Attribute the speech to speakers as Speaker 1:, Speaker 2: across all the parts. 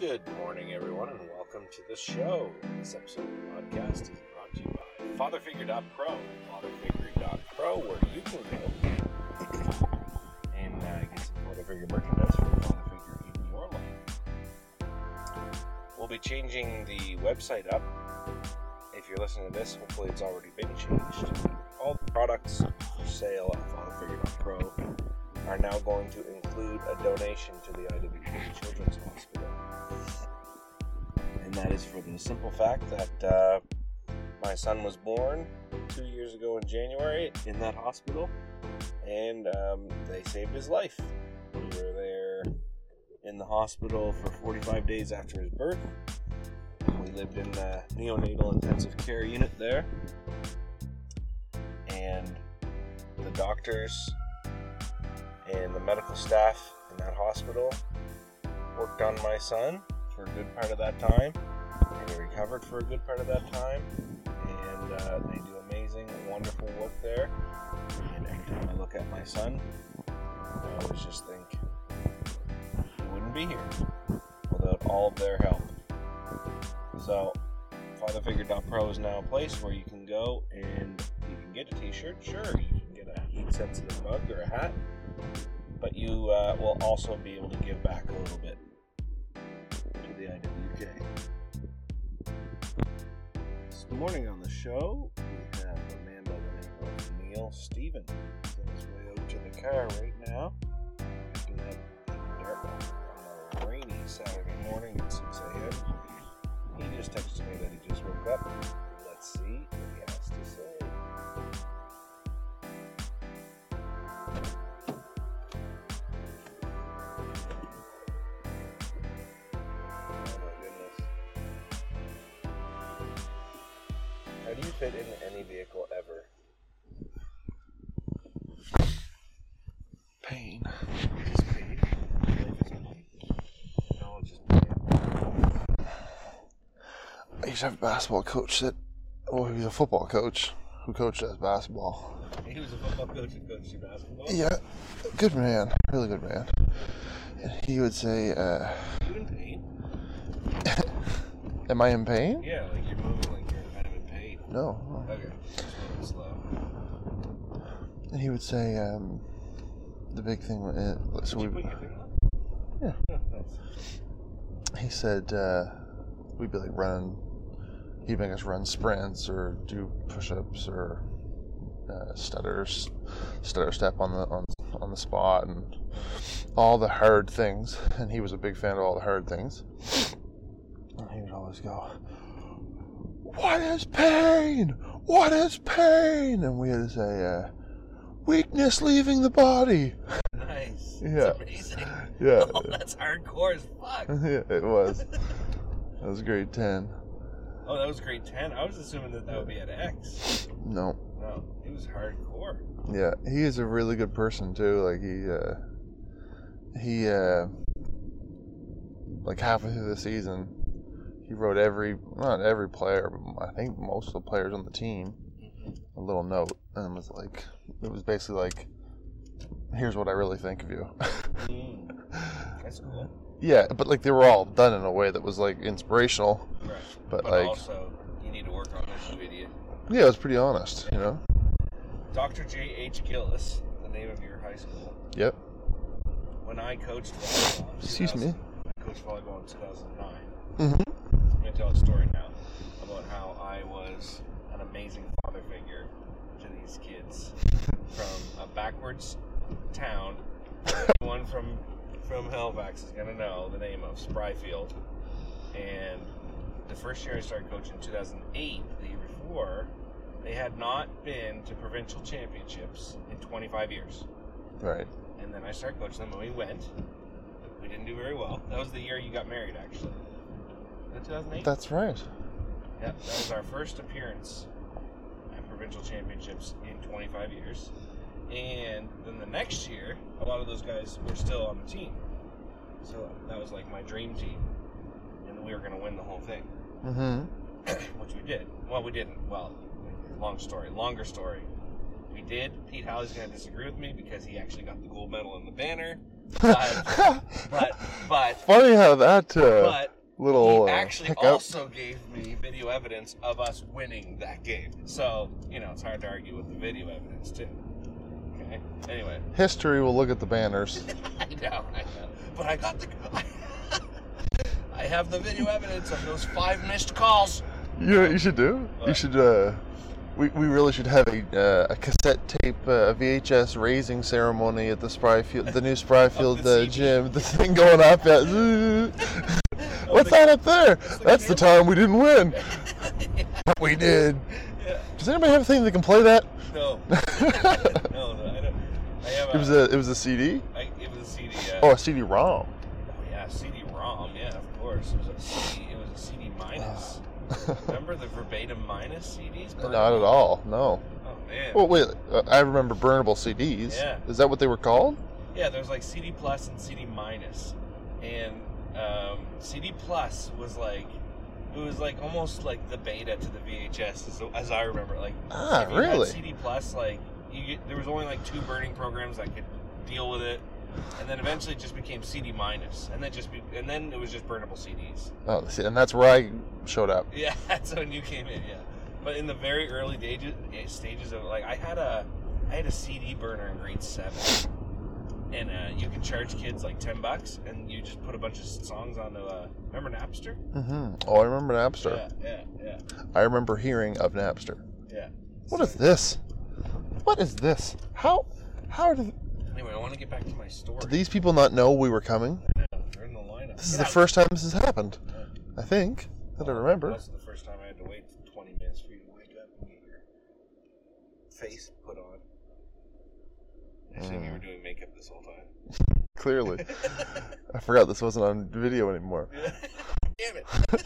Speaker 1: Good morning, everyone, and welcome to the show. This episode of the podcast is brought to you by FatherFigure.pro, FatherFigure.pro, where you can go and uh, get some Father Figure merchandise for Father Figure in your life. We'll be changing the website up. If you're listening to this, hopefully it's already been changed. All the products for sale at FatherFigure.pro are now going to include a donation to the IWK Children's Hospital. And that is for the simple fact that uh, my son was born two years ago in January in that hospital, and um, they saved his life. We were there in the hospital for 45 days after his birth. We lived in the neonatal intensive care unit there, and the doctors and the medical staff in that hospital worked on my son for a good part of that time, and he recovered for a good part of that time. And uh, they do amazing, wonderful work there. And every time I look at my son, I always just think he wouldn't be here without all of their help. So, FatherFigure.pro is now a place where you can go and you can get a T-shirt. Sure, you can get a heat-sensitive mug or a hat but you uh, will also be able to give back a little bit to the IWK. This morning on the show, we have a man by the name of Neil Stevens. He's on his way out to the car right now. Picking up in Dartmouth on a uh, rainy Saturday morning at 6 a.m. He just texted me that he just woke up. Let's see what he has to say. Oh my goodness. How do you fit into any vehicle ever? Pain. Just pain. Life is pain. No, it's just pain.
Speaker 2: I used to have a basketball coach that, well, he was a football coach who coached us basketball.
Speaker 1: He was a football coach and coached you basketball.
Speaker 2: Yeah, good man, really good man. And he would say, uh,
Speaker 1: You in pain?
Speaker 2: "Am I in pain?"
Speaker 1: Yeah, like you're moving like you're kind of in pain.
Speaker 2: No.
Speaker 1: Okay. Just moving slow.
Speaker 2: And he would say, um, the big thing. Uh, so
Speaker 1: Did you
Speaker 2: we,
Speaker 1: put your thing up?
Speaker 2: Yeah.
Speaker 1: nice.
Speaker 2: he said, uh, we'd be like running. He'd make us run sprints or do push-ups or uh, stutters, stutter step on the on on the spot and all the hard things. And he was a big fan of all the hard things. And he would always go, "What is pain? What is pain?" And we had to say, uh, "Weakness leaving the body."
Speaker 1: Nice.
Speaker 2: Yeah.
Speaker 1: That's amazing.
Speaker 2: Yeah,
Speaker 1: Oh, that's hardcore as fuck.
Speaker 2: yeah it was. That was grade ten.
Speaker 1: Oh, that was grade 10. I was assuming that that would be at X.
Speaker 2: No.
Speaker 1: No, it was hardcore.
Speaker 2: Yeah, he is a really good person too. Like he, uh, he, uh, like halfway through the season, he wrote every not every player, but I think most of the players on the team a little note, and was like, it was basically like, here's what I really think of you. Mm-hmm.
Speaker 1: Mm. That's cool.
Speaker 2: yeah, but like they were all done in a way that was like inspirational,
Speaker 1: Right.
Speaker 2: but,
Speaker 1: But
Speaker 2: like,
Speaker 1: also, you need to work on this, you idiot.
Speaker 2: yeah, it was pretty honest, you know.
Speaker 1: Dr. J. H. Gillis, the name of your high school.
Speaker 2: Yep.
Speaker 1: When I coached volleyball, in
Speaker 2: Excuse me.
Speaker 1: 2000 I coached volleyball in 2009.
Speaker 2: Mm-hmm.
Speaker 1: I'm gonna tell a story now about how I was an amazing father figure to these kids from a backwards town. One from from Halifax is gonna know the name of Spryfield. And the first year I started coaching, 2008, the year before, they had not been to provincial championships in 25 years.
Speaker 2: Right.
Speaker 1: And then I started coaching them, and we went. We didn't do very well. That was the year you got married, actually. Was it 2008?
Speaker 2: That's right.
Speaker 1: Yeah, that was our first appearance at provincial championships in 25 years. And then the next year, a lot of those guys were still on the team. So that was like my dream team. And we were going to win the whole thing,
Speaker 2: Mm-hmm.
Speaker 1: which we did. Well, we didn't. Well, long story, longer story. We did. Pete Howley's going to disagree with me because he actually got the gold medal in the banner. But, but, but But
Speaker 2: Funny how that uh,
Speaker 1: but
Speaker 2: little
Speaker 1: he
Speaker 2: uh,
Speaker 1: actually
Speaker 2: hiccup.
Speaker 1: also gave me video evidence of us winning that game. So you know it's hard to argue with the video evidence too. Okay. Anyway,
Speaker 2: History will look at the banners.
Speaker 1: I know, I know. But I got the. I have the video evidence of those five missed calls.
Speaker 2: You know what you should do? You
Speaker 1: What?
Speaker 2: should. Uh, we, we really should have a, uh, a cassette tape, uh, a VHS raising ceremony at the Spry Field, the new Spry Field
Speaker 1: the
Speaker 2: uh,
Speaker 1: CD.
Speaker 2: gym. The thing going up at. What's that up there? That's the time we didn't win. But we did.
Speaker 1: Yeah.
Speaker 2: Does anybody have a thing that can play that?
Speaker 1: No. no, no, I don't. I have
Speaker 2: It was
Speaker 1: a.
Speaker 2: a it was a CD.
Speaker 1: I, it was a CD. Uh,
Speaker 2: Oh, a CD-ROM.
Speaker 1: Oh yeah, CD-ROM. Yeah, of course. It was a CD. It was a CD minus. Remember the verbatim minus CDs?
Speaker 2: Not at all. No.
Speaker 1: Oh man.
Speaker 2: Well, wait. uh, I remember burnable CDs.
Speaker 1: Yeah.
Speaker 2: Is that what they were called?
Speaker 1: Yeah, there's like CD plus and CD minus, and um, CD plus was like. It was like almost like the beta to the VHS, as, as I remember. Like,
Speaker 2: Ah,
Speaker 1: if you had
Speaker 2: really?
Speaker 1: CD plus, like you, get- there was only like two burning programs that could deal with it, and then eventually it just became CD minus, and then just be, and then it was just burnable CDs.
Speaker 2: Oh, see, and that's where I showed up.
Speaker 1: Yeah, that's when you came in. Yeah, but in the very early stages, stages of like, I had a, I had a CD burner in grade seven, and uh, you could charge kids like ten bucks, and you just put a bunch of songs onto. Uh, remember Napster?
Speaker 2: hmm Oh, I remember Napster.
Speaker 1: Mm-hmm. Yeah, yeah,
Speaker 2: I remember hearing of Napster.
Speaker 1: yeah, yeah.
Speaker 2: What is this? What is this? How? How did,
Speaker 1: Anyway, I want to get back to my story.
Speaker 2: did these people not know we were coming?
Speaker 1: Yeah, they're in the lineup.
Speaker 2: This is
Speaker 1: Get
Speaker 2: the
Speaker 1: out.
Speaker 2: first time this has happened. I think that I remember.
Speaker 1: That's the first time I had to wait twenty minutes for you to wake up and get your face put on. I assume
Speaker 2: Mm.
Speaker 1: you were doing makeup this whole time.
Speaker 2: Clearly, I forgot this wasn't on video anymore.
Speaker 1: Damn it!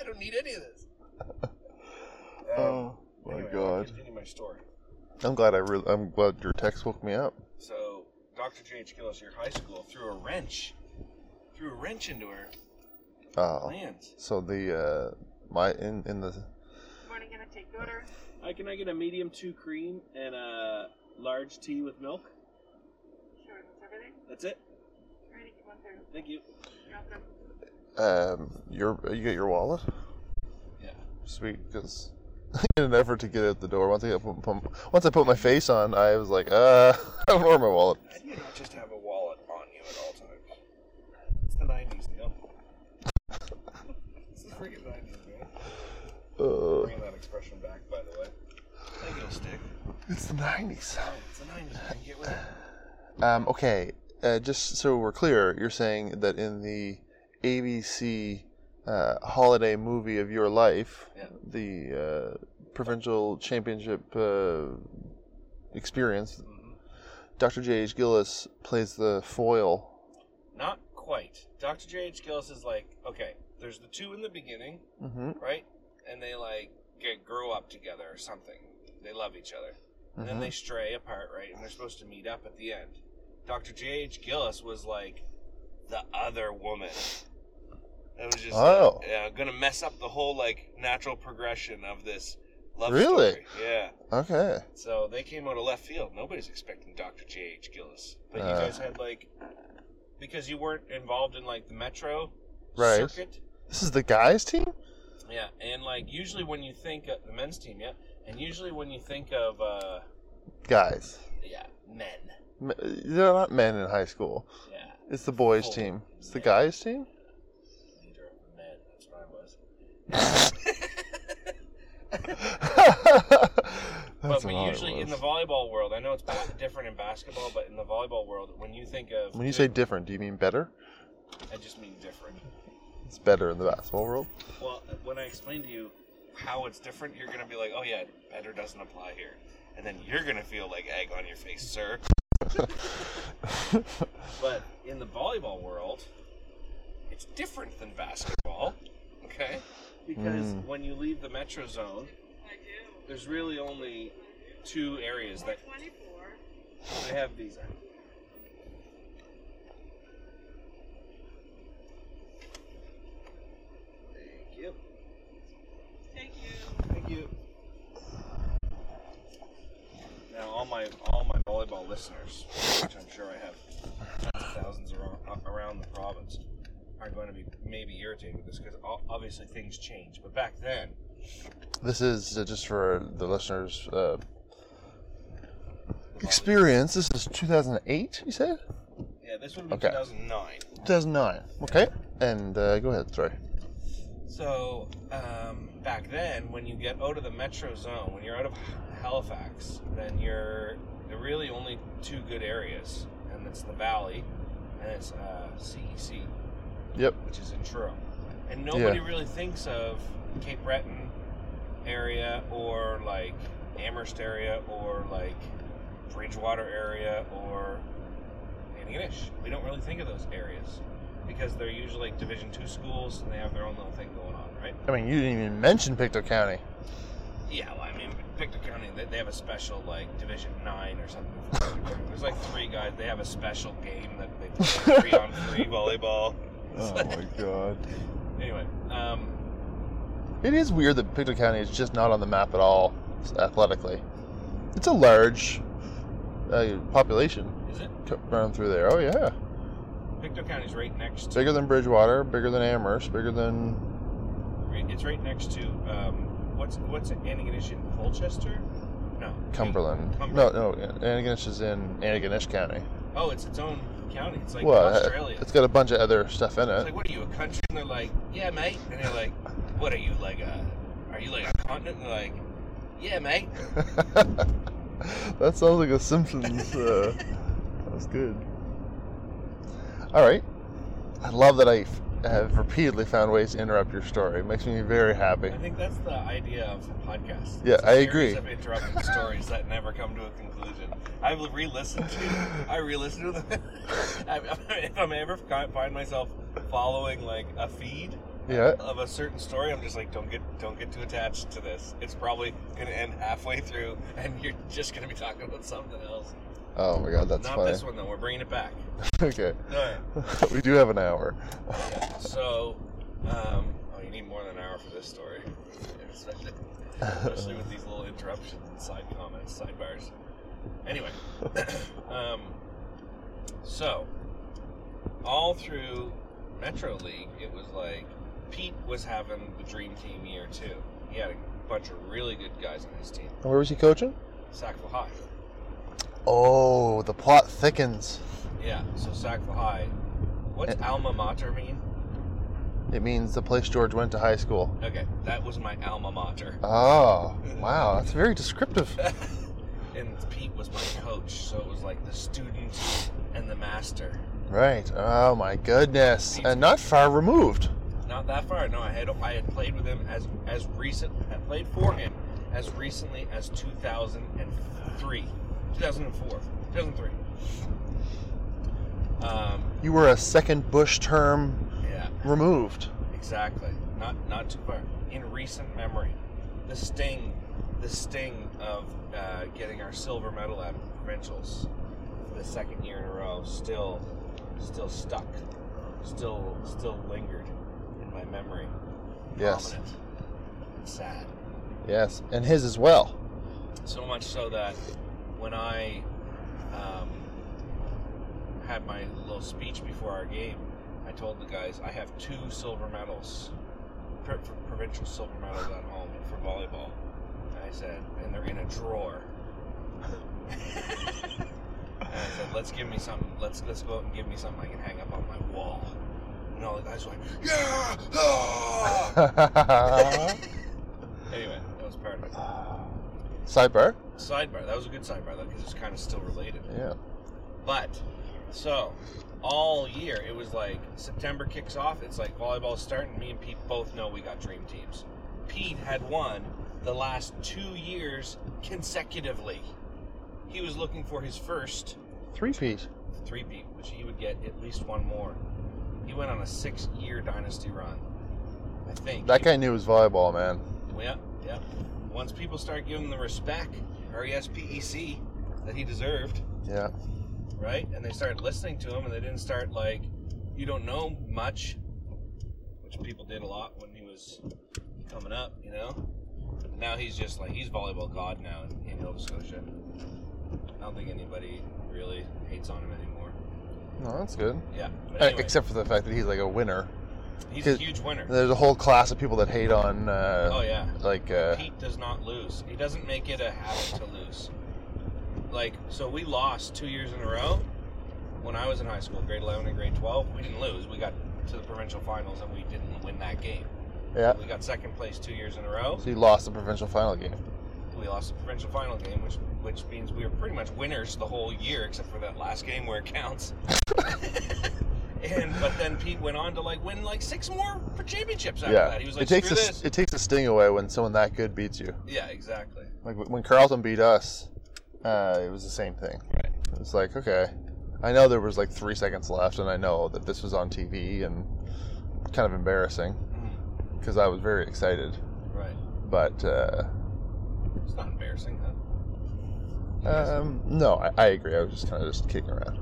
Speaker 1: I don't need any of this. Um,
Speaker 2: Oh my
Speaker 1: anyway, I'll
Speaker 2: god!
Speaker 1: Continue my story.
Speaker 2: I'm glad I re- I'm glad your text woke me up.
Speaker 1: So, Dr. J.H. Gillis, your high school, threw a wrench, threw a wrench into her
Speaker 2: Oh,
Speaker 1: plans.
Speaker 2: so the uh, my in in the
Speaker 3: Morning, gonna take order.
Speaker 4: Hi, can I get a medium two cream and a large tea with milk?
Speaker 3: Sure, that's everything.
Speaker 4: That's it.
Speaker 3: Ready, keep one through.
Speaker 4: Thank you.
Speaker 3: You're welcome.
Speaker 2: um your you get your wallet.
Speaker 1: Yeah.
Speaker 2: Sweet, because in an effort to get out the door, once I put, put- once I put my face on, I was like, uh, I don't know where my wallet.
Speaker 1: And you not just have a wallet on you at all times. It's the 90s, Neil. it's the freaking 90s, man.
Speaker 2: Uh,
Speaker 1: Bringing that expression back, by the way. I think it'll stick.
Speaker 2: it's the nineties.
Speaker 1: Oh, it's the 90s, man. Get with it.
Speaker 2: Um, okay, uh, just so we're clear, you're saying that in the ABC uh, holiday movie of your life,
Speaker 1: Yeah.
Speaker 2: the uh, provincial championship uh, experience,
Speaker 1: Mhm.
Speaker 2: Dr. J.H. Gillis plays the foil.
Speaker 1: Not quite. Dr. J.H. Gillis is like, okay, there's the two in the beginning,
Speaker 2: Mm-hmm.
Speaker 1: right? And they like get grow up together or something. They love each other. And
Speaker 2: mm-hmm.
Speaker 1: then they stray apart, right? And they're supposed to meet up at the end. Dr. J.H. Gillis was like the other woman. It was just
Speaker 2: Oh.
Speaker 1: yeah, gonna mess up the whole like natural progression of this love
Speaker 2: Really?
Speaker 1: story. Yeah.
Speaker 2: Okay.
Speaker 1: So they came out of left field. Nobody's expecting Dr. J.H. Gillis. But you
Speaker 2: Uh.
Speaker 1: guys had like because you weren't involved in like the metro
Speaker 2: Right.
Speaker 1: circuit.
Speaker 2: This is the guys' team?
Speaker 1: Yeah, and like usually when you think of the men's team, yeah, and usually when you think of uh,
Speaker 2: Guys.
Speaker 1: yeah, men,
Speaker 2: M- They're not men in high school.
Speaker 1: yeah,
Speaker 2: It's the boys'
Speaker 1: Full
Speaker 2: team. It's the
Speaker 1: men.
Speaker 2: guys' team?
Speaker 1: leader of the men. That's what I was.
Speaker 2: That's
Speaker 1: but
Speaker 2: not
Speaker 1: but
Speaker 2: what it
Speaker 1: usually in the
Speaker 2: was.
Speaker 1: volleyball world, I know it's ba- different in basketball, but in the volleyball world, when you think of
Speaker 2: When you say different, do you mean better?
Speaker 1: I just mean different.
Speaker 2: It's better in the basketball world.
Speaker 1: Well, when I explain to you how it's different, you're gonna be like, oh yeah, better doesn't apply here, and then you're gonna feel like egg on your face, sir. But in the volleyball world, it's different than basketball, okay? Because
Speaker 2: Mm.
Speaker 1: when you leave the metro zone,
Speaker 3: I do.
Speaker 1: there's really only two areas that
Speaker 3: 24.
Speaker 1: they have these. Thank you.
Speaker 3: Thank you.
Speaker 1: Thank you. Now, all my all my volleyball listeners, which I'm sure I have thousands around, around uh, the province, are going to be maybe irritated with this because obviously things change. But back then,
Speaker 2: This is uh, just for the listeners' uh, experience. This is 2008, you said?
Speaker 1: yeah, this would have been
Speaker 2: Okay.
Speaker 1: 2009.
Speaker 2: 2009. Okay. And uh, go ahead, sorry.
Speaker 1: So um, back then, when you get out of the metro zone, when you're out of Halifax, then you're there are really only two good areas, and it's the Valley, and it's uh, CEC.
Speaker 2: Yep.
Speaker 1: Which is in Truro, and nobody really thinks of Cape Breton area or like Amherst area or like Bridgewater area or Antigonish. We don't really think of those areas because they're usually like Division two schools and they have their own little thing going on, right?
Speaker 2: I mean, you didn't even mention Pictou County.
Speaker 1: Yeah, well, I mean, Victor County, they, they have a special like Division Nine or something. for Victor County. There's like three guys. They have a special game that they play like, three on three volleyball.
Speaker 5: Oh my god.
Speaker 1: Anyway, um,
Speaker 2: It is weird that Pictou County is just not on the map at all athletically. It's a large uh, population
Speaker 1: is it
Speaker 2: co- running through there. Oh, yeah.
Speaker 1: Victor County's right next?
Speaker 2: It's
Speaker 1: To,
Speaker 2: bigger than Bridgewater, bigger than Amherst, bigger than.
Speaker 1: it's right next to um, what's what's Antigonish in Colchester? No,
Speaker 2: Cumberland.
Speaker 1: Cumberland.
Speaker 2: No, no, Antigonish is in Antigonish County.
Speaker 1: Oh, it's its own county. It's like
Speaker 2: well,
Speaker 1: Australia.
Speaker 2: it's got a bunch of other stuff in
Speaker 1: It's
Speaker 2: it.
Speaker 1: like, what are you, a country? And they're like, yeah, mate. And they're like, what are you, like a, are you like a continent? And they're like, yeah, mate.
Speaker 2: that sounds like a Simpsons. Uh, that was good. All right. I love that I f- have repeatedly found ways to interrupt your story. It makes me very happy.
Speaker 1: I think that's the idea of podcasts.
Speaker 2: Yeah,
Speaker 1: It's a
Speaker 2: I
Speaker 1: series
Speaker 2: agree.
Speaker 1: Of interrupting stories that never come to a conclusion. I've re-listened to. I re-listened to them. I- if I'm ever fi- find myself following like a feed
Speaker 2: Yeah.
Speaker 1: of a certain story, I'm just like, don't get, don't get too attached to this. It's probably gonna end halfway through, and you're just gonna be talking about something else.
Speaker 2: Oh my god, that's
Speaker 1: Not
Speaker 2: funny.
Speaker 1: this one though. We're bringing it back.
Speaker 2: okay.
Speaker 1: All right.
Speaker 2: we do have an hour.
Speaker 1: So, um, oh, you need more than an hour for this story, especially, especially with these little interruptions and side comments, sidebars. Anyway, um, so all through Metro League, it was like Pete was having the dream team year too. He had a bunch of really good guys on his team.
Speaker 2: Where was he coaching?
Speaker 1: Sackville High,
Speaker 2: Oh, the plot thickens.
Speaker 1: yeah. So Sackville High, what's
Speaker 2: Eh.
Speaker 1: alma mater mean?
Speaker 2: It means the place George went to high school.
Speaker 1: Okay, that was my alma mater.
Speaker 2: Oh, wow, that's very descriptive.
Speaker 1: and Pete was my coach, so it was like the student and the master.
Speaker 2: Right. Oh my goodness. And not far removed.
Speaker 1: Not that far. No, I had I had played with him as as recent. I played for him as recently as 2003, 2004, 2003. Um,
Speaker 2: You were a second Bush term
Speaker 1: yeah,
Speaker 2: removed.
Speaker 1: exactly. Not not too far. In recent memory, the sting, the sting of uh, getting our silver medal at provincials for the second year in a row still still stuck still still lingered in my memory
Speaker 2: Yes.
Speaker 1: Prominent and sad
Speaker 2: Yes. And his as well.
Speaker 1: so much so that when i um, had my little speech before our game i told the guys i have two silver medals pro- pro- provincial silver medals at home for volleyball and i said and they're in a drawer And I said, let's give me some. Let's let's go out and give me something I can hang up on my wall. And all the guys were like, yeah. ah!" anyway, that was part of it.
Speaker 2: Sidebar.
Speaker 1: Sidebar. That was a good sidebar though, because it's kind of still related.
Speaker 2: Yeah.
Speaker 1: But so all year it was like September kicks off. It's like volleyball's starting. Me and Pete both know we got dream teams. Pete had won the last two years consecutively. He was looking for his first
Speaker 2: Three feet.
Speaker 1: three peat, which he would get at least one more. He went on a six year dynasty run. I think.
Speaker 2: That guy knew his volleyball, man.
Speaker 1: Yeah, yeah. Once people start giving him the respect, R E S P E C, that he deserved,
Speaker 2: Yeah.
Speaker 1: right? And they started listening to him and they didn't start like, you don't know much, which people did a lot when he was coming up, you know? Now he's just like, he's volleyball god now in, in Nova Scotia. I don't think anybody really hates on him anymore.
Speaker 2: No, that's good.
Speaker 1: Yeah. but
Speaker 2: Uh,
Speaker 1: anyway,
Speaker 2: Except for the fact that he's like a winner.
Speaker 1: he's a huge winner.
Speaker 2: There's a whole class of people that hate on, uh,
Speaker 1: oh yeah.
Speaker 2: like, uh,
Speaker 1: Pete does not lose. He doesn't make it a habit to lose. Like, so we lost two years in a row. When I was in high school, grade 11 and grade 12, we didn't lose. We got to the provincial finals and we didn't win that game.
Speaker 2: yeah.
Speaker 1: We got second place two years in a row.
Speaker 2: So he lost the provincial final game.
Speaker 1: We lost the provincial final game, which which means we were pretty much winners the whole year, except for that last game where it counts. and but then Pete went on to like win like six more championships after
Speaker 2: yeah.
Speaker 1: that. He was like,
Speaker 2: it takes
Speaker 1: "Screw
Speaker 2: a,
Speaker 1: this."
Speaker 2: it takes a sting away when someone that good beats you.
Speaker 1: yeah, exactly.
Speaker 2: Like wh- when Carlton beat us, uh, it was the same thing.
Speaker 1: Right.
Speaker 2: It was like, okay, I know there was like three seconds left, and I know that this was on TV and kind of embarrassing
Speaker 1: Mm,
Speaker 2: because I was very excited.
Speaker 1: right.
Speaker 2: But uh,
Speaker 1: It's not embarrassing, huh?
Speaker 2: um, no, I, I agree. I was just kind of just kicking around.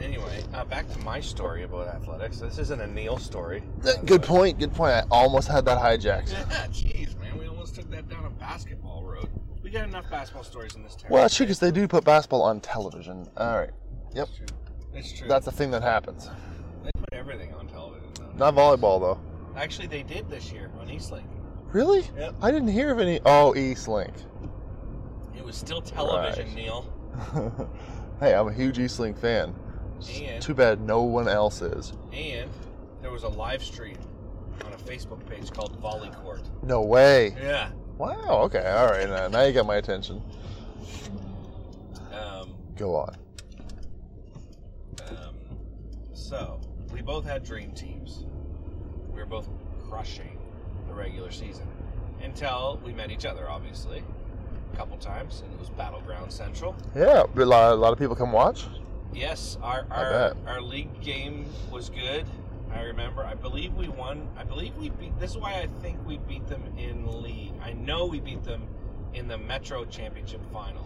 Speaker 1: Anyway, uh, back to my story about athletics. This isn't a Neil story.
Speaker 2: Good point. Good point. I almost had that hijacked.
Speaker 1: Yeah, jeez, man, we almost took that down a basketball road. We got enough basketball stories in this town.
Speaker 2: Well, that's true because they do put basketball on television. All right, yep.
Speaker 1: That's true. That's true.
Speaker 2: that's a thing that happens.
Speaker 1: They put everything on television. Though.
Speaker 2: Not volleyball though.
Speaker 1: Actually, they did this year on East Lake.
Speaker 2: Really?
Speaker 1: Yep.
Speaker 2: I didn't hear of any. Oh, East Link.
Speaker 1: It was still television,
Speaker 2: Right.
Speaker 1: Neil.
Speaker 2: hey, I'm a huge East Link fan. It's
Speaker 1: And-
Speaker 2: Too bad no one else is.
Speaker 1: And there was a live stream on a Facebook page called Volley Court.
Speaker 2: No way.
Speaker 1: Yeah.
Speaker 2: Wow. Okay. All right. Now, now you got my attention.
Speaker 1: Um,
Speaker 2: Go on.
Speaker 1: um, so, we both had dream teams. We were both crushing the regular season until we met each other, obviously, a couple times, and it was Battleground Central.
Speaker 2: Yeah. A lot, a lot of people come watch.
Speaker 1: Yes, our
Speaker 2: I
Speaker 1: our,
Speaker 2: bet.
Speaker 1: our league game was good. I remember. I believe we won. I believe we beat. This is why I think we beat them in league. I know we beat them in the Metro Championship final,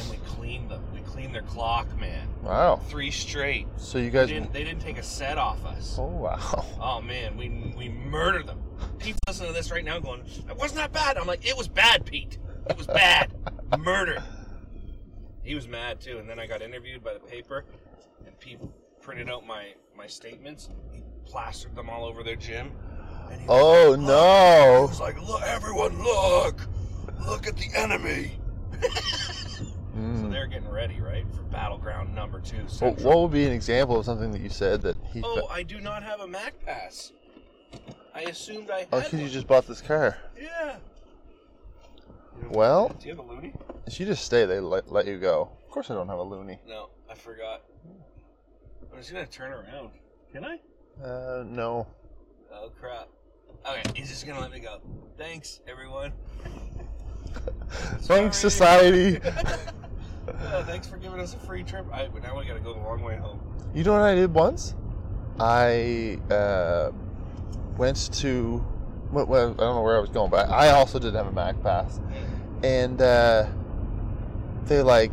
Speaker 1: and we cleaned them. We cleaned their clock, man.
Speaker 2: Wow.
Speaker 1: Three straight.
Speaker 2: So you
Speaker 1: They
Speaker 2: guys.
Speaker 1: didn't, they didn't take a set off us.
Speaker 2: Oh wow.
Speaker 1: Oh man, we we murdered them. Pete's listening to this right now, going, "It wasn't that bad." I'm like, "It was bad, Pete. It was bad. Murder." He was mad too, and then I got interviewed by the paper, and Pete printed out my my statements, he plastered them all over their gym, and he
Speaker 2: Oh
Speaker 1: he
Speaker 2: no.
Speaker 1: was like, "Look, everyone, look, look at the enemy." So
Speaker 2: Mm.
Speaker 1: they're getting ready, right, for battleground number two.
Speaker 2: Well,
Speaker 1: Central.
Speaker 2: what would be an example of something that you said that he? fe-
Speaker 1: Oh, I do not have a Mac pass. I assumed I had.
Speaker 2: oh, because
Speaker 1: one.
Speaker 2: you just bought this car.
Speaker 1: Yeah.
Speaker 2: Well-
Speaker 1: do you have a loony?
Speaker 2: If you just stay, they let, let you go. Of course, I don't have a loony.
Speaker 1: No, I forgot. I'm just gonna turn around.
Speaker 4: Can I?
Speaker 2: Uh, no.
Speaker 1: Oh crap. Okay, he's just gonna let me go. Thanks, everyone.
Speaker 2: Thanks,
Speaker 1: Sorry.
Speaker 2: society.
Speaker 1: Uh, thanks for giving us a free trip. I, but now we gotta go the long way home.
Speaker 2: You know what I did once? I uh, went to. What, what, I don't know where I was going, but I also did have a Mac Pass, and uh, they like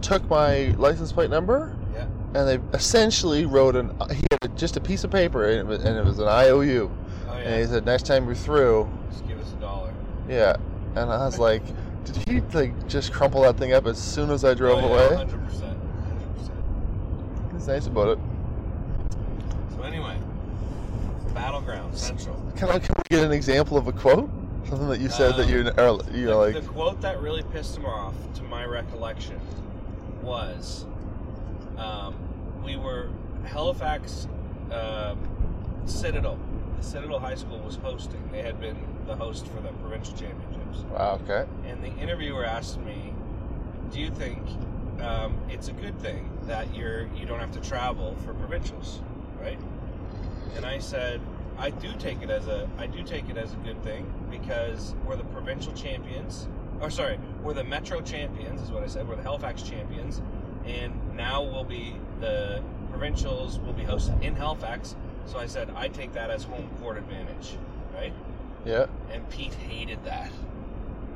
Speaker 2: took my license plate number,
Speaker 1: Yeah.
Speaker 2: and they essentially wrote an. He had just a piece of paper, and it was, and it was an IOU,
Speaker 1: Oh
Speaker 2: and
Speaker 1: yeah.
Speaker 2: he said, "Next time you're through,
Speaker 1: Just give us a dollar.
Speaker 2: yeah." And I was like, "Did he like just crumple that thing up as soon as I drove away?"
Speaker 1: Oh, Hundred percent. Hundred percent.
Speaker 2: He's nice about it.
Speaker 1: So anyway, battleground central.
Speaker 2: Can I can we get an example of a quote? Something that you said that you or, you
Speaker 1: Um,
Speaker 2: know
Speaker 1: the,
Speaker 2: like
Speaker 1: the quote that really pissed him off, to my recollection, was um, we were Halifax um, Citadel. The Citadel High School was hosting. They had been the host for the provincial championships,
Speaker 2: wow okay
Speaker 1: and the interviewer asked me, "Do you think um, it's a good thing that you're you don't have to travel for provincials, right?" And I said, "I do take it as a I do take it as a good thing because we're the provincial champions, or sorry, we're the metro champions is what I said. We're the Halifax champions, and now we'll be the provincials will be hosted in Halifax." So I said, "I take that as home court advantage, right?"
Speaker 2: yeah
Speaker 1: and Pete hated that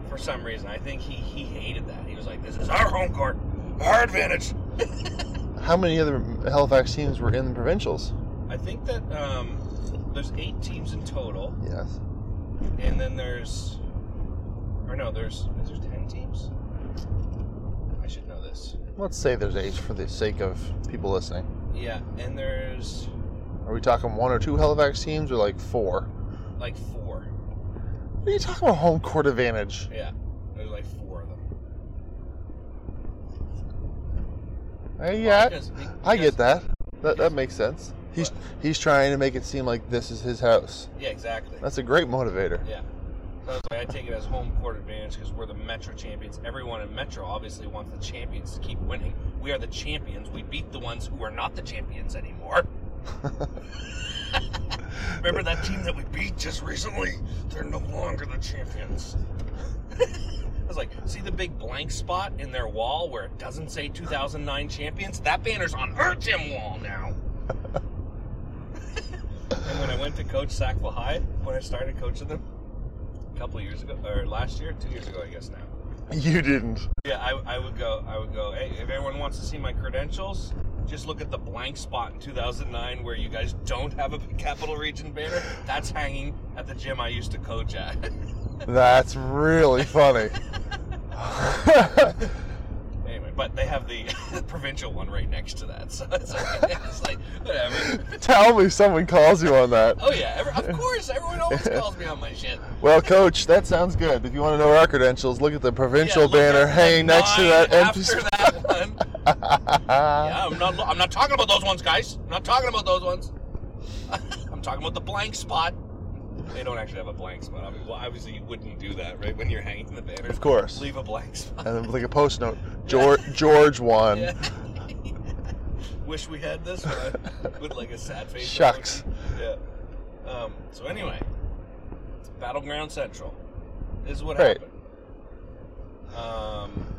Speaker 1: for some reason. I think he he hated that. He was like, "This is our home court, our advantage."
Speaker 2: how many other Halifax teams were in the provincials
Speaker 1: I think that um, there's eight teams in total,
Speaker 2: yes
Speaker 1: and then there's or no, there's is there ten teams? I should know this. this.
Speaker 2: Let's say there's age for the sake of people listening.
Speaker 1: Yeah, and there's
Speaker 2: Are we talking one or two Halifax teams or like four?
Speaker 1: like four.
Speaker 2: What are you talking about home court advantage?
Speaker 1: Yeah, there's like four of them.
Speaker 2: Hey,
Speaker 1: Well,
Speaker 2: yeah,
Speaker 1: because-
Speaker 2: I get
Speaker 1: because-
Speaker 2: that. That, that makes sense. He's he's trying to make it seem like this is his house.
Speaker 1: Yeah, exactly.
Speaker 2: That's a great motivator.
Speaker 1: Yeah. So I was like, I take it as home court advantage because we're the Metro champions. Everyone in Metro obviously wants the champions to keep winning. We are the champions. We beat the ones who are not the champions anymore. Remember that team that we beat just recently? They're no longer the champions. I was like, see the big blank spot in their wall where it doesn't say 2009 champions? That banner's on our gym wall now. and when I went to coach Sackville High, when I started coaching them a couple years ago, or last year, two years ago, I guess now.
Speaker 2: You didn't.
Speaker 1: Yeah, I, I would go. I would go. Hey, if everyone wants to see my credentials, just look at the blank spot in 2009 where you guys don't have a Capital Region banner. That's hanging at the gym I used to coach at.
Speaker 2: That's really funny.
Speaker 1: anyway, but they have the provincial one right next to that, so it's like, it's like whatever.
Speaker 2: Tell me someone calls you on that.
Speaker 1: Oh yeah, every, of course, everyone always calls me on my shit.
Speaker 2: Well, coach, that sounds good. If you want to know our credentials, look at the provincial
Speaker 1: Yeah, look at
Speaker 2: banner
Speaker 1: the
Speaker 2: hanging next to
Speaker 1: nine
Speaker 2: that empty
Speaker 1: after
Speaker 2: spot.
Speaker 1: that one. Yeah, I'm not. I'm not talking about those ones, guys. I'm not talking about those ones. I'm talking about the blank spot. They don't actually have a blank spot. I mean, well, obviously you wouldn't do that, right? When you're hanging the banner,
Speaker 2: Of course.
Speaker 1: leave a blank spot.
Speaker 2: And then like a post note, George, George won.
Speaker 1: Yeah. Wish we had this one with like a sad face.
Speaker 2: Shucks.
Speaker 1: Yeah. Um, so anyway, Battleground Central is what
Speaker 2: Right.
Speaker 1: happened. Um,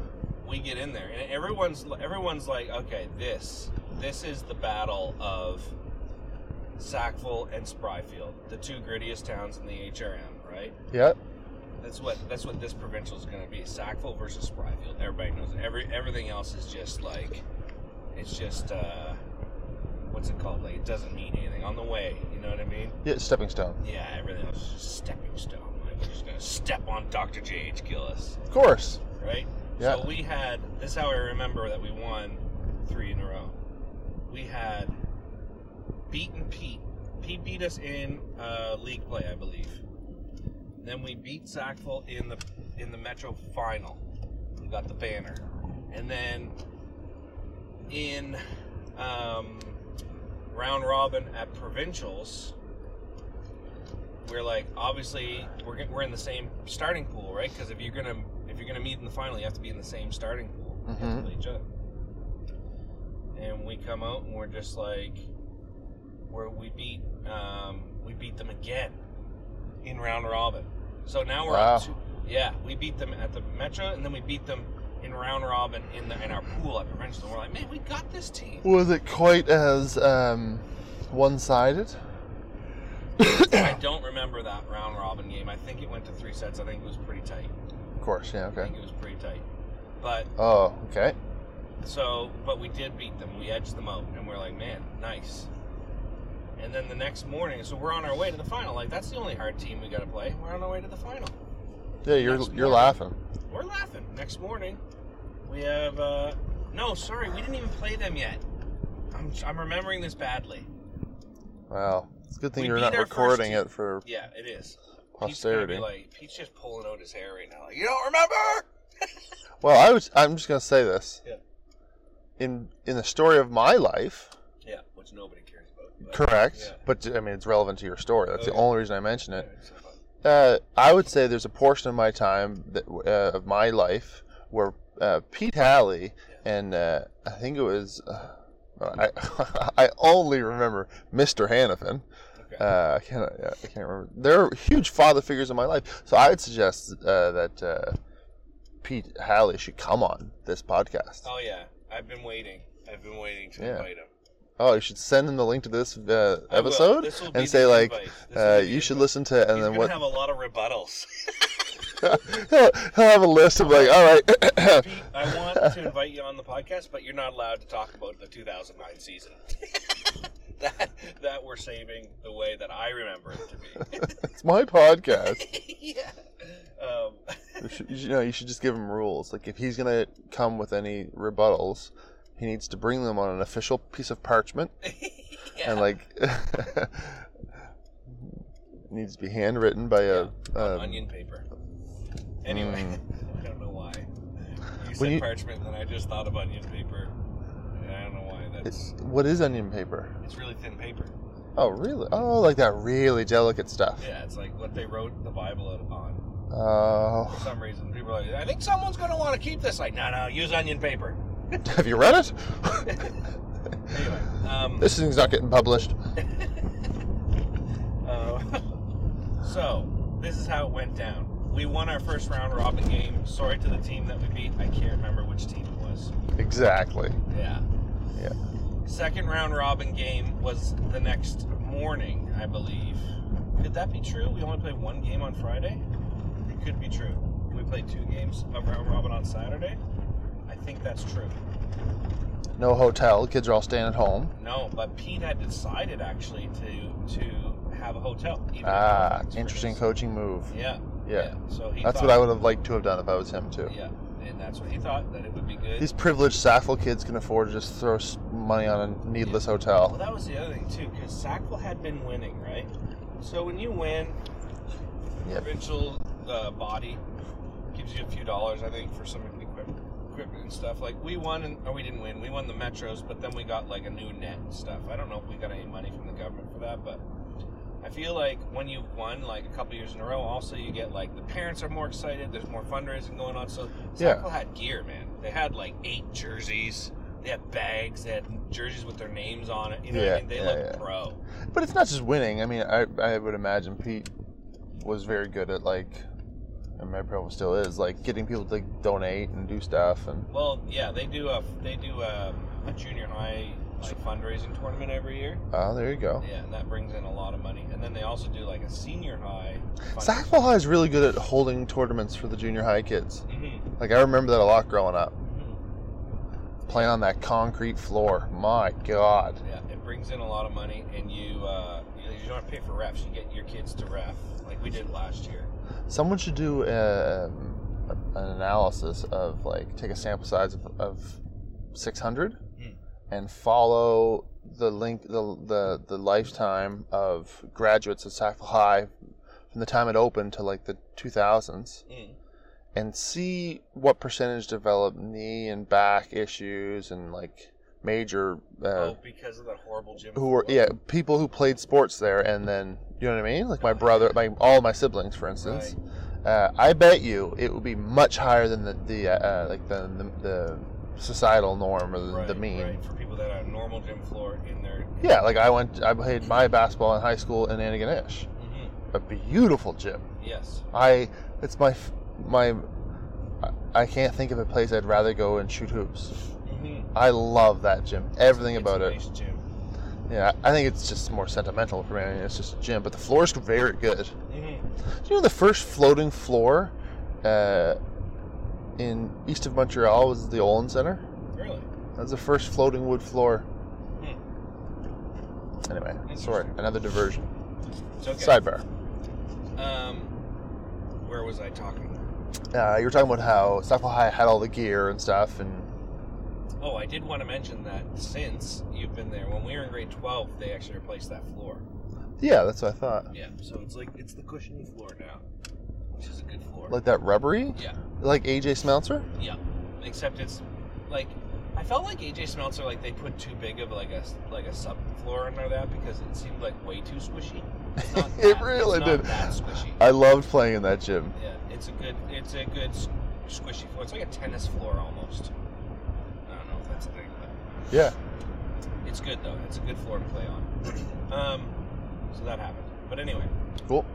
Speaker 1: we get in there, and everyone's everyone's like, okay, this this is the battle of Sackville and Spryfield, the two grittiest towns in the HRM, right?
Speaker 2: Yep.
Speaker 1: That's what that's what this provincial is going to be: Sackville versus Spryfield. Everybody knows. It. Every everything else is just like, it's just uh, what's it called? Like it doesn't mean anything on the way. You know what I mean?
Speaker 2: Yeah, stepping stone.
Speaker 1: Yeah, everything else is just stepping stone. Like we're just going to step on Dr. J H Gillis,
Speaker 2: Of course.
Speaker 1: right?
Speaker 2: Yeah.
Speaker 1: So we had this. Is how I remember that we won three in a row. We had beaten Pete. Pete beat us in uh, league play, I believe. Then we beat Sackville in the in the Metro final. We got the banner, and then in um, round robin at provincials. We're like, obviously, we're, get- we're in the same starting pool, right? Because if you're gonna if you're gonna meet in the final, you have to be in the same starting pool. You have to
Speaker 2: Mhm.
Speaker 1: play each other. And we come out and we're just like, where we beat um, we beat them again in round robin. So now we're
Speaker 2: Wow.
Speaker 1: up to yeah, we beat them at the Metro, and then we beat them in round robin in the in our pool at provincial. And we're like, man, we got this team.
Speaker 2: Was it quite as um, one-sided?
Speaker 1: I don't remember that round robin game. I think it went to three sets. I think it was pretty tight.
Speaker 2: Of course.
Speaker 1: I
Speaker 2: Yeah. Okay.
Speaker 1: think it was pretty tight. But
Speaker 2: Oh. Okay.
Speaker 1: so, but we did beat them. We edged them out, and we're like, man, nice. And then the next morning, so we're on our way to the final. Like that's the only hard team we got to play. We're on our way to the final.
Speaker 2: Yeah. You're
Speaker 1: Next
Speaker 2: you're
Speaker 1: morning.
Speaker 2: laughing.
Speaker 1: We're laughing. Next morning, we have. Uh, no, sorry, we didn't even play them yet. I'm, I'm remembering this badly.
Speaker 2: Wow. It's a good thing
Speaker 1: We
Speaker 2: you're
Speaker 1: beat
Speaker 2: not
Speaker 1: our first
Speaker 2: recording
Speaker 1: team.
Speaker 2: it for
Speaker 1: Yeah, it is. Pete's gonna be
Speaker 2: posterity.
Speaker 1: like Pete's just pulling out his hair right now. Like, you don't remember?
Speaker 2: Well, I was. I'm just gonna say this.
Speaker 1: Yeah.
Speaker 2: In in the story of my life,
Speaker 1: Yeah, which nobody cares about. but-
Speaker 2: correct.
Speaker 1: Yeah.
Speaker 2: But I mean, it's relevant to your story. That's
Speaker 1: Oh,
Speaker 2: the
Speaker 1: yeah.
Speaker 2: only reason I mention it.
Speaker 1: Alright, so fine.
Speaker 2: Uh, I would say there's a portion of my time that, uh, of my life where uh, Pete Halley and uh, I think it was uh, I I only remember Mr. Hannafin.
Speaker 1: Okay.
Speaker 2: Uh, I can't I can't remember. They're huge father figures in my life, so I would suggest uh, that uh, Pete Halley should come on this podcast.
Speaker 1: oh yeah, I've been waiting. I've been waiting to
Speaker 2: Yeah.
Speaker 1: invite him.
Speaker 2: Oh, you should send him the link to this uh,
Speaker 1: I will.
Speaker 2: episode
Speaker 1: This will be
Speaker 2: and
Speaker 1: the
Speaker 2: say like,
Speaker 1: invite. This will
Speaker 2: uh,
Speaker 1: be the
Speaker 2: you should
Speaker 1: invite.
Speaker 2: listen to, and
Speaker 1: He's
Speaker 2: then
Speaker 1: gonna
Speaker 2: what?
Speaker 1: have a lot of rebuttals.
Speaker 2: he'll, he'll have a list of like, all right,
Speaker 1: Pete, I want to invite you on the podcast, but you're not allowed to talk about the 2009 season. that that we're saving the way that I remember it to be.
Speaker 2: it's my podcast.
Speaker 1: yeah. Um,
Speaker 2: You should- you know, you should just give him rules. Like if he's gonna come with any rebuttals, he needs to bring them on an official piece of parchment
Speaker 1: yeah.
Speaker 2: and like needs to be handwritten by a. um, mm.
Speaker 1: onion paper. Anyway, I don't know why. You said
Speaker 2: you-
Speaker 1: parchment, and then I just thought of onion paper. And I don't know why. That's
Speaker 2: What is onion paper?
Speaker 1: it's really thin paper.
Speaker 2: Oh really? Oh, like that really delicate stuff.
Speaker 1: Yeah, it's like what they wrote the Bible out- on. For
Speaker 2: Oh,
Speaker 1: some reason, people are like, I think someone's going to want to keep this. Like, no, no, use onion paper.
Speaker 2: have you read it?
Speaker 1: Anyway, um,
Speaker 2: this thing's not getting published.
Speaker 1: uh, so this is how it went down. We won our first round robin game. Sorry to the team that we beat. I can't remember which team it was.
Speaker 2: Exactly.
Speaker 1: Yeah.
Speaker 2: Yeah.
Speaker 1: Second round robin game was the next morning, I believe. Could that be true? We only played one game on Friday? It could be true. We played two games of round robin on Saturday. I think that's true.
Speaker 2: No hotel. Kids are all staying at home.
Speaker 1: No, but Pete had decided actually to to have a hotel. even in
Speaker 2: Ah,
Speaker 1: Halifax for
Speaker 2: interesting
Speaker 1: his-
Speaker 2: coaching move.
Speaker 1: Yeah,
Speaker 2: Yeah.
Speaker 1: So he
Speaker 2: That's
Speaker 1: thought,
Speaker 2: what I would have liked to have done if I was him too.
Speaker 1: Yeah, and that's what he thought that it would be good.
Speaker 2: These privileged Sackville kids can afford to just throw s- money on a needless
Speaker 1: Well,
Speaker 2: hotel.
Speaker 1: that was the other thing too, because Sackville had been winning, right? So when you win, the
Speaker 2: Yep.
Speaker 1: provincial uh, body gives you a few dollars, I think, for some equipment, equipment and stuff. Like we won, and, or we didn't win. We won the metros, but then we got like a new net and stuff. I don't know if we got any money from the government for that, but I feel like when you've won like a couple years in a row, also you get like the parents are more excited. There's more fundraising going on. So
Speaker 2: Yeah.
Speaker 1: Sackville had gear, man. They had like eight jerseys. They had bags. They had jerseys with their names on it. You know what
Speaker 2: Yeah,
Speaker 1: I mean? They
Speaker 2: yeah,
Speaker 1: looked
Speaker 2: yeah.
Speaker 1: pro.
Speaker 2: But it's not just winning. I mean, I, I would imagine Pete was very good at like, and my problem still is like getting people to like, donate and do stuff. And
Speaker 1: Well, yeah, they do a they do a, a junior high like fundraising tournament every year.
Speaker 2: oh, there you go.
Speaker 1: Yeah, and that brings in a lot of money. And then they also do like a senior high.
Speaker 2: Sackville High is really good at holding tournaments for the junior high kids.
Speaker 1: hmm
Speaker 2: Like I remember that a lot growing up.
Speaker 1: Mm-hmm.
Speaker 2: Playing on that concrete floor. My God.
Speaker 1: Yeah, it brings in a lot of money, and you uh, you, you don't have to pay for refs. You get your kids to ref like we did last year.
Speaker 2: Someone should do um, a, an analysis of like take a sample size of, of 600
Speaker 1: Hmm.
Speaker 2: and follow the link the, the the lifetime of graduates at Sackville High from the time it opened to like the 2000s
Speaker 1: Mm.
Speaker 2: and see what percentage developed knee and back issues and like major uh,
Speaker 1: oh, because of that horrible gym.
Speaker 2: who were
Speaker 1: floor.
Speaker 2: yeah people who played sports there and then you know what i mean like my brother my all my siblings for instance uh, i bet you it would be much higher than the the uh, uh, like the, the the societal norm or the,
Speaker 1: Right,
Speaker 2: the mean
Speaker 1: right, for people that have normal gym floor in their.
Speaker 2: yeah like i went i played my basketball in high school in antigonish
Speaker 1: Mhm,
Speaker 2: a beautiful gym
Speaker 1: Yes.
Speaker 2: i it's my f- my I- I can't think of a place I'd rather go and shoot hoops.
Speaker 1: hmm
Speaker 2: I love that gym. Everything about it.
Speaker 1: nice Gym.
Speaker 2: Yeah, I think it's just more sentimental for me. I mean, it's just a gym, but the floor's very good.
Speaker 1: Mhm.
Speaker 2: Do you know the first floating floor uh, in east of Montreal was the Olin Center?
Speaker 1: Really?
Speaker 2: That's the first floating wood floor. Anyway, sorry,
Speaker 1: Hmm. Interesting.
Speaker 2: another diversion.
Speaker 1: It's okay.
Speaker 2: Sidebar.
Speaker 1: Um, where was I talking?
Speaker 2: Uh, you were talking about how Sackville High had all the gear and stuff, and
Speaker 1: Oh, I did want to mention that since you've been there, when we were in grade 12, they actually replaced that floor.
Speaker 2: yeah, that's what I thought.
Speaker 1: Yeah, so it's like, it's the cushiony floor now, which is a good floor.
Speaker 2: Like that rubbery,
Speaker 1: yeah,
Speaker 2: like AJ Smeltzer.
Speaker 1: except it's like, I felt like AJ Smeltzer, like they put too big of like a, like a subfloor under that because it seemed like way too squishy. It's not
Speaker 2: It
Speaker 1: that-
Speaker 2: really
Speaker 1: it's not
Speaker 2: did.
Speaker 1: that squishy.
Speaker 2: I loved playing in that gym.
Speaker 1: Yeah, it's a good, it's a good s- squishy floor. It's like a tennis floor almost. I don't know if that's a thing, but.
Speaker 2: Yeah.
Speaker 1: It's good though. It's a good floor to play on. um, so that happened. But anyway,
Speaker 2: Cool.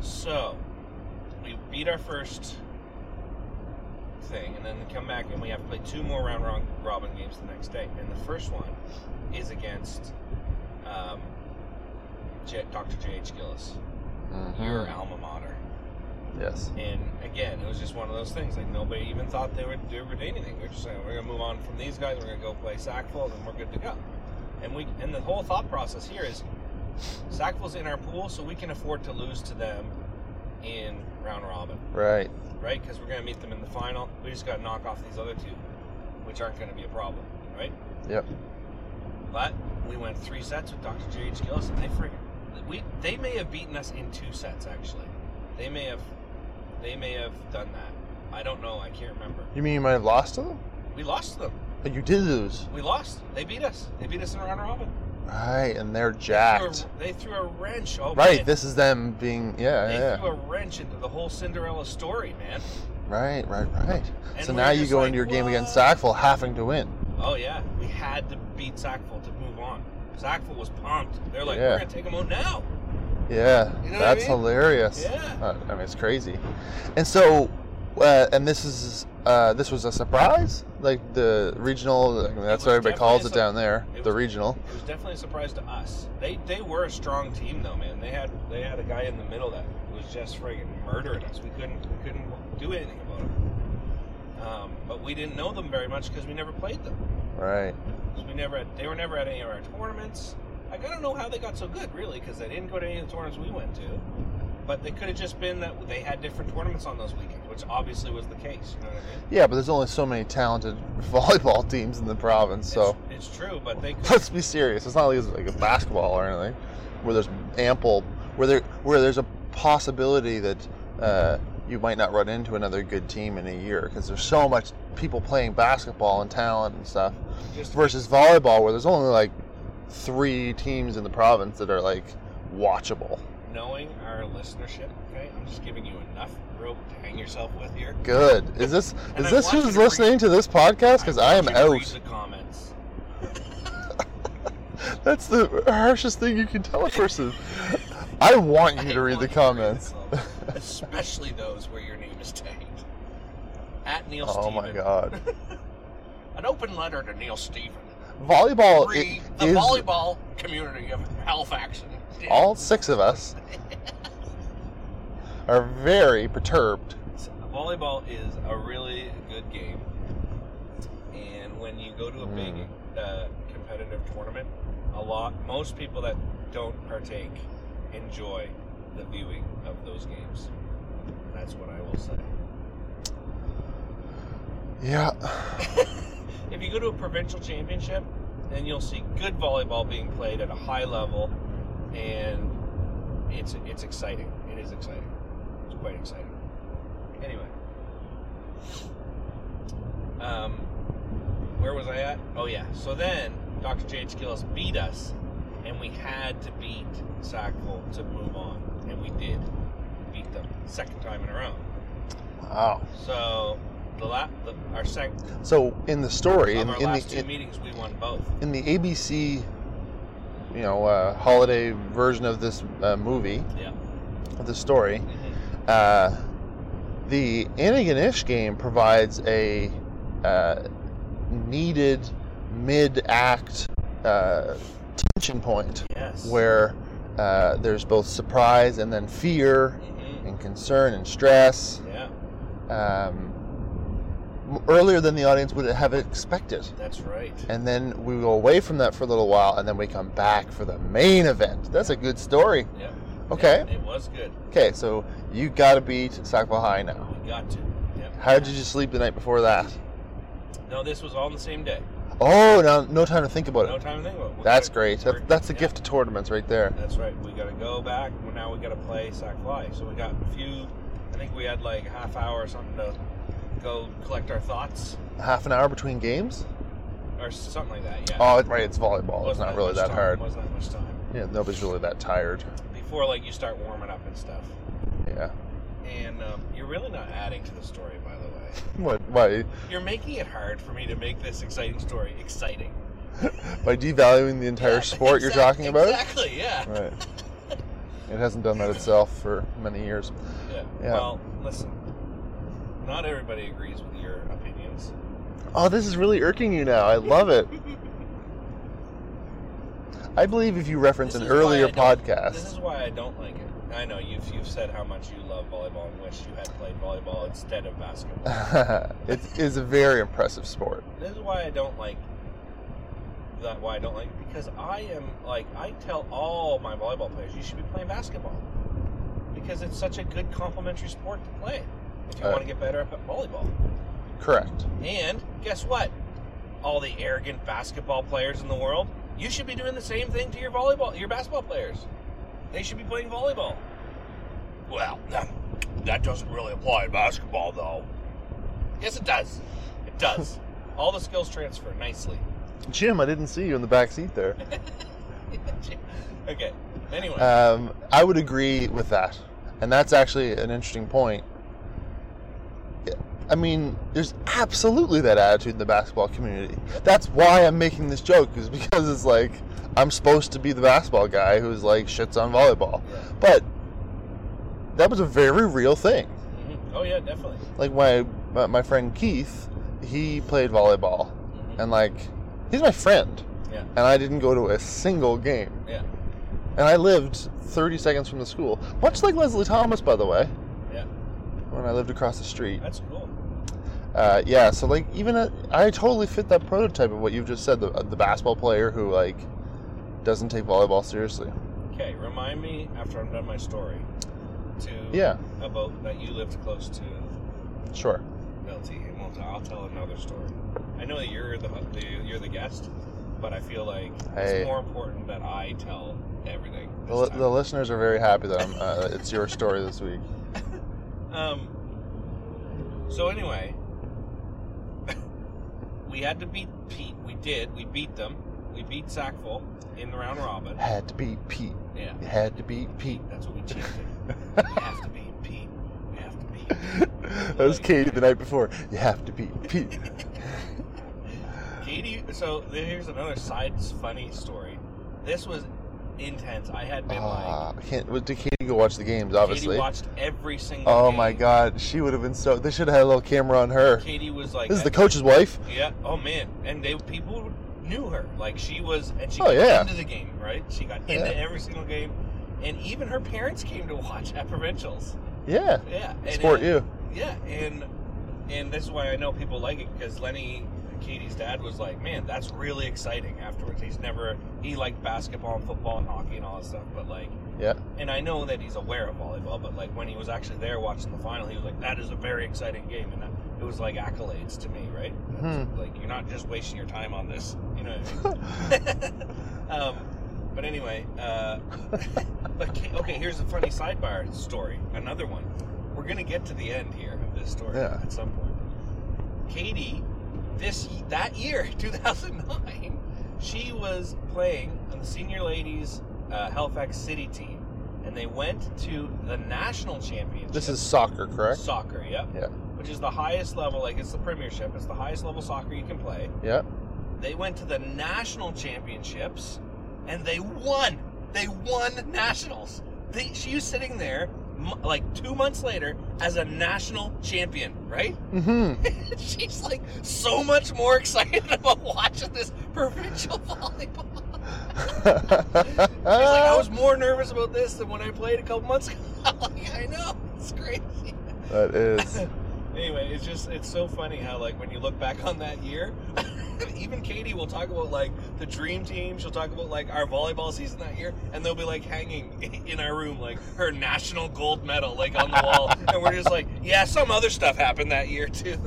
Speaker 1: so we beat our first thing, and then we come back and we have to play two more round ro- robin games the next day. And the first one is against um, J- Dr. J. H. Gillis, your alma mater.
Speaker 2: Yes.
Speaker 1: And again, it was just one of those things. Like nobody even thought they would they would do anything. We're just saying we're gonna move on from these guys. We're gonna go play Sackville, and we're good to go. And we and the whole thought process here is Sackville's in our pool, so we can afford to lose to them in round robin,
Speaker 2: Right.
Speaker 1: right? Because we're gonna meet them in the final. We just gotta knock off these other two, which aren't gonna be a problem, right?
Speaker 2: Yep.
Speaker 1: But we went three sets with Dr. J.H. Gillis, and they friggin' we they may have beaten us in two sets actually. They may have they may have done that. I don't know. I can't remember.
Speaker 2: You mean you might have lost to them?
Speaker 1: We lost to them.
Speaker 2: But you did lose.
Speaker 1: We lost. They beat us. They beat us in a round robin.
Speaker 2: Right, and they're
Speaker 1: Threw a-
Speaker 2: jacked.
Speaker 1: They threw a wrench. Oh,
Speaker 2: Right,
Speaker 1: man.
Speaker 2: this is them being yeah,
Speaker 1: They
Speaker 2: yeah,
Speaker 1: threw a wrench into the whole Cinderella story, man.
Speaker 2: Right, right, right.
Speaker 1: And
Speaker 2: so
Speaker 1: we're
Speaker 2: now you
Speaker 1: just
Speaker 2: go
Speaker 1: like,
Speaker 2: into your game against
Speaker 1: "What?"
Speaker 2: Sackville having to win.
Speaker 1: Oh yeah, we had to beat Sackville to move on. Sackville was pumped. They're like,
Speaker 2: Yeah.
Speaker 1: we're gonna take them out now.
Speaker 2: Yeah,
Speaker 1: You know what I
Speaker 2: that's
Speaker 1: mean?
Speaker 2: hilarious.
Speaker 1: Yeah.
Speaker 2: Uh, I mean, it's crazy. And so, uh, and this is uh, this was a surprise. Like the regional, I mean, that's
Speaker 1: was
Speaker 2: what everybody
Speaker 1: definitely
Speaker 2: calls
Speaker 1: a
Speaker 2: it
Speaker 1: sur-
Speaker 2: down there.
Speaker 1: it
Speaker 2: The
Speaker 1: was-
Speaker 2: regional.
Speaker 1: It was definitely a surprise to us. They they were a strong team though, man. They had they had a guy in the middle that was just friggin' murdering us. We couldn't we couldn't do anything about him. Um, but we didn't know them very much because we never played them.
Speaker 2: Right.
Speaker 1: 'Cause we never had, they were never at any of our tournaments. Like I don't know how they got so good really because they didn't go to any of the tournaments we went to. But they could have just been that they had different tournaments on those weekends, which obviously was the case. You know what I mean?
Speaker 2: Yeah, but there's only so many talented volleyball teams in the province. So
Speaker 1: it's, it's true, but they could,
Speaker 2: let's be serious. It's not like it's like a basketball or anything, where there's ample, where there where there's a possibility that uh, you might not run into another good team in a year because there's so much people playing basketball and talent and stuff.
Speaker 1: just
Speaker 2: versus volleyball where there's only like three teams in the province that are like watchable.
Speaker 1: knowing our listenership. Okay, I'm just giving you enough rope to hang yourself with here.
Speaker 2: Good. Is this
Speaker 1: And
Speaker 2: is
Speaker 1: I
Speaker 2: this
Speaker 1: want you
Speaker 2: who's
Speaker 1: to read-
Speaker 2: listening to this podcast? Because I am
Speaker 1: want you to
Speaker 2: out.
Speaker 1: Read the comments.
Speaker 2: That's the harshest thing you can tell a person. I want you
Speaker 1: I
Speaker 2: to read
Speaker 1: want
Speaker 2: the
Speaker 1: you
Speaker 2: comments.
Speaker 1: comments, especially those where your name is tagged. At Neil
Speaker 2: Oh
Speaker 1: Steven.
Speaker 2: my god.
Speaker 1: An open letter to Neil Steven.
Speaker 2: Volleyball
Speaker 1: Three,
Speaker 2: i-
Speaker 1: the
Speaker 2: is
Speaker 1: volleyball community of Halifax. and-
Speaker 2: all six of us are very perturbed.
Speaker 1: Volleyball is a really good game, and when you go to a big
Speaker 2: Mm.
Speaker 1: uh, competitive tournament, a lot most people that don't partake enjoy the viewing of those games. That's what I will say.
Speaker 2: Yeah.
Speaker 1: If you go to a provincial championship, then you'll see good volleyball being played at a high level, and it's it's exciting. It is exciting. It's quite exciting. Anyway, um, where was I at? Oh yeah. So then Dr. J.H. Gillis beat us, and we had to beat Sackville to move on, and we did. We beat them second time in a row.
Speaker 2: Wow.
Speaker 1: So the la- the, our second
Speaker 2: So in the story,
Speaker 1: of
Speaker 2: in,
Speaker 1: our
Speaker 2: in
Speaker 1: last
Speaker 2: the
Speaker 1: two
Speaker 2: in-
Speaker 1: meetings, we won both.
Speaker 2: in the ABC, you know, uh, holiday version of this uh, movie,
Speaker 1: Yeah.
Speaker 2: of this story, uh, the Anaganish game provides a uh, needed mid-act uh, tension point
Speaker 1: Yes.
Speaker 2: where uh, there's both surprise and then fear
Speaker 1: Mhm.
Speaker 2: and concern and stress
Speaker 1: Yeah,
Speaker 2: um, earlier than the audience would have expected.
Speaker 1: that's right.
Speaker 2: and then we go away from that for a little while and then we come back for the main event that's a good story
Speaker 1: Yeah.
Speaker 2: okay
Speaker 1: It was good.
Speaker 2: okay so you gotta beat sackville high now
Speaker 1: We got to. Yep.
Speaker 2: how did you sleep the night before that
Speaker 1: No, this was all on the same day.
Speaker 2: oh no, no time to think about
Speaker 1: No
Speaker 2: it
Speaker 1: time to think about it. We
Speaker 2: that's
Speaker 1: gotta-
Speaker 2: great that's,
Speaker 1: we're-
Speaker 2: that's the
Speaker 1: yeah,
Speaker 2: gift of tournaments right there
Speaker 1: That's right. We got to go back. Well, now we got to play Sack Fly. So we got a few, I think we had like a half hour or something to go collect our thoughts
Speaker 2: half an hour between games
Speaker 1: or something like that. Yeah.
Speaker 2: oh right it's volleyball it's
Speaker 1: Wasn't
Speaker 2: not really
Speaker 1: much
Speaker 2: that
Speaker 1: time.
Speaker 2: hard
Speaker 1: Wasn't that much time.
Speaker 2: yeah nobody's really that tired
Speaker 1: Before like you start warming up and stuff.
Speaker 2: yeah
Speaker 1: And um, you're really not adding to the story, by the way.
Speaker 2: what by
Speaker 1: You're making it hard for me to make this exciting story exciting.
Speaker 2: by devaluing the entire
Speaker 1: Yeah,
Speaker 2: sport you're
Speaker 1: exact-
Speaker 2: talking about
Speaker 1: Exactly, yeah.
Speaker 2: right it hasn't done that itself for many years
Speaker 1: yeah.
Speaker 2: Yeah.
Speaker 1: Well, listen, not everybody agrees with your opinions.
Speaker 2: Oh, this is really irking you now. I love it. I believe if you reference
Speaker 1: This
Speaker 2: an
Speaker 1: is why
Speaker 2: earlier
Speaker 1: I don't- This
Speaker 2: podcast,
Speaker 1: is why I don't like it. I know you've you've said how much you love volleyball and wish you had played volleyball instead of basketball.
Speaker 2: it is a very impressive sport.
Speaker 1: This is why I don't like that. Why I don't like because I am like I tell all my volleyball players you should be playing basketball because it's such a good complementary sport to play if you
Speaker 2: Uh,
Speaker 1: want to get better at volleyball.
Speaker 2: Correct.
Speaker 1: And guess what? All the arrogant basketball players in the world, you should be doing the same thing to your volleyball, your basketball players. They should be playing volleyball. Well, that doesn't really apply to basketball, though. Yes, it does. It does. All the skills transfer nicely.
Speaker 2: Jim, I didn't see you in the back seat there.
Speaker 1: okay. Anyway,
Speaker 2: Um, I would agree with that, and that's actually an interesting point. I mean, there's absolutely that attitude in the basketball community. That's why I'm making this joke, is because it's like I'm supposed to be the basketball guy who's like shits on volleyball,
Speaker 1: Yeah.
Speaker 2: but that was a very real thing.
Speaker 1: Mhm. oh yeah, definitely.
Speaker 2: Like my my- my friend Keith, he played volleyball,
Speaker 1: Mhm.
Speaker 2: and like he's my friend,
Speaker 1: Yeah.
Speaker 2: and I didn't go to a single game.
Speaker 1: Yeah.
Speaker 2: And I lived 30 seconds from the school, much like Leslie Thomas, by the way.
Speaker 1: Yeah.
Speaker 2: When I lived across the street.
Speaker 1: That's cool.
Speaker 2: Uh, yeah, so like even a, I totally fit that prototype of what you've just said, the, uh, the basketball player who like doesn't take volleyball seriously.
Speaker 1: Okay, remind me after I'm done my story to
Speaker 2: Yeah,
Speaker 1: about that you lived close to
Speaker 2: sure.
Speaker 1: Melty, and we'll I'll tell another story. I know that you're the, the you're the guest, but I feel like
Speaker 2: Hey.
Speaker 1: it's more important that I tell everything. this
Speaker 2: The, li-
Speaker 1: time.
Speaker 2: the listeners are very happy that I'm, uh, it's your story this week.
Speaker 1: um. So anyway, we had to beat Pete. We did. We beat them. We beat Sackville in the round robin.
Speaker 2: Had to beat Pete.
Speaker 1: Yeah,
Speaker 2: You had to beat Pete.
Speaker 1: that's what we chanted. we have to beat Pete. We have to beat.
Speaker 2: that was Katie the night before. You have to beat Pete.
Speaker 1: Katie, so here's another side funny story. This was intense. I had been like
Speaker 2: Ah, I can't. well, Did Katie go watch the games? Obviously.
Speaker 1: Katie watched every single.
Speaker 2: Oh
Speaker 1: game.
Speaker 2: my God, she would have been so. They should have had a little camera on her.
Speaker 1: Katie was like,
Speaker 2: This is the coach's wife.
Speaker 1: yeah. Oh man, and they people knew her. Like she was, and she
Speaker 2: Oh,
Speaker 1: got
Speaker 2: yeah.
Speaker 1: into the game, right? She got into
Speaker 2: Yeah.
Speaker 1: every single game, and even her parents came to watch at provincials.
Speaker 2: Yeah,
Speaker 1: Yeah, and
Speaker 2: sport
Speaker 1: it-
Speaker 2: you.
Speaker 1: Yeah, and and that's why I know people like it because Lenny, Katie's dad, was like, "Man, that's really exciting." Afterwards, he's never he liked basketball and football and hockey and all that stuff, but like,
Speaker 2: Yeah.
Speaker 1: And I know that he's aware of volleyball, but like when he was actually there watching the final, he was like, "That is a very exciting game," and that, it was like accolades to me, right?
Speaker 2: Mm-hmm.
Speaker 1: That's-
Speaker 2: Hmm.
Speaker 1: Like you're not just wasting your time on this, you know. What I mean? um, but anyway, uh, but Ka- okay, here's a funny sidebar story. Another one. We're gonna get to the end here of this story
Speaker 2: Yeah.
Speaker 1: at some point. Katie, this that year, 2009, she was playing on the senior ladies uh, Halifax City team, and they went to the national championship.
Speaker 2: This is soccer, correct?
Speaker 1: soccer. Yep.
Speaker 2: Yeah.
Speaker 1: Which is the highest level? Like it's the premiership. It's the highest level soccer you can play.
Speaker 2: Yeah.
Speaker 1: They went to the national championships and they won. They won nationals. They, she was sitting there m- like two months later as a national champion, right?
Speaker 2: Mm-hmm.
Speaker 1: She's like so much more excited about watching this provincial volleyball. She's like, I was more nervous about this than when I played a couple months ago. like, I know. It's crazy.
Speaker 2: that is.
Speaker 1: anyway, it's just it's so funny how like when you look back on that year, even Katie will talk about like the dream team. She'll talk about like our volleyball season that year, and they'll be like hanging in our room like her national gold medal like on the wall, and we're just like, yeah, some other stuff happened that year too.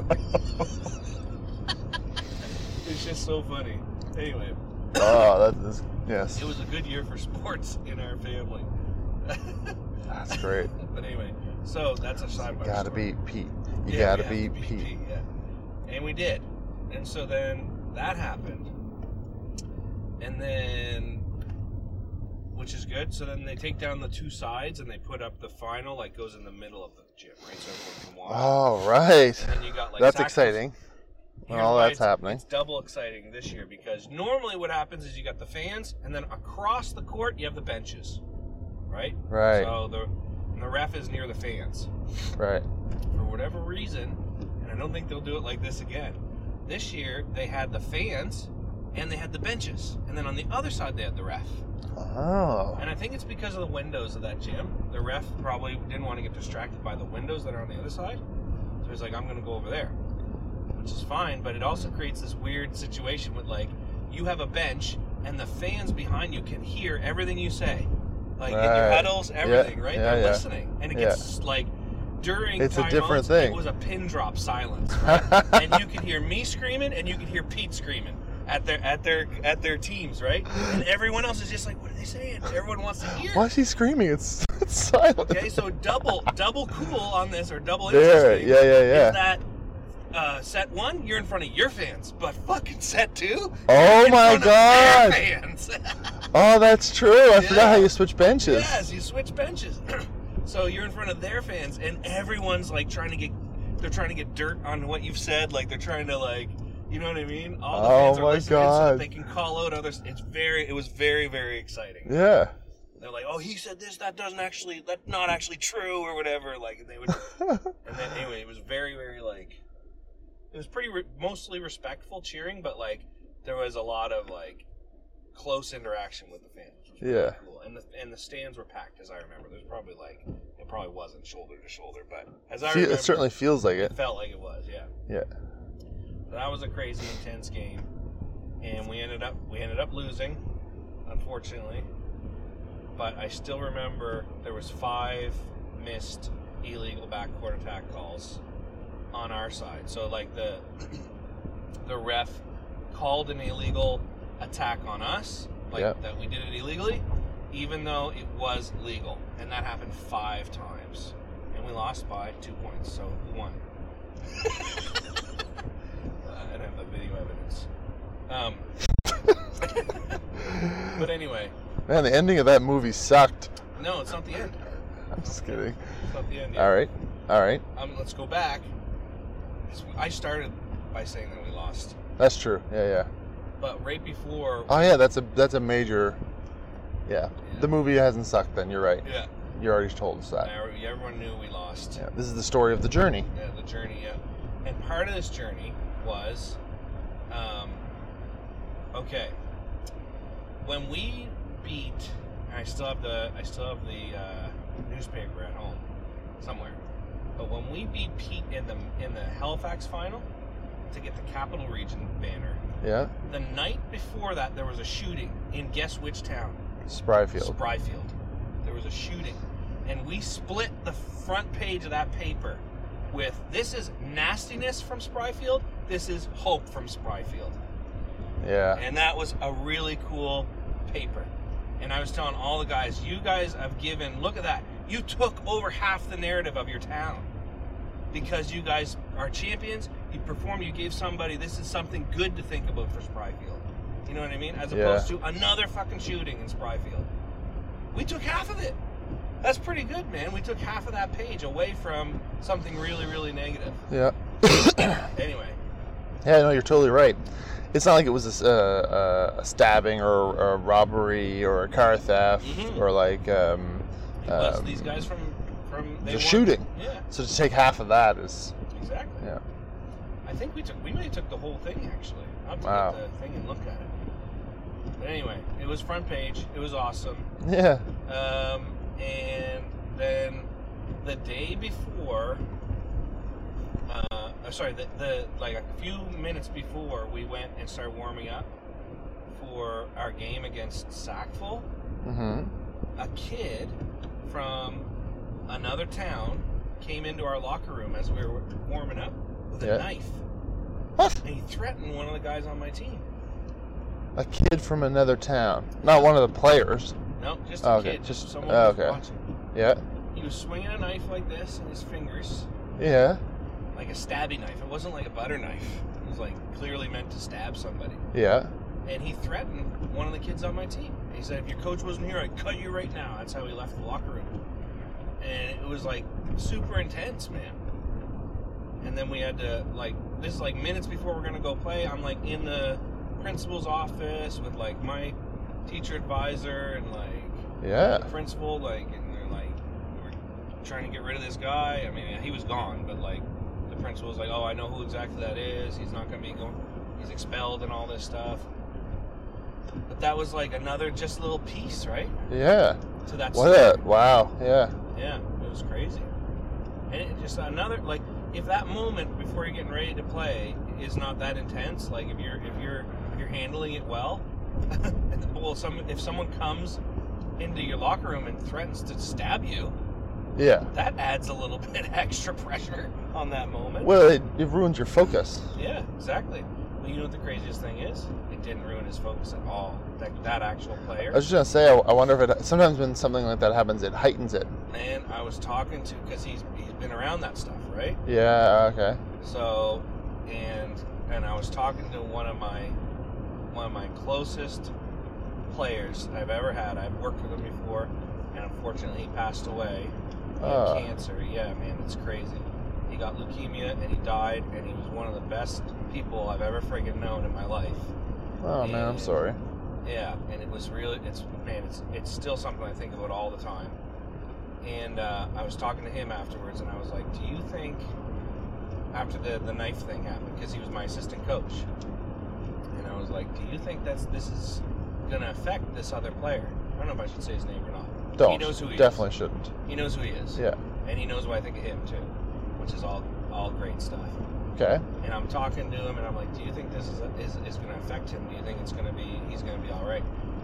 Speaker 1: it's just so funny. Anyway,
Speaker 2: Oh, that is. Yes.
Speaker 1: it was a good year for sports in our family.
Speaker 2: That's great.
Speaker 1: But anyway, so that's a sidebar.
Speaker 2: Gotta
Speaker 1: story.
Speaker 2: beat Pete. You
Speaker 1: Yeah,
Speaker 2: gotta
Speaker 1: we
Speaker 2: beat
Speaker 1: have to
Speaker 2: Pete.
Speaker 1: yeah. And we did. And so then that happened. And then which is good. So then they take down the two sides and they put up the final like goes in the middle of the gym, right? So everyone can watch.
Speaker 2: All right.
Speaker 1: And then you got like
Speaker 2: That's
Speaker 1: Sackville-
Speaker 2: exciting. When
Speaker 1: Here's
Speaker 2: all
Speaker 1: why
Speaker 2: that's
Speaker 1: it's-
Speaker 2: happening.
Speaker 1: It's double exciting this year because normally what happens is you got the fans and then across the court you have the benches. Right?
Speaker 2: Right.
Speaker 1: So the and the ref is near the fans
Speaker 2: Right.
Speaker 1: for whatever reason, and I don't think they'll do it like this again. This year they had the fans and they had the benches, and then on the other side they had the ref.
Speaker 2: Oh.
Speaker 1: And I think it's because of the windows of that gym. The ref probably didn't want to get distracted by the windows that are on the other side, so he's like, "I'm going to go over there," which is fine, but it also creates this weird situation with like you have a bench and the fans behind you can hear everything you say. like in your
Speaker 2: Right.
Speaker 1: huddles, everything, right?
Speaker 2: yeah,
Speaker 1: They're
Speaker 2: yeah.
Speaker 1: listening, and it
Speaker 2: Yeah.
Speaker 1: gets like during.
Speaker 2: It's a
Speaker 1: timeouts,
Speaker 2: different thing.
Speaker 1: It was a pin drop silence,
Speaker 2: yeah.
Speaker 1: and you could hear me screaming, and you could hear Pete screaming at their at their at their teams, right? And everyone else is just like, "What are they saying?" Everyone wants to hear.
Speaker 2: Why is he screaming? It's, it's silent.
Speaker 1: Okay, so double double cool on this, or double
Speaker 2: There,
Speaker 1: interesting.
Speaker 2: yeah, yeah, yeah.
Speaker 1: Is that uh, set one? You're in front of your fans, but fucking set two?
Speaker 2: oh
Speaker 1: in front
Speaker 2: my
Speaker 1: of their
Speaker 2: god!
Speaker 1: fans.
Speaker 2: Oh, that's true. I forgot
Speaker 1: Yeah.
Speaker 2: how you switch benches.
Speaker 1: yes, you switch benches. so you're in front of their fans, and everyone's like trying to get, they're trying to get dirt on what you've said. Like they're trying to like, you know what I mean? All the
Speaker 2: Oh
Speaker 1: fans
Speaker 2: my
Speaker 1: are listening so that
Speaker 2: God.
Speaker 1: they can call out others. It's very, it was very, very exciting.
Speaker 2: Yeah.
Speaker 1: They're like, oh, he said this. That doesn't actually, that's not actually true, or whatever. Like and they would, and then anyway, it was very, very like, it was pretty re- mostly respectful cheering, but like there was a lot of like close interaction with the fans. Which was
Speaker 2: Yeah.
Speaker 1: really cool. And the and the stands were packed, as I remember. There's probably like it probably wasn't shoulder to shoulder, but as I
Speaker 2: Fe-
Speaker 1: remember,
Speaker 2: it certainly feels like it.
Speaker 1: it felt like it was. Yeah.
Speaker 2: Yeah.
Speaker 1: So that was a crazy intense game, and we ended up we ended up losing, unfortunately. But I still remember there was five missed illegal backcourt attack calls on our side. So like the the ref called an illegal attack on us, like
Speaker 2: Yeah.
Speaker 1: that we did it illegally, even though it was legal, and that happened five times, and we lost by two points, so we won. I don't have the video evidence. Um, but anyway,
Speaker 2: Man, the ending of that movie sucked.
Speaker 1: no, it's not the end.
Speaker 2: I'm just kidding.
Speaker 1: It's not the end. Yet.
Speaker 2: All right. All right.
Speaker 1: Um, let's go back. 'Cause I started by saying that we lost,
Speaker 2: That's true. Yeah, yeah.
Speaker 1: but right before,
Speaker 2: Oh yeah, that's a that's a major. Yeah, the movie hasn't sucked. Then you're right.
Speaker 1: yeah,
Speaker 2: You already told us that.
Speaker 1: every- everyone knew we lost.
Speaker 2: Yeah, this is the story of the journey.
Speaker 1: Yeah, the journey, yeah. And part of this journey was, um, okay, when we beat, and I still have the, I still have the uh, newspaper at home somewhere, but when we beat Pete in the in the Halifax final to get the Capital Region banner,
Speaker 2: Yeah,
Speaker 1: the night before that there was a shooting in guess which town?
Speaker 2: Spryfield.
Speaker 1: Spryfield. There was a shooting, and we split the front page of that paper with this is nastiness from Spryfield, this is hope from Spryfield.
Speaker 2: Yeah,
Speaker 1: And that was a really cool paper. And I was telling all the guys, you guys have given, look at that, you took over half the narrative of your town because you guys are champions, you perform, you gave somebody, this is something good to think about for Spryfield. You know what I mean? As
Speaker 2: Yeah.
Speaker 1: opposed to another fucking shooting in Spryfield. We took half of it. That's pretty good, man. We took half of that page away from something really, really negative.
Speaker 2: yeah,
Speaker 1: Anyway,
Speaker 2: yeah. No, you're totally right. It's not like it was a, s- uh, uh, a stabbing or a robbery or a car theft
Speaker 1: Mhm.
Speaker 2: or like um,
Speaker 1: plus
Speaker 2: Um,
Speaker 1: these guys from from they
Speaker 2: just
Speaker 1: won-
Speaker 2: shooting.
Speaker 1: Yeah.
Speaker 2: So to take half of that is
Speaker 1: Exactly.
Speaker 2: Yeah.
Speaker 1: I think we took we may have took the whole thing actually. I have to
Speaker 2: Wow.
Speaker 1: get the thing and look at it. But anyway, it was front page. It was awesome.
Speaker 2: yeah,
Speaker 1: Um, and then the day before, uh, uh, sorry, the, the like a few minutes before we went and started warming up for our game against Sackville
Speaker 2: hmm
Speaker 1: a kid from another town came into our locker room as we were warming up with
Speaker 2: Yeah.
Speaker 1: a knife.
Speaker 2: What?
Speaker 1: And he threatened one of the guys on my team.
Speaker 2: a kid from another town, not one of the players.
Speaker 1: No, just a
Speaker 2: Okay,
Speaker 1: kid.
Speaker 2: just-
Speaker 1: Just someone
Speaker 2: oh,
Speaker 1: was
Speaker 2: okay.
Speaker 1: watching.
Speaker 2: Yeah,
Speaker 1: He was swinging a knife like this in his fingers,
Speaker 2: yeah,
Speaker 1: like a stabby knife. It wasn't like a butter knife. It was like clearly meant to stab somebody.
Speaker 2: yeah.
Speaker 1: And he threatened one of the kids on my team. He said, "If your coach wasn't here, I'd cut you right now." That's how he left the locker room. And it was like super intense, man. and then we had to like this is like minutes before we're gonna go play. I'm like in the principal's office with like my teacher advisor and like
Speaker 2: Yeah.
Speaker 1: the principal like and they're like we're trying to get rid of this guy. I mean he was gone, but like the principal was like, oh I know who exactly that is. He's not gonna be going. He's expelled and all this stuff. But that was like another just little piece, right?
Speaker 2: Yeah.
Speaker 1: To that
Speaker 2: What
Speaker 1: story.
Speaker 2: a wow. Yeah.
Speaker 1: Yeah, it was crazy. And it just another like if that moment before you're getting ready to play is not that intense, like if you're if you're if you're handling it well, well some if someone comes into your locker room and threatens to stab you,
Speaker 2: Yeah.
Speaker 1: that adds a little bit extra pressure on that moment.
Speaker 2: Well, it, it ruins your focus.
Speaker 1: Yeah, exactly. Well, you know what the craziest thing is? It didn't ruin his focus at all. That, that actual player.
Speaker 2: I was just gonna say, I, I wonder if it sometimes when something like that happens, it heightens it.
Speaker 1: man, I was talking to because he's he's been around that stuff, right?
Speaker 2: Yeah. Okay.
Speaker 1: So, and and I was talking to one of my one of my closest players I've ever had. I've worked with him before, and unfortunately, he passed away of
Speaker 2: Ah.
Speaker 1: cancer. Yeah, man, it's crazy. He got leukemia and he died, and he was one of the best people I've ever friggin' known in my life.
Speaker 2: Oh man, I'm sorry.
Speaker 1: Yeah, and it was really it's man, it's it's still something I think about all the time. And uh, I was talking to him afterwards, and I was like, "Do you think after the the knife thing happened, because he was my assistant coach, and I was like, do you think that's this is gonna affect this other player? I don't know if I should say his name or not.
Speaker 2: Don't.
Speaker 1: knows who he is.
Speaker 2: definitely shouldn't.
Speaker 1: He knows who he is,
Speaker 2: Yeah.
Speaker 1: and he knows what I think of him too, which is all all great stuff."
Speaker 2: Okay.
Speaker 1: and I'm talking to him, and I'm like, "Do you think this is is, is going to affect him? Do you think it's going to be he's going to be all right?"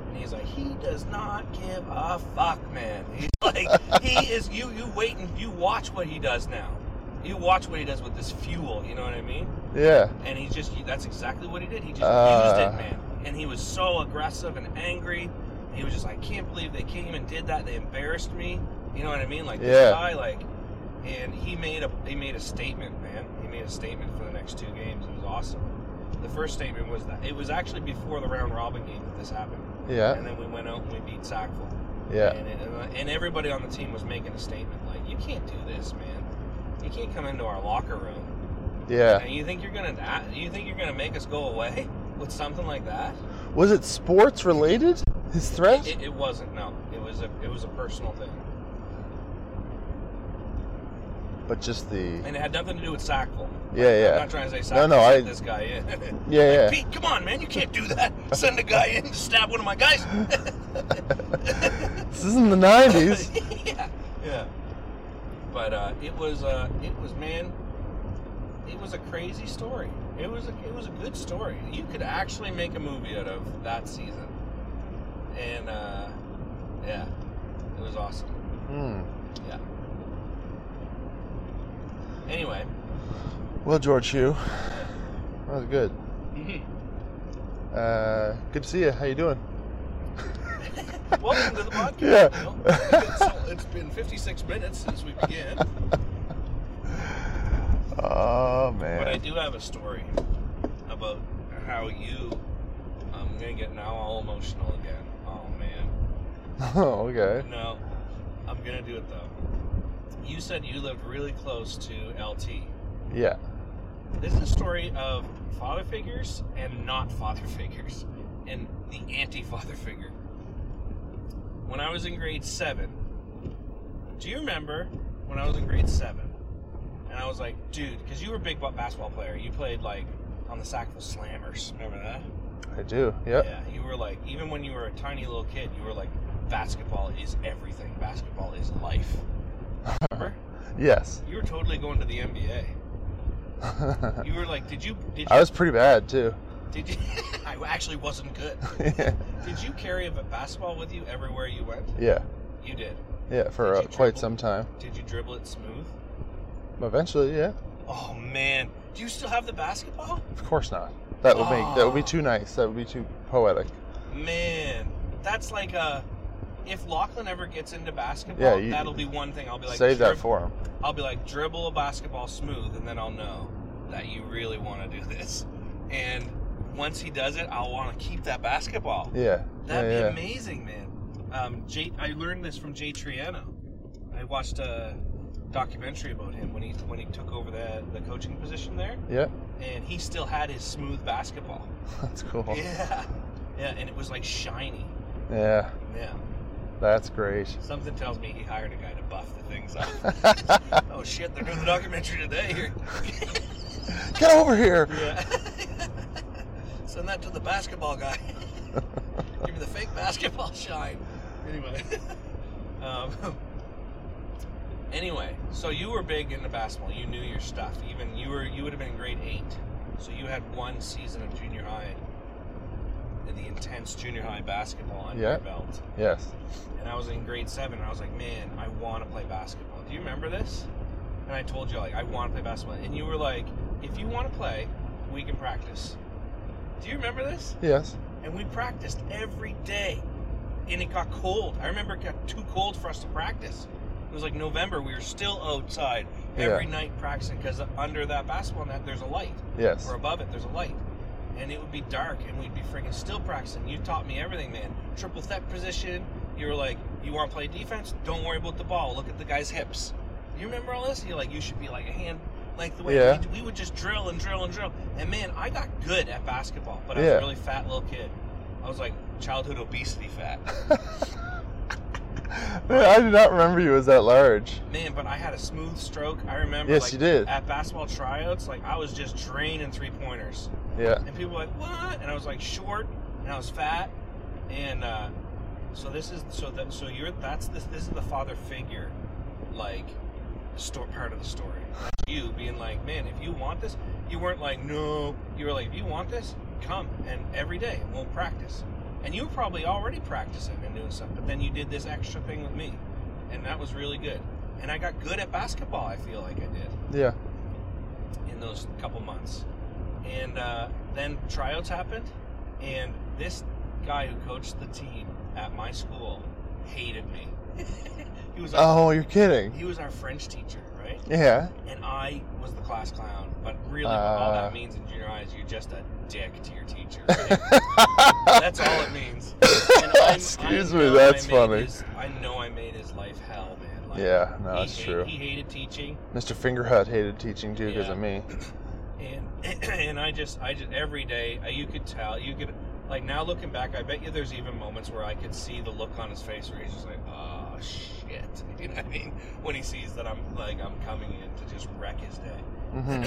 Speaker 1: And he's like, "He does not give a fuck, man. He's like, he is you. You wait and you watch what he does now. You watch what he does with this fuel. You know what I mean?
Speaker 2: Yeah.
Speaker 1: And he just that's exactly what he did. He just
Speaker 2: Uh.
Speaker 1: used it, man. And he was so aggressive and angry. And he was just like, I can't believe they came and did that. They embarrassed me. You know what I mean? Like
Speaker 2: Yeah.
Speaker 1: this guy, like, and he made a he made a statement, man. He made a statement for the next two games. It was awesome. The first statement was that it was actually before the round robin game that this happened,
Speaker 2: Yeah.
Speaker 1: and then we went out and we beat Sackville.
Speaker 2: Yeah.
Speaker 1: And, and, and everybody on the team was making a statement like, you can't do this, man. You can't come into our locker room
Speaker 2: Yeah.
Speaker 1: and you think you're gonna that- you think you're gonna make us go away with something like that?
Speaker 2: Was it sports related? His threat?
Speaker 1: It, it wasn't. No, it was a it was a personal thing,
Speaker 2: but just the.
Speaker 1: and it had nothing to do with Sackville. I'm
Speaker 2: Yeah.
Speaker 1: not trying to say
Speaker 2: No,
Speaker 1: Sackville.
Speaker 2: no, I-
Speaker 1: sent this guy in.
Speaker 2: Yeah. Yeah. Yeah.
Speaker 1: Pete, come on, man, you can't do that. Send a guy in to stab one of my guys.
Speaker 2: This isn't the '90s.
Speaker 1: yeah, yeah. But uh, it was uh, it was man, it was a crazy story. It was a, it was a good story. You could actually make a movie out of that season, and uh, yeah, it was awesome.
Speaker 2: Hmm.
Speaker 1: Anyway,
Speaker 2: Well, George Hugh, that was good. Uh, good to see you. How you doing?
Speaker 1: welcome to the podcast.
Speaker 2: Yeah.
Speaker 1: Bill. It's been so- it's been 56 minutes since we began,
Speaker 2: Oh man.
Speaker 1: but I do have a story about how you. I'm gonna get now all emotional again. Oh man.
Speaker 2: oh, okay.
Speaker 1: No, I'm gonna do it though. You said you lived really close to LT.
Speaker 2: Yeah.
Speaker 1: This is a story of father figures and not father figures, and the anti father figure. When I was in grade seven, do you remember when I was in grade seven? And I was like, dude, because you were a big bu- basketball player. You played like on the Sackville Slammers. Remember that?
Speaker 2: I do. Yep.
Speaker 1: Yeah, you were like, even when you were a tiny little kid, you were like, basketball is everything. Basketball is life. Remember?
Speaker 2: Yes.
Speaker 1: You were totally going to the NBA.
Speaker 2: I
Speaker 1: You were like, did you? Did you?
Speaker 2: was pretty bad too.
Speaker 1: did you? I actually wasn't good. Did you carry a basketball with you everywhere you went?
Speaker 2: yeah.
Speaker 1: You did.
Speaker 2: Yeah. For
Speaker 1: Did
Speaker 2: uh,
Speaker 1: you
Speaker 2: quite
Speaker 1: dribble?
Speaker 2: some time.
Speaker 1: Did you dribble it smooth?
Speaker 2: Eventually, yeah.
Speaker 1: Oh man, do you still have the basketball?
Speaker 2: Of course not. That would make that would be
Speaker 1: Aw.
Speaker 2: too nice. That would be too poetic.
Speaker 1: Man, that's like a. If Lachlan ever gets into basketball,
Speaker 2: Yeah, you-
Speaker 1: that'll be one thing. I'll be like,
Speaker 2: Save that
Speaker 1: "Drib-
Speaker 2: for him.
Speaker 1: I'll be like, dribble a basketball smooth, and then I'll know that you really want to do this. And once he does it, I'll want to keep that basketball.
Speaker 2: Yeah.
Speaker 1: That'd
Speaker 2: yeah, yeah.
Speaker 1: be amazing, man. Um, Jay, I learned this from Jay Triano. I watched a documentary about him when he when he took over the the coaching position there,
Speaker 2: Yeah.
Speaker 1: and he still had his smooth basketball.
Speaker 2: That's cool. Yeah.
Speaker 1: Yeah, yeah, and it was like shiny. Yeah,
Speaker 2: That's great.
Speaker 1: something tells me he hired a guy to buff the things up. oh shit, they're doing the documentary today here.
Speaker 2: Get over here.
Speaker 1: Yeah. Send that to the basketball guy. Give me the fake basketball shine. Anyway. um, anyway, so you were big into basketball. You knew your stuff. Even you were you would have been grade eight. So you had one season of junior high in the intense junior high basketball under
Speaker 2: Yeah.
Speaker 1: your belt.
Speaker 2: Yes.
Speaker 1: And I was in grade seven. And I was like, man, I want to play basketball. Do you remember this? And I told you like I want to play basketball, and you were like, if you want to play, we can practice. Do you remember this?
Speaker 2: Yes.
Speaker 1: and we practiced every day. And it got cold. I remember it got too cold for us to practice. It was like November. We were still outside every night practicing because under that basketball net, there's a light,
Speaker 2: Yes.
Speaker 1: or above it, there's a light. And it would be dark, and we'd be freaking still practicing. You taught me everything, man. Triple threat position. You were like, you want to play defense? Don't worry about the ball. Look at the guy's hips. You remember all this? You're like, you should be like a hand length away.
Speaker 2: Yeah.
Speaker 1: We, we would just drill and drill and drill. And man, I got good at basketball, but I was
Speaker 2: Yeah.
Speaker 1: a really fat little kid. I was like childhood obesity fat.
Speaker 2: Man, I do not remember you as that large.
Speaker 1: Man, but I had a smooth stroke. I remember
Speaker 2: Yes,
Speaker 1: like,
Speaker 2: you did.
Speaker 1: at basketball tryouts, like I was just draining three pointers.
Speaker 2: Yeah.
Speaker 1: And people were like, What? And I was like short and I was fat. And uh, so this is so that so you're that's this this is the father figure like sto- part of the story. You being like, Man, if you want this you weren't like, No you were like, If you want this, come and every day and we'll practice. And you were probably already practicing and doing stuff, but then you did this extra thing with me. And that was really good. And I got good at basketball, I feel like I did
Speaker 2: Yeah.
Speaker 1: in those couple months. And uh, then tryouts happened, and this guy who coached the team at my school hated me. he was our,
Speaker 2: Oh, you're kidding.
Speaker 1: he was our French teacher, right?
Speaker 2: Yeah.
Speaker 1: And I was the class clown. But really, what all
Speaker 2: Uh.
Speaker 1: that means in junior high is you're just a dick to your teacher. right? that's all it means. And I'm-
Speaker 2: Excuse
Speaker 1: I
Speaker 2: me,
Speaker 1: know
Speaker 2: that's
Speaker 1: I made
Speaker 2: funny.
Speaker 1: his- I know I made his life hell, man. Like,
Speaker 2: Yeah, no,
Speaker 1: he
Speaker 2: that's
Speaker 1: hate-
Speaker 2: true.
Speaker 1: He hated teaching.
Speaker 2: Mr. Fingerhut hated teaching too because of me.
Speaker 1: and and I just I just every day uh, you could tell you could like now looking back I bet you there's even moments where I could see the look on his face where he's just like oh shit you know what I mean when he sees that I'm like I'm coming in to just wreck his day
Speaker 2: hmm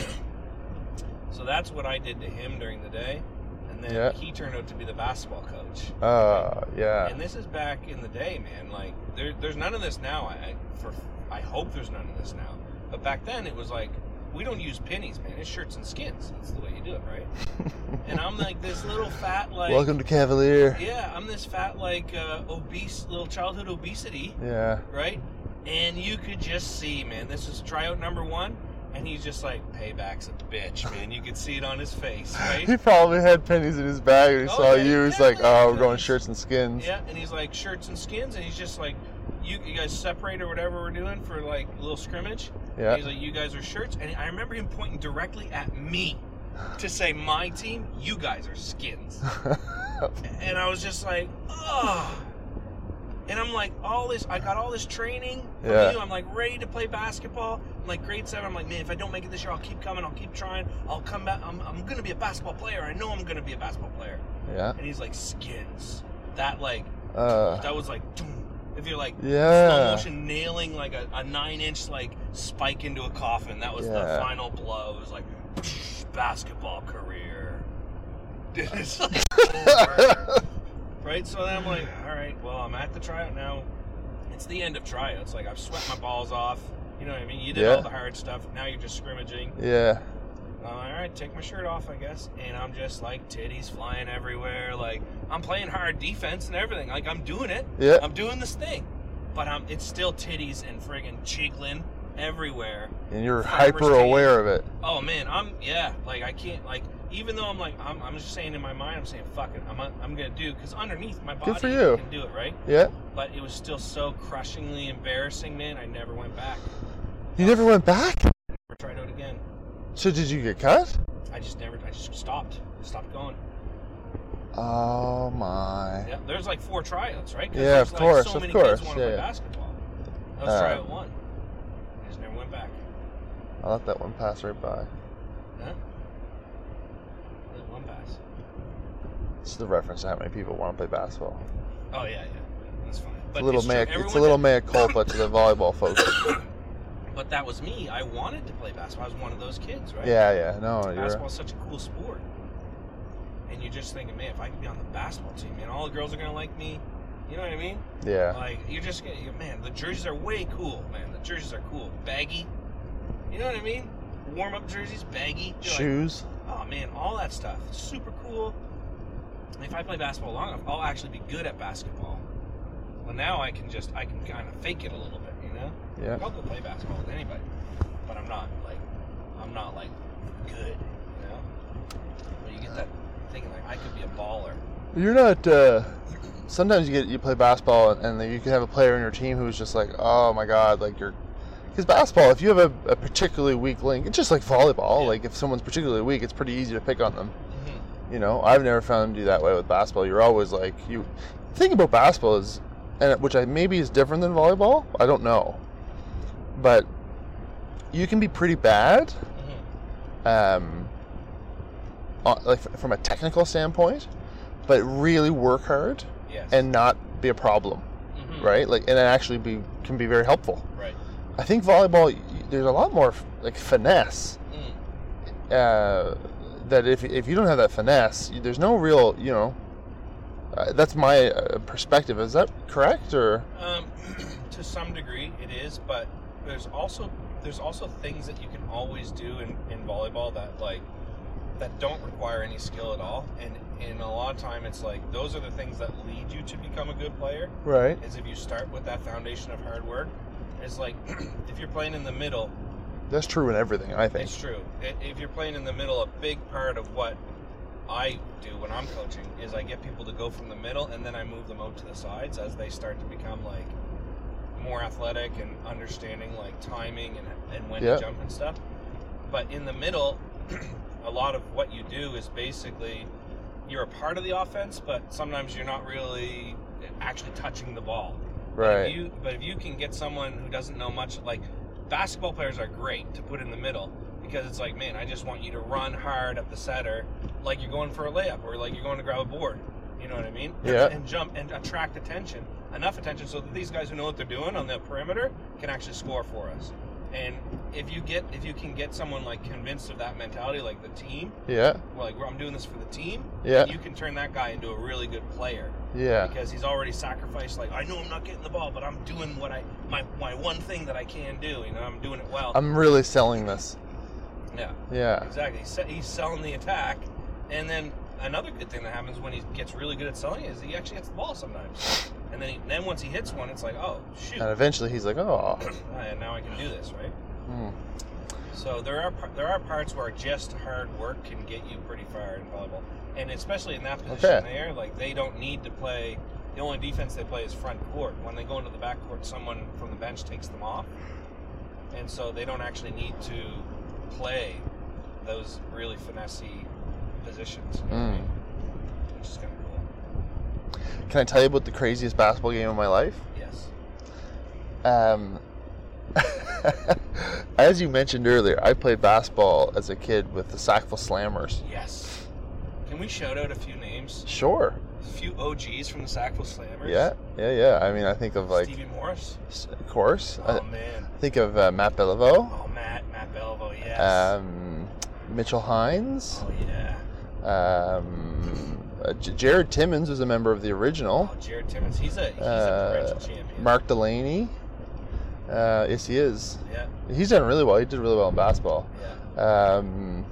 Speaker 1: so that's what I did to him during the day and then
Speaker 2: Yeah.
Speaker 1: he turned out to be the basketball coach
Speaker 2: Uh, yeah.
Speaker 1: and this is back in the day man like there, there's none of this now I, I for I hope there's none of this now but back then it was like we don't use pennies man it's shirts and skins that's the way you do it right and I'm like this little fat like
Speaker 2: Welcome to Cavalier.
Speaker 1: yeah, I'm this fat like uh, obese little childhood obesity,
Speaker 2: Yeah.
Speaker 1: right? And you could just see, man, this is tryout number one, and he's just like payback's a bitch, man. You could see it on his face, right?
Speaker 2: He probably had pennies in his bag and he
Speaker 1: Oh,
Speaker 2: saw
Speaker 1: yeah,
Speaker 2: you. He's
Speaker 1: yeah,
Speaker 2: like, oh, we're going
Speaker 1: pennies.
Speaker 2: shirts and skins.
Speaker 1: yeah, and he's like shirts and skins, and he's just like, you, you guys separate or whatever we're doing for like a little scrimmage.
Speaker 2: Yeah.
Speaker 1: He's like, you guys are shirts, and I remember him pointing directly at me to say, my team, you guys are skins. and I was just like, oh. And I'm like, all this, I got all this training from
Speaker 2: Yeah.
Speaker 1: you. I'm like ready to play basketball. I'm like grade seven. I'm like, man, if I don't make it this year, I'll keep coming. I'll keep trying. I'll come back. I'm, I'm going to be a basketball player. I know I'm going to be a basketball player.
Speaker 2: yeah.
Speaker 1: And he's like, skins. That like,
Speaker 2: Uh,
Speaker 1: that was like, doom. if you're like slow
Speaker 2: yeah.
Speaker 1: motion nailing like a, a nine inch like spike into a coffin, that was
Speaker 2: Yeah.
Speaker 1: the final blow. It was like, basketball career. It's like, over. Right? So then I'm like, all right, well, I'm at the tryout now. It's the end of tryout. It's Like, I've sweat my balls off. You know what I mean? You did
Speaker 2: Yeah.
Speaker 1: all the hard stuff. Now you're just scrimmaging.
Speaker 2: yeah.
Speaker 1: I'm like, all right, take my shirt off, I guess. And I'm just like, titties flying everywhere. Like, I'm playing hard defense and everything. Like, I'm doing it.
Speaker 2: Yeah.
Speaker 1: I'm doing this thing. But um, it's still titties and friggin' jiggling everywhere.
Speaker 2: And you're
Speaker 1: Farmer's
Speaker 2: hyper aware of it.
Speaker 1: Oh man, I'm yeah. Like I can't like even though I'm like I'm, I'm just saying in my mind I'm saying fuck it I'm I'm gonna do because underneath my body
Speaker 2: Good for you.
Speaker 1: can do it right.
Speaker 2: Yeah.
Speaker 1: But it was still so crushingly embarrassing, man. I never went back.
Speaker 2: You
Speaker 1: Oh.
Speaker 2: never went back?
Speaker 1: Never tried out again.
Speaker 2: So did you get cut?
Speaker 1: I just never. I just stopped. Stopped going.
Speaker 2: Oh my.
Speaker 1: Yeah, there's like four tryouts, right? 'Cause
Speaker 2: Yeah,
Speaker 1: there's,
Speaker 2: of
Speaker 1: like,
Speaker 2: course,
Speaker 1: so
Speaker 2: of
Speaker 1: many
Speaker 2: course,
Speaker 1: Kids wanna
Speaker 2: yeah,
Speaker 1: play
Speaker 2: yeah.
Speaker 1: basketball. That was
Speaker 2: Uh,
Speaker 1: tryout one. I just never went back.
Speaker 2: I let that one pass right by.
Speaker 1: That One pass.
Speaker 2: It's the reference to how many people want to play basketball.
Speaker 1: Oh yeah, yeah. That's fine.
Speaker 2: It's a little
Speaker 1: it's true.
Speaker 2: mea, it's a
Speaker 1: Everyone
Speaker 2: little mea culpa to the volleyball folks.
Speaker 1: But that was me. I wanted to play basketball. I was one of those kids, right?
Speaker 2: Yeah, yeah, no, you're
Speaker 1: Basketball's such a cool sport. And you're just thinking, man, if I could be on the basketball team, man, all the girls are gonna like me. You know what I mean?
Speaker 2: yeah,
Speaker 1: Like you're just gonna, you- man, the jerseys are way cool, man. The jerseys are cool, baggy. You know what I mean? Warm up jerseys, baggy. You're like,
Speaker 2: shoes.
Speaker 1: oh man, all that stuff, super cool. if I play basketball long enough, I'll actually be good at basketball. Well, now I can just I can kind of fake it a little bit, you know.
Speaker 2: Yeah.
Speaker 1: I'll go play basketball with anybody, but I'm not like I'm not like good, you know. But you get that thing like I could be a baller.
Speaker 2: You're not. Uh, sometimes you get you play basketball and, and then you can have a player on your team who's just like, oh my god, like you're. Because basketball, if you have a, a particularly weak link, it's just like volleyball.
Speaker 1: Yeah.
Speaker 2: Like if someone's particularly weak, it's pretty easy to pick on them.
Speaker 1: Mm-hmm.
Speaker 2: You know, I've never found them do that way with basketball. You're always like you. The thing about basketball is, and which I maybe is different than volleyball. I don't know, but you can be pretty bad,
Speaker 1: Mm-hmm.
Speaker 2: um, on- like f- from a technical standpoint, but really work hard
Speaker 1: Yes.
Speaker 2: and not be a problem,
Speaker 1: Mhm.
Speaker 2: right? Like, and it actually be can be very helpful.
Speaker 1: Right.
Speaker 2: I think volleyball, y- there's a lot more like finesse.
Speaker 1: Mm.
Speaker 2: Uh, that if if you don't have that finesse, y- there's no real, you know. Uh, that's my uh, perspective. Is that correct or?
Speaker 1: Um, to some degree, it is, but there's also there's also things that you can always do in, in volleyball that like that don't require any skill at all, and in a lot of time, it's like those are the things that lead you to become a good player.
Speaker 2: Right.
Speaker 1: Is if you start with that foundation of hard work. It's like if you're playing in the middle,
Speaker 2: That's true in everything. I think.
Speaker 1: it's true. I- If you're playing in the middle, a big part of what I do when I'm coaching is I get people to go from the middle and then I move them out to the sides as they start to become like more athletic and understanding like timing and, and when
Speaker 2: Yeah.
Speaker 1: to jump and stuff. But in the middle, a lot of what you do is basically you're a part of the offense, but sometimes you're not really actually touching the ball. If
Speaker 2: Right.
Speaker 1: you, but if you can get someone who doesn't know much, like basketball players are great to put in the middle because it's like, man, I just want you to run hard up the setter, like you're going for a layup or like you're going to grab a board. You know what I mean?
Speaker 2: Yeah.
Speaker 1: And jump and attract attention, enough attention so that these guys who know what they're doing on the perimeter can actually score for us. And if you get if you can get someone like convinced of that mentality, like the team,
Speaker 2: Yeah.
Speaker 1: we're like I'm doing this for the team,
Speaker 2: Yeah.
Speaker 1: you can turn that guy into a really good player
Speaker 2: Yeah.
Speaker 1: because he's already sacrificed. Like I know I'm not getting the ball, but I'm doing what I my my one thing that I can do. You know, I'm doing it well.
Speaker 2: I'm really selling this.
Speaker 1: yeah,
Speaker 2: Yeah.
Speaker 1: exactly. He's, se- he's selling the attack, and then another good thing that happens when he gets really good at selling is he actually gets the ball sometimes. And then he, then once he hits one, it's like oh shoot,
Speaker 2: And eventually he's like, oh.
Speaker 1: and now I can do this right.
Speaker 2: Hmm.
Speaker 1: So there are par- there are parts where just hard work can get you pretty far in volleyball, and especially in that position
Speaker 2: Okay.
Speaker 1: there, like they don't need to play. The only defense they play is front court. When they go into the back court, someone from the bench takes them off, and so they don't actually need to play those really finessey positions. You know what I
Speaker 2: Mm.
Speaker 1: mean? Which is kind of cool.
Speaker 2: Can I tell you about the craziest basketball game of my life?
Speaker 1: Yes.
Speaker 2: Um, as you mentioned earlier, I played basketball as a kid with the Sackville Slammers.
Speaker 1: Yes. Can we shout out a few names?
Speaker 2: Sure.
Speaker 1: A few OGs from the Sackville Slammers.
Speaker 2: Yeah. Yeah. Yeah. I mean, I think of like,
Speaker 1: Stevie Morris.
Speaker 2: s- of course.
Speaker 1: Oh
Speaker 2: I
Speaker 1: man.
Speaker 2: think of uh, Matt Bellavo,
Speaker 1: Oh, Matt, Matt Belvo, yes.
Speaker 2: um, Mitchell Hines,
Speaker 1: oh yeah.
Speaker 2: um, uh, J- Jared Timmons was a member of the original.
Speaker 1: Oh, Jared Timmons, he's a he's
Speaker 2: Uh,
Speaker 1: a provincial champion.
Speaker 2: Mark Delaney. Uh, yes, he is.
Speaker 1: Yeah,
Speaker 2: He's done really well. He did really well in basketball.
Speaker 1: yeah.
Speaker 2: Um,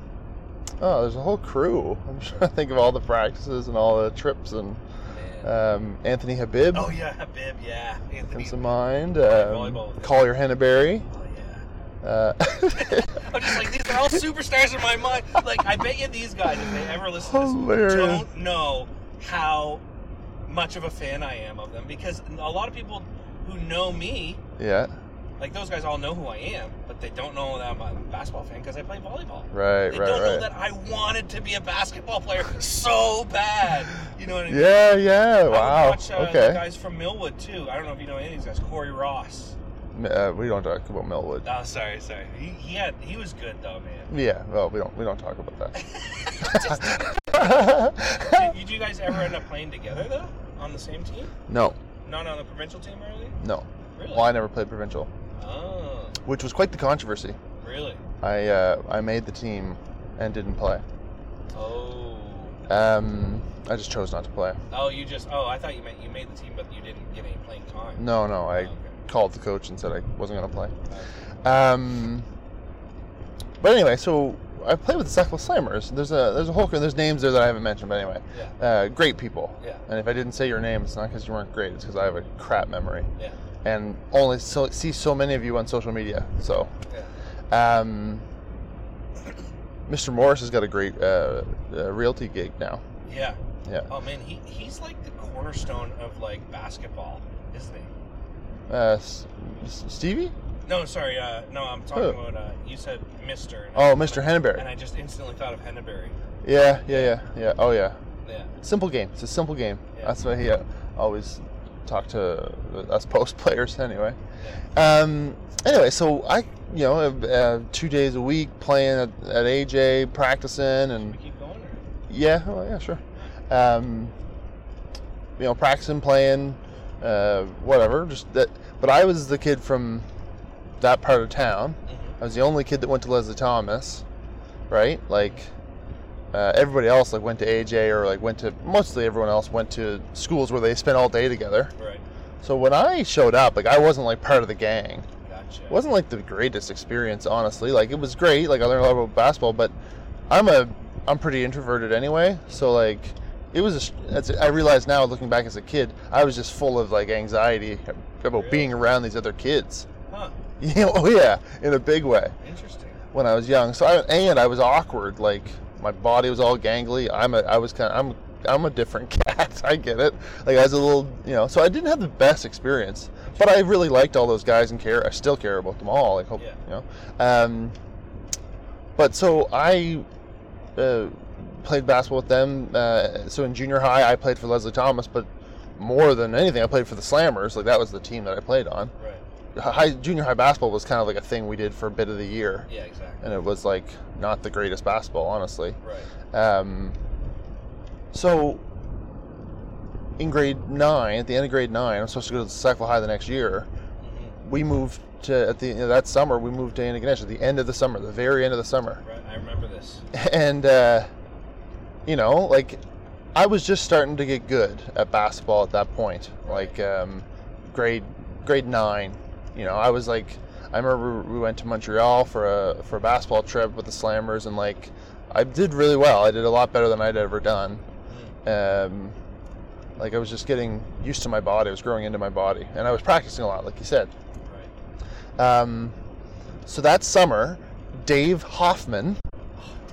Speaker 2: oh, there's a whole crew. I'm trying to think of all the practices and all the trips and
Speaker 1: Man.
Speaker 2: um, Anthony Habib
Speaker 1: oh yeah, Habib, yeah. Anthony.
Speaker 2: comes to mind.
Speaker 1: volleyball.
Speaker 2: Um, Collier Henneberry.
Speaker 1: oh yeah.
Speaker 2: Uh,
Speaker 1: I'm just like these are all superstars in my mind. Like I bet you these guys, if they ever listen to
Speaker 2: Hilarious.
Speaker 1: this, don't know how much of a fan I am of them because a lot of people who know me,
Speaker 2: yeah,
Speaker 1: like those guys, all know who I am, but they don't know that I'm a basketball fan because I play volleyball.
Speaker 2: right,
Speaker 1: They don't know
Speaker 2: right, right.
Speaker 1: that I wanted to be a basketball player so bad. You know what I mean?
Speaker 2: Yeah, yeah.
Speaker 1: I would
Speaker 2: Wow.
Speaker 1: Watch, uh, The
Speaker 2: okay.
Speaker 1: guys from Millwood too. I don't know if you know any of these guys. Corey Ross.
Speaker 2: M- Uh, we don't talk about Millwood.
Speaker 1: Oh, sorry, sorry. He, he had he was good though, man.
Speaker 2: Yeah. Well, we don't. We don't talk about
Speaker 1: Just-
Speaker 2: that.
Speaker 1: did, did you guys ever end up playing together though, on the same team?
Speaker 2: no,
Speaker 1: Not on the provincial team, really?
Speaker 2: no.
Speaker 1: Really?
Speaker 2: Well, I never played provincial,
Speaker 1: Oh,
Speaker 2: which was quite the controversy.
Speaker 1: really?
Speaker 2: I uh, I made the team and didn't play.
Speaker 1: Oh.
Speaker 2: Um, I just chose not to play.
Speaker 1: Oh, you just oh, I thought you meant you made the team, but you didn't get any playing time.
Speaker 2: No, no, I
Speaker 1: Okay.
Speaker 2: called the coach and said I wasn't going to play. Um, but anyway, so I play with the Sackville Slammers. There's a there's a whole there's names there that I haven't mentioned, but anyway,
Speaker 1: Yeah.
Speaker 2: uh, great people.
Speaker 1: Yeah.
Speaker 2: And if I didn't say your name, it's not because you weren't great. It's because I have a crap memory.
Speaker 1: Yeah.
Speaker 2: And only so, see so many of you on social media. So, um, Mr. Morris has got a great uh, uh, realty gig now.
Speaker 1: Yeah.
Speaker 2: Yeah.
Speaker 1: Oh man, he, he's like the cornerstone of like basketball, isn't he?
Speaker 2: Uh, S- S- Stevie?
Speaker 1: No, sorry. Uh, no, I'm talking
Speaker 2: Who?
Speaker 1: about. Uh, you said Mister. and I-
Speaker 2: Oh, Mr.
Speaker 1: And
Speaker 2: Henneberry.
Speaker 1: I just instantly thought of Henneberry.
Speaker 2: Yeah, yeah, yeah, yeah. Oh, yeah.
Speaker 1: Yeah.
Speaker 2: Simple game. It's a simple game.
Speaker 1: Yeah.
Speaker 2: That's why he uh, always talked to us post players anyway. Um, anyway, so I, you know, uh, two days a week playing at, at AJ, practicing, and
Speaker 1: We keep going. Or?
Speaker 2: yeah, oh, yeah, sure. Um, you know, practicing, playing, uh, whatever. Just that. But I was the kid from that part of town.
Speaker 1: Mhm.
Speaker 2: I was the only kid that went to Leslie Thomas, right? Like uh, everybody else, like went to AJ or like went to mostly everyone else went to schools where they spent all day together.
Speaker 1: Right.
Speaker 2: So when I showed up, like I wasn't like part of the gang.
Speaker 1: Gotcha.
Speaker 2: It wasn't like the greatest experience, honestly. Like it was great. Like I learned a lot about basketball, but I'm a I'm pretty introverted anyway. So like it was. A, sh- that's, I realized now, looking back as a kid, I was just full of like anxiety about
Speaker 1: Really?
Speaker 2: being around these other kids.
Speaker 1: Huh.
Speaker 2: You know, oh yeah, in a big way
Speaker 1: Interesting.
Speaker 2: when I was young. So I and I was awkward. Like my body was all gangly. I'm a I was kind of I'm I'm a different cat. I get it. Like I was a little you know. So I didn't have the best experience, but I really liked all those guys and care. I still care about them all. I hope
Speaker 1: Yeah.
Speaker 2: you know. Um, but so I uh, played basketball with them. Uh, so in junior high, I played for Leslie Thomas, but more than anything, I played for the Slammers. Like that was the team that I played on.
Speaker 1: Right.
Speaker 2: High, junior high basketball was kind of like a thing we did for a bit of the year
Speaker 1: Yeah. Exactly.
Speaker 2: and it was like not the greatest basketball, honestly.
Speaker 1: Right.
Speaker 2: Um, so in grade nine, at the end of grade nine, I'm supposed to go to Sackville High the next year.
Speaker 1: hmm
Speaker 2: We moved to at the that summer. We moved to Antigonish at the end of the summer, the very end of the summer,
Speaker 1: Right. I remember this.
Speaker 2: and uh, you know, like I was just starting to get good at basketball at that point, like um, grade grade nine. You know, I was like, I remember we went to Montreal for a for a basketball trip with the Slammers, and like I did really well. I did a lot better than I'd ever done.
Speaker 1: Mm-hmm.
Speaker 2: Um, like I was just getting used to my body. I was growing into my body, and I was practicing a lot, like you said.
Speaker 1: Right.
Speaker 2: Um, so that summer, Dave Hoffman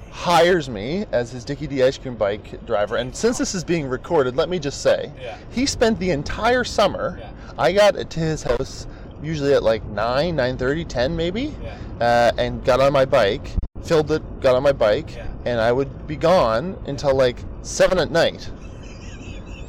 Speaker 2: hires me as his Dickie D ice cream bike driver. And since this is being recorded, let me just say,
Speaker 1: Yeah.
Speaker 2: he spent the entire summer.
Speaker 1: Yeah.
Speaker 2: I got to his house usually at like 9, 9.30, 10 maybe,
Speaker 1: Yeah.
Speaker 2: uh, and got on my bike, filled it, got on my bike,
Speaker 1: Yeah.
Speaker 2: and I would be gone until like 7 at night.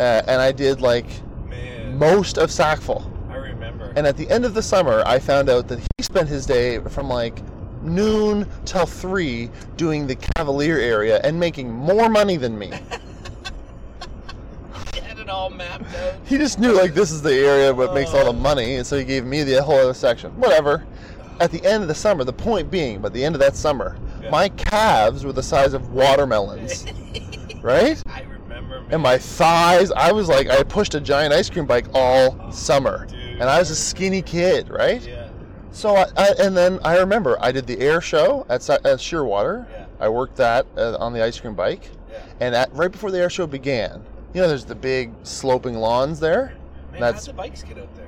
Speaker 2: Uh, and I did like
Speaker 1: Man.
Speaker 2: most of Sackville.
Speaker 1: I remember.
Speaker 2: And at the end of the summer, I found out that he spent his day from like noon till three doing the Cavalier area and making more money than me.
Speaker 1: He had it all mapped out.
Speaker 2: He just knew like this is the area what makes all the money, and so he gave me the whole other section. Whatever. At the end of the summer, the point being, by the end of that summer,
Speaker 1: Yeah.
Speaker 2: my calves were the size of watermelons, right?
Speaker 1: I remember. Man.
Speaker 2: And my thighs, I was like, I pushed a giant ice cream bike all summer,
Speaker 1: dude.
Speaker 2: and I was a skinny kid, right?
Speaker 1: Yeah.
Speaker 2: So I, I and then I remember I did the air show at, Si- at Shearwater.
Speaker 1: Yeah.
Speaker 2: I worked that uh, on the ice cream bike,
Speaker 1: Yeah.
Speaker 2: and at, right before the air show began, you know, there's the big sloping lawns there.
Speaker 1: Man,
Speaker 2: That's-
Speaker 1: how'd the bikes get out there?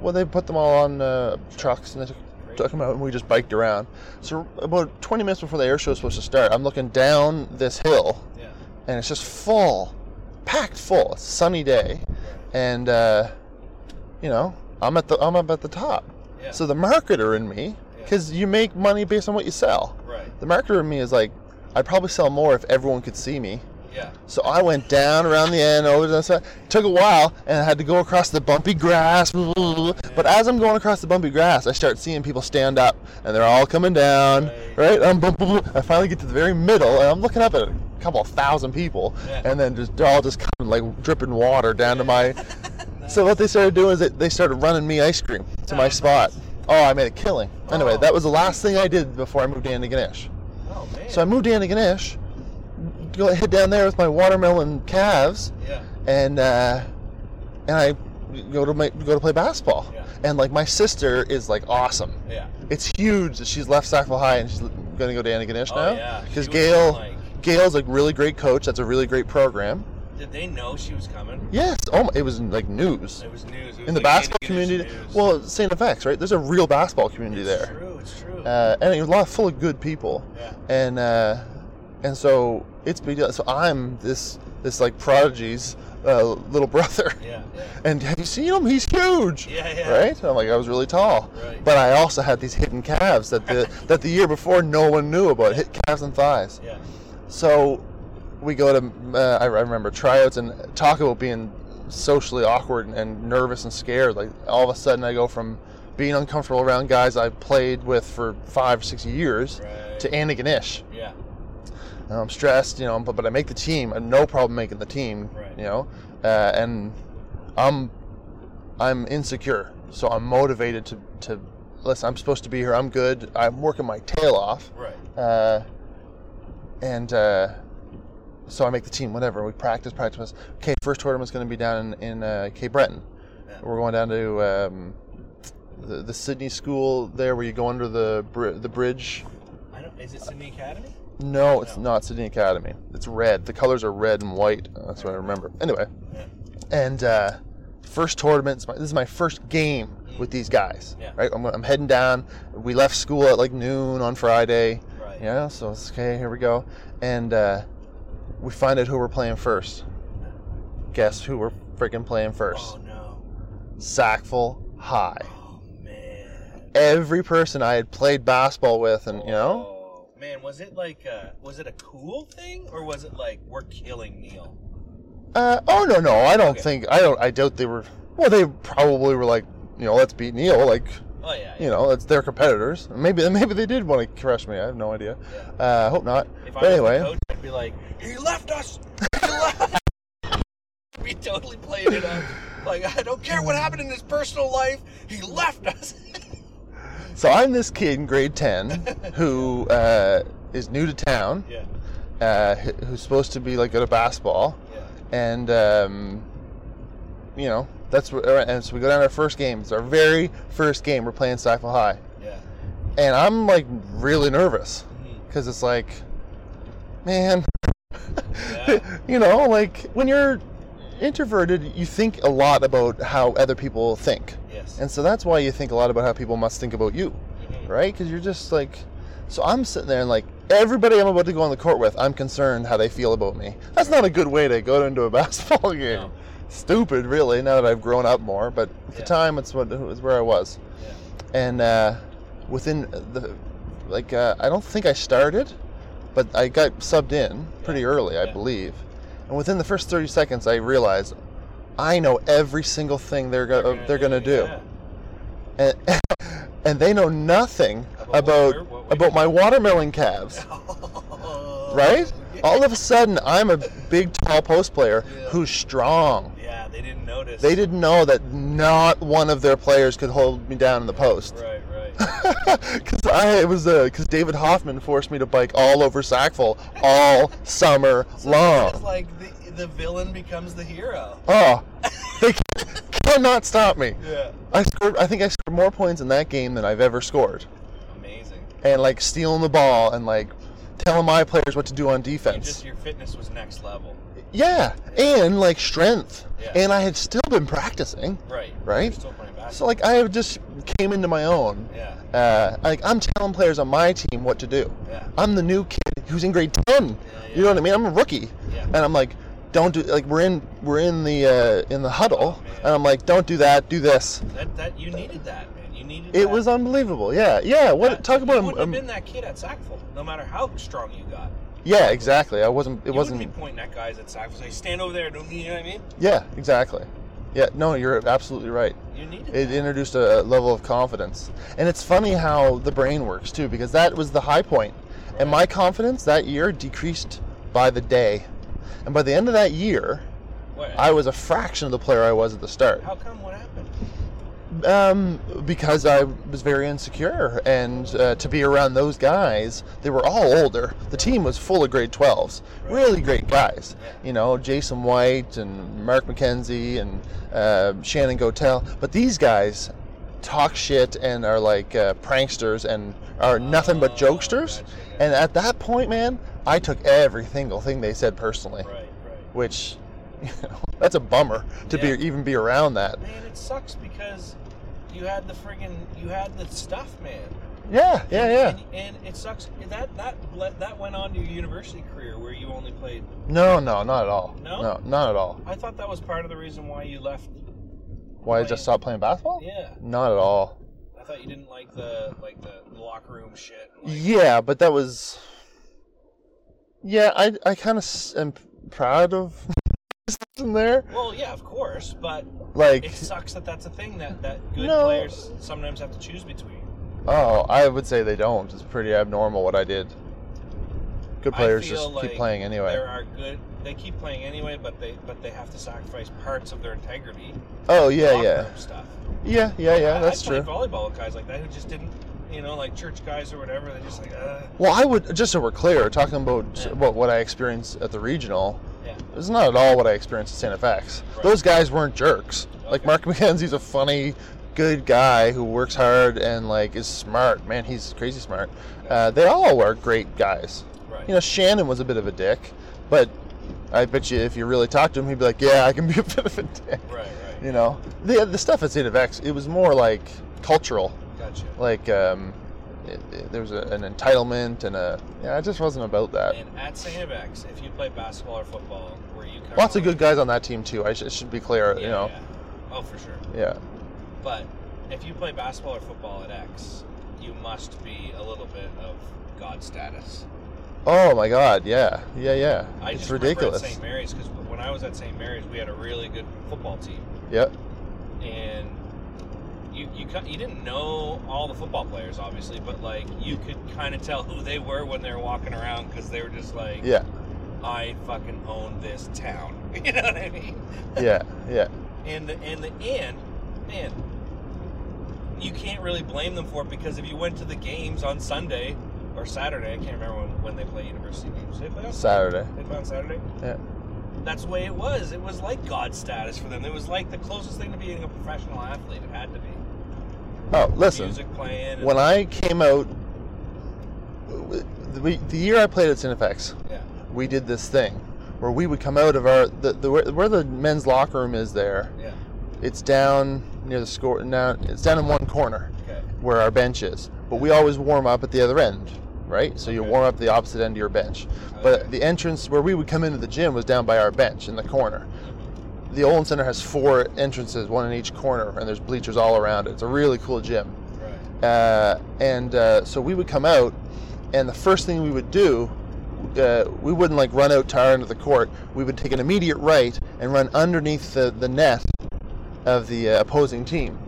Speaker 2: Well, they put them all on uh, trucks and they took, took them out, and we just biked around. So about 20 minutes before the air show is supposed to start, I'm looking down this hill,
Speaker 1: Yeah.
Speaker 2: and it's just full, packed full. It's a sunny day, and uh, you know, I'm at the I'm up at the top.
Speaker 1: Yeah.
Speaker 2: So the marketer in me,
Speaker 1: Yeah.
Speaker 2: because you make money based on what you sell.
Speaker 1: Right.
Speaker 2: The marketer in me is like, I'd probably sell more if everyone could see me.
Speaker 1: Yeah.
Speaker 2: So I went down around the end, over to the side. Took a while, and I had to go across the bumpy grass. blah, blah, blah, blah. But as I'm going across the bumpy grass, I start seeing people stand up, and they're all coming down. Right? I'm bump, bump, bump. I finally get to the very middle, and I'm looking up at a couple of thousand people,
Speaker 1: Yeah.
Speaker 2: and then just they're all just coming like dripping water down to my. So what they started doing is they, they started running me ice cream to my spot. Oh, I made a killing. Anyway,
Speaker 1: Oh.
Speaker 2: that was the last thing I did before I moved to Antigonish.
Speaker 1: Oh man.
Speaker 2: So I moved to Antigonish, go head down there with my watermelon calves,
Speaker 1: yeah.
Speaker 2: and uh, and I go to my, go to play basketball.
Speaker 1: Yeah.
Speaker 2: And like my sister is like awesome.
Speaker 1: Yeah.
Speaker 2: It's huge that she's left Sackville High and she's gonna go to Anna Ganesh
Speaker 1: Oh,
Speaker 2: now?
Speaker 1: yeah. She
Speaker 2: Because
Speaker 1: was
Speaker 2: Gail,
Speaker 1: like,
Speaker 2: Gail's a really great coach. That's a really great program.
Speaker 1: did they know she was coming?
Speaker 2: Yes. Oh, my, it was like news
Speaker 1: It was news. It was
Speaker 2: in the
Speaker 1: like
Speaker 2: basketball
Speaker 1: Andy Ganesh
Speaker 2: community.
Speaker 1: news.
Speaker 2: Well, St. Effects, right? There's a real basketball community
Speaker 1: it's
Speaker 2: there.
Speaker 1: True, it's true.
Speaker 2: uh, and a lot full of good people.
Speaker 1: Yeah.
Speaker 2: And uh, and so it's big deal. So I'm this this like prodigy's uh, little brother.
Speaker 1: yeah, yeah,
Speaker 2: And have you seen him? He's huge.
Speaker 1: yeah, yeah.
Speaker 2: Right? I'm like I was really tall.
Speaker 1: Right.
Speaker 2: But I also had these hidden calves that the that the year before no one knew about. Hit calves and thighs.
Speaker 1: Yeah.
Speaker 2: So we go to uh, I I remember tryouts and talk about being socially awkward and, and nervous and scared. Like all of a sudden I go from being uncomfortable around guys I've played with for five six years
Speaker 1: Right.
Speaker 2: to Anna Ganesh.
Speaker 1: yeah.
Speaker 2: And I'm stressed, you know, but, but I make the team. I have no problem making the team,
Speaker 1: Right.
Speaker 2: you know, uh, and I'm I'm insecure, so I'm motivated to to listen. I'm supposed to be here. I'm good. I'm working my tail off,
Speaker 1: Right.
Speaker 2: uh, and uh, so I make the team. Whatever we practice, practice. Okay, first tournament's going to be down in, in uh, Cape Breton.
Speaker 1: Yeah.
Speaker 2: We're going down to um, the, the Sydney school there, where you go under the br- the bridge.
Speaker 1: I don't. Is it Sydney Academy?
Speaker 2: No, it's
Speaker 1: No.
Speaker 2: not Sydney Academy. It's red. The colors are red and white. Uh, That's what I remember. Anyway,
Speaker 1: Yeah.
Speaker 2: and uh, first tournament. it's my- This is my first game with these guys.
Speaker 1: Yeah.
Speaker 2: Right, I'm, I'm heading down. We left school at like noon on Friday.
Speaker 1: Right.
Speaker 2: You know, so it's okay. Here we go, and uh, we find out who we're playing first. Guess who we're freaking playing first?
Speaker 1: Oh no.
Speaker 2: Sackville High.
Speaker 1: Oh man.
Speaker 2: Every person I had played basketball with, and you know.
Speaker 1: Oh, man, was it like a, was it a cool thing or was it like we're killing Neil?
Speaker 2: Uh, oh no no I don't
Speaker 1: Okay.
Speaker 2: think I don't I doubt they were well they probably were like you know let's beat Neil like
Speaker 1: Oh yeah.
Speaker 2: you know it's their competitors maybe maybe they did want to crush me I have no idea
Speaker 1: yeah.
Speaker 2: uh, I hope not
Speaker 1: If
Speaker 2: But
Speaker 1: I was
Speaker 2: anyway.
Speaker 1: the coach, I'd be like, he left us. He left. we totally played it up. Like I don't care what happened in his personal life. He left us.
Speaker 2: so I'm this kid in grade ten who uh, is new to town
Speaker 1: yeah.
Speaker 2: uh, who- who's supposed to be like good at basketball
Speaker 1: Yeah.
Speaker 2: and um, you know that's what and so we go down to our first game it's our very first game we're playing Sackville High
Speaker 1: Yeah.
Speaker 2: and I'm like really nervous
Speaker 1: Mhm.
Speaker 2: because it's like, man,
Speaker 1: Yeah.
Speaker 2: you know, like when you're introverted, you think a lot about how other people think,
Speaker 1: Yes.
Speaker 2: and so that's why you think a lot about how people must think about you,
Speaker 1: Mhm.
Speaker 2: right? Because you're just like, so I'm sitting there and like everybody I'm about to go on the court with, I'm concerned how they feel about me. That's not a good way to go into a basketball game.
Speaker 1: No.
Speaker 2: Stupid, really. Now that I've grown up more, but at the
Speaker 1: Yeah.
Speaker 2: time, it's what it's where I was
Speaker 1: Yeah.
Speaker 2: and uh, within the like uh, I don't think I started, but I got subbed in pretty
Speaker 1: Yeah.
Speaker 2: early, I
Speaker 1: Yeah.
Speaker 2: believe. And within the first thirty seconds, I realized I know every single thing they're go- Uh, they're, gonna do,
Speaker 1: yeah.
Speaker 2: and, and they know nothing
Speaker 1: About what
Speaker 2: about
Speaker 1: we're- what we
Speaker 2: about my watermelon calves. Right?
Speaker 1: Yeah.
Speaker 2: All of a sudden, I'm a big, tall post player
Speaker 1: Yeah.
Speaker 2: who's strong.
Speaker 1: Yeah, they didn't notice.
Speaker 2: They didn't know that not one of their players could hold me down in the post.
Speaker 1: Right, right.
Speaker 2: Because I it was because David Hoffman forced me to bike all over Sackville all summer
Speaker 1: It's
Speaker 2: long.
Speaker 1: like the, the villain becomes the hero.
Speaker 2: Oh, they ca- cannot stop me.
Speaker 1: Yeah.
Speaker 2: I scored. I think I scored more points in that game than I've ever scored.
Speaker 1: Amazing.
Speaker 2: And like stealing the ball and like telling my players what to do on
Speaker 1: You
Speaker 2: defense.
Speaker 1: just your fitness was next level.
Speaker 2: Yeah, and like strength.
Speaker 1: Yeah.
Speaker 2: And I had still been practicing.
Speaker 1: Right.
Speaker 2: Right?
Speaker 1: You're still playing basketball.
Speaker 2: So like I just came into my own.
Speaker 1: yeah.
Speaker 2: Uh, like I'm telling players on my team what to do.
Speaker 1: Yeah.
Speaker 2: I'm the new kid who's in grade ten.
Speaker 1: Yeah,
Speaker 2: You know what I mean? I'm a rookie,
Speaker 1: Yeah.
Speaker 2: and I'm like, don't do like we're in we're in the uh, in the huddle,
Speaker 1: Oh, man.
Speaker 2: and I'm like, don't do that, do this.
Speaker 1: That that you needed that man. You needed.
Speaker 2: It
Speaker 1: that.
Speaker 2: was unbelievable. Yeah, yeah. What
Speaker 1: That-
Speaker 2: talk about?
Speaker 1: You wouldn't
Speaker 2: um,
Speaker 1: have been that kid at Sackville, no matter how strong you got.
Speaker 2: yeah, exactly. I wasn't. It
Speaker 1: you
Speaker 2: wasn't.
Speaker 1: wouldn't be pointing at guys at Sackville. Say, stand over there. Don't you know what I mean?
Speaker 2: Yeah, exactly. Yeah, no, you're absolutely right.
Speaker 1: You needed.
Speaker 2: It introduced a level of confidence, and it's funny how the brain works too, because that was the high point, and my confidence that year decreased by the day, and by the end of that year,
Speaker 1: What?
Speaker 2: I was a fraction of the player I was at the start.
Speaker 1: how come? What happened?
Speaker 2: Um, because I was very insecure, and uh, to be around those guys, they were all older. The team was full of grade 12s, really great guys. You know, Jason White and Mark McKenzie and uh, Shannon Gotell. But these guys, talk shit and are like uh, pranksters and are nothing but
Speaker 1: Oh,
Speaker 2: jokesters.
Speaker 1: gotcha, yeah.
Speaker 2: And at that point, man, I took every single thing they said personally,
Speaker 1: right, right.
Speaker 2: which you know, that's a bummer to
Speaker 1: Yeah.
Speaker 2: be even be around that.
Speaker 1: Man, it sucks because you had the friggin' you had the stuff, man.
Speaker 2: Yeah, yeah, yeah.
Speaker 1: And, and it sucks that that let, that went on to your university career where you only played.
Speaker 2: No, no, not at all.
Speaker 1: No?
Speaker 2: no not at all.
Speaker 1: I thought that was part of the reason why you left.
Speaker 2: Why I just stopped playing basketball?
Speaker 1: Yeah,
Speaker 2: Not at all.
Speaker 1: I thought you didn't like the like the locker room shit. and, Like,
Speaker 2: Yeah, but that was. Yeah, I I kind of s- am proud of in there.
Speaker 1: Well, yeah, of course, but
Speaker 2: Like,
Speaker 1: it sucks that that's a thing that that good
Speaker 2: No.
Speaker 1: players sometimes have to choose between.
Speaker 2: oh, I would say they don't. It's pretty abnormal what I did. Good
Speaker 1: I
Speaker 2: players
Speaker 1: feel
Speaker 2: just
Speaker 1: like
Speaker 2: keep playing anyway.
Speaker 1: There are good. They keep playing anyway, but they but they have to sacrifice parts of their integrity.
Speaker 2: Oh yeah,
Speaker 1: locker
Speaker 2: yeah,
Speaker 1: room Stuff.
Speaker 2: yeah, yeah, yeah.
Speaker 1: I-
Speaker 2: That's
Speaker 1: I played
Speaker 2: true.
Speaker 1: volleyball with guys like that who just didn't, you know, like church guys or whatever. They just like, uh,
Speaker 2: Well, I would just so we're clear, talking about
Speaker 1: Yeah.
Speaker 2: about what I experienced at the regional.
Speaker 1: Yeah.
Speaker 2: It's not at all what I experienced at Santa Fax.
Speaker 1: Right.
Speaker 2: Those guys weren't jerks. Like
Speaker 1: Okay.
Speaker 2: Mark McKenzie's a funny, good guy who works hard and like is smart. Man, he's crazy smart. Uh, they all were great guys.
Speaker 1: right.
Speaker 2: You know, Shannon was a bit of a dick, but I bet you if you really talked to him, he'd be like, "Yeah, I can be a bit of a dick."
Speaker 1: right, right.
Speaker 2: You know, the the stuff at Santa Fax, it was more like cultural
Speaker 1: Gotcha.
Speaker 2: like um, it, it- there was a, an entitlement and a yeah, it just wasn't about that.
Speaker 1: And at Sandbags, if you play basketball or football, where you kinda
Speaker 2: Lots of
Speaker 1: like-
Speaker 2: good guys on that team too. I sh- it should be clear,
Speaker 1: Yeah,
Speaker 2: you know.
Speaker 1: yeah. Oh, for sure.
Speaker 2: Yeah.
Speaker 1: But if you play basketball or football at X, you must be a little bit of god status.
Speaker 2: Oh my God. Yeah. Yeah. Yeah.
Speaker 1: I
Speaker 2: it's
Speaker 1: just remember at
Speaker 2: ridiculous.
Speaker 1: St. Mary's because when I was at St. Mary's, we had a really good football team,
Speaker 2: Yep.
Speaker 1: and you you ki- you didn't know all the football players, obviously, but like you could kind of tell who they were when they were walking around because they were just like,
Speaker 2: Yeah.
Speaker 1: I fucking own this town. You know what I mean?
Speaker 2: Yeah. Yeah.
Speaker 1: And the and the and man, you can't really blame them for it because if you went to the games on Sunday or Saturday, I can't remember when, when they play university games. They play on
Speaker 2: Saturday.
Speaker 1: They play on Saturday.
Speaker 2: Yeah.
Speaker 1: That's the way it was. It was like God status for them. It was like the closest thing to being a professional athlete. It had to be.
Speaker 2: Oh, listen.
Speaker 1: Music playing. and-
Speaker 2: When I came out, w- we, the year I played at Cinefex,
Speaker 1: Yeah.
Speaker 2: we did this thing where we would come out of our the, the where where the men's locker room is there.
Speaker 1: Yeah.
Speaker 2: It's down near the score. Now it's down in one corner.
Speaker 1: Okay.
Speaker 2: where our bench is. But we always warm up at the other end, right? So you
Speaker 1: Okay.
Speaker 2: warm up the opposite end of your bench.
Speaker 1: Okay.
Speaker 2: But the entrance where we would come into the gym was down by our bench in the corner. The Olin Center has four entrances, one in each corner, and there's bleachers all around it. It's a really cool gym.
Speaker 1: Right.
Speaker 2: Uh, and uh, so we would come out, and the first thing we would do, uh, we wouldn't like run out tire into the court. We would take an immediate right and run underneath the, the net of the uh, opposing team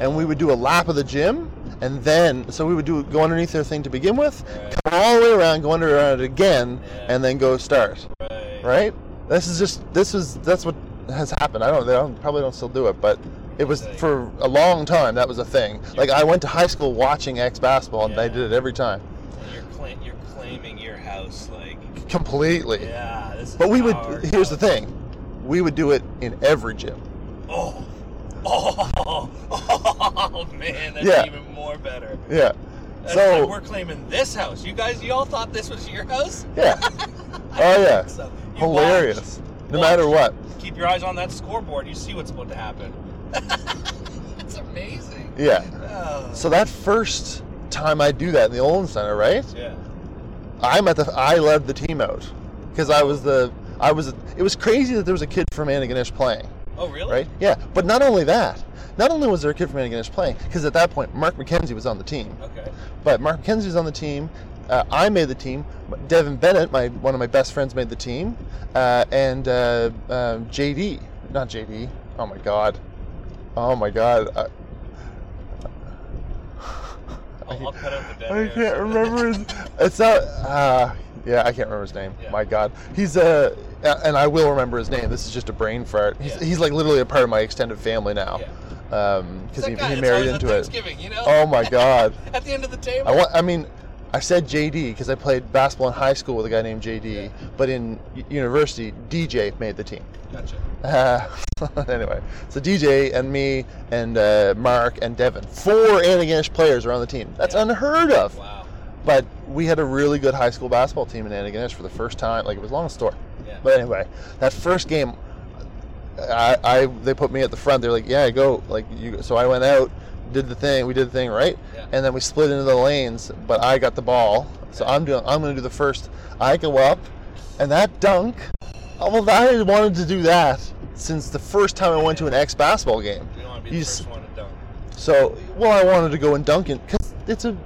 Speaker 2: and we would do a lap of the gym and then so we would do go underneath their thing to begin with
Speaker 1: Right.
Speaker 2: come all the way around go under around it again
Speaker 1: Yeah.
Speaker 2: and then go start
Speaker 1: Right.
Speaker 2: right this is just this is that's what has happened i don't they don't, probably don't still do it but it was
Speaker 1: Like-
Speaker 2: for a long time that was a thing like i went to high school watching x basketball and
Speaker 1: Yeah.
Speaker 2: they did it every time
Speaker 1: You're, cla- you're claiming your house like.
Speaker 2: completely
Speaker 1: Yeah. This is
Speaker 2: but we would
Speaker 1: our
Speaker 2: here's the
Speaker 1: house.
Speaker 2: thing we would do it in every gym
Speaker 1: Oh. Oh, oh, man, that's
Speaker 2: Yeah.
Speaker 1: even more better.
Speaker 2: yeah
Speaker 1: That's
Speaker 2: so
Speaker 1: like we're claiming this house. You guys, y'all thought this was your house?
Speaker 2: yeah oh yeah
Speaker 1: So you
Speaker 2: hilarious no
Speaker 1: Watch.
Speaker 2: matter what
Speaker 1: watch. Keep your eyes on that scoreboard. You see what's about to happen. it's amazing.
Speaker 2: yeah
Speaker 1: Oh.
Speaker 2: So that first time I do that in the Olin Center, right?
Speaker 1: yeah.
Speaker 2: I'm at the I led the team out because I was the I was it was crazy that there was a kid from Antigonish playing,
Speaker 1: Oh, really?
Speaker 2: right? Yeah, but not only that, not only was there a kid from Antigonish playing because at that point Mark McKenzie was on the team,
Speaker 1: Okay.
Speaker 2: but Mark McKenzie was on the team. Uh, I made the team. Devin Bennett, my one of my best friends, made the team, uh, and uh, um, JD, not JD. Oh my God, oh my God. I,
Speaker 1: I'll, I'll cut out the dead
Speaker 2: I
Speaker 1: air.
Speaker 2: can't remember his. It's not. Uh, yeah, I can't remember his name.
Speaker 1: Yeah.
Speaker 2: My God, he's a. And I will remember his name. This is just a brain fart. He's,
Speaker 1: Yeah.
Speaker 2: he's like literally a part of my extended family now,
Speaker 1: Yeah.
Speaker 2: because
Speaker 1: It's
Speaker 2: Oh, he,
Speaker 1: that guy
Speaker 2: he
Speaker 1: that's always
Speaker 2: married
Speaker 1: at
Speaker 2: into it.
Speaker 1: Thanksgiving, you know?
Speaker 2: Oh my God!
Speaker 1: At the end of the table.
Speaker 2: I want. I mean, I said JD because I played basketball in high school with a guy named JD, but in u- university, DJ made the team.
Speaker 1: Gotcha.
Speaker 2: Uh, anyway, so DJ and me and uh, Mark and Devin, four Anaganish players are on the team. That's
Speaker 1: Yeah.
Speaker 2: unheard of.
Speaker 1: Wow.
Speaker 2: But we had a really good high school basketball team in Anaganish for the first time. Like it was long story.
Speaker 1: Yeah.
Speaker 2: But anyway, that first game, I, I they put me at the front. They're like, yeah, go. Like you. So I went out, did the thing. We did the thing right,
Speaker 1: Yeah.
Speaker 2: and then we split into the lanes. But I got the ball, so I'm doing. I'm going to do the first. I go up, and that dunk. oh, Well, I had wanted to do that since the first time I went to an ex basketball game.
Speaker 1: You don't want to be
Speaker 2: You
Speaker 1: the
Speaker 2: s-
Speaker 1: first one to dunk.
Speaker 2: So, well, I wanted to go and dunk it because it's a,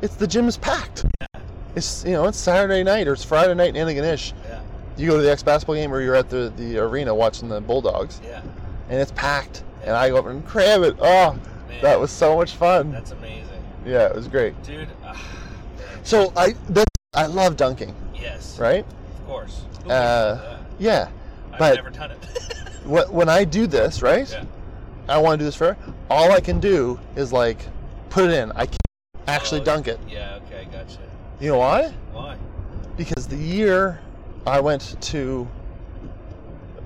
Speaker 2: it's the gym is packed. It's you know it's Saturday night or it's Friday night in Anaganish.
Speaker 1: Yeah.
Speaker 2: You go to the ex basketball game or you're at the, the arena watching the Bulldogs
Speaker 1: Yeah.
Speaker 2: and it's packed and I go up and cram it. Oh,
Speaker 1: Man,
Speaker 2: that was so much fun.
Speaker 1: That's amazing,
Speaker 2: Yeah, it was great.
Speaker 1: dude. ah, man.
Speaker 2: So I that, I love dunking,
Speaker 1: yes.
Speaker 2: right?
Speaker 1: Of course. Who
Speaker 2: Uh,
Speaker 1: wouldn't do
Speaker 2: Yeah.
Speaker 1: that? I've
Speaker 2: but-
Speaker 1: never done it.
Speaker 2: Wh- When I do this, right?
Speaker 1: Yeah.
Speaker 2: I want to do this for all I can do is like put it in. I can't actually
Speaker 1: Oh,
Speaker 2: dunk it.
Speaker 1: yeah. Okay. Gotcha.
Speaker 2: You know why?
Speaker 1: Why?
Speaker 2: because the year I went to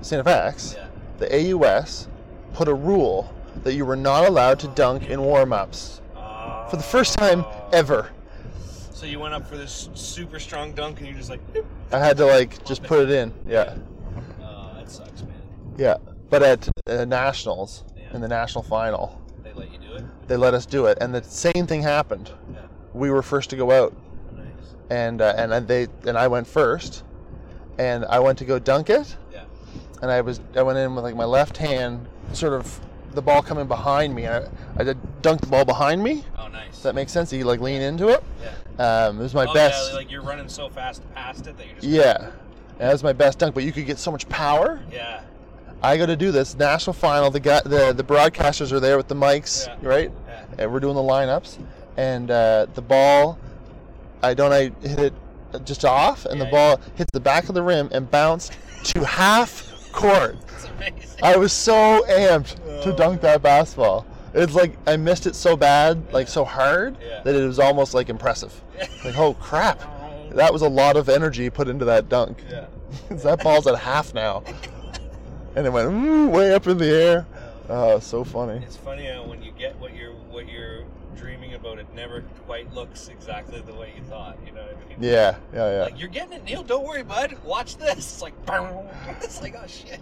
Speaker 2: Santa Fax,
Speaker 1: Yeah.
Speaker 2: the AUS put a rule that you were not allowed to dunk in warm-ups for the first time
Speaker 1: Oh.
Speaker 2: ever.
Speaker 1: So you went up for this super strong dunk, and you're just like, "Nope."
Speaker 2: I had to like just put it in. Yeah,
Speaker 1: oh, that sucks, man.
Speaker 2: yeah. But at uh, nationals
Speaker 1: Yeah.
Speaker 2: in the national final,
Speaker 1: They let you do it.
Speaker 2: they let us do it, and the same thing happened.
Speaker 1: Yeah.
Speaker 2: We were first to go out,
Speaker 1: Nice.
Speaker 2: and uh, and they and I went first, and I went to go dunk it,
Speaker 1: Yeah.
Speaker 2: and I was I went in with like my left hand, sort of the ball coming behind me. I, I did dunked the ball behind me.
Speaker 1: Oh, nice.
Speaker 2: Does that make sense? You like lean into it.
Speaker 1: yeah.
Speaker 2: Um, it was my
Speaker 1: oh,
Speaker 2: best.
Speaker 1: Yeah, like you're running so fast past it that you're just.
Speaker 2: Yeah. And that was my best dunk. But you could get so much power.
Speaker 1: Yeah.
Speaker 2: I got to do this national final. The guy, the the broadcasters are there with the mics,
Speaker 1: Yeah.
Speaker 2: right?
Speaker 1: Yeah.
Speaker 2: And we're doing the lineups, and uh, the ball. I don't. I hit it just off, and the
Speaker 1: Yeah,
Speaker 2: ball hits the back of the rim and bounced to half court.
Speaker 1: It's amazing.
Speaker 2: I was so amped
Speaker 1: Oh.
Speaker 2: to dunk that basketball. It's like I missed it so bad, like so hard,
Speaker 1: Yeah.
Speaker 2: that it was almost like impressive. Like, oh crap, that was a lot of energy put into that dunk.
Speaker 1: yeah.
Speaker 2: that ball's at half now, and it went ooh, way up in the air. Oh, so funny.
Speaker 1: It's funny how when you get what you're what you're dreaming about, it never quite looks exactly the way you thought. You know what I mean?
Speaker 2: Yeah, yeah, yeah.
Speaker 1: Like you're getting it, Neil. Don't worry, bud. Watch this. It's like, it's like, oh shit.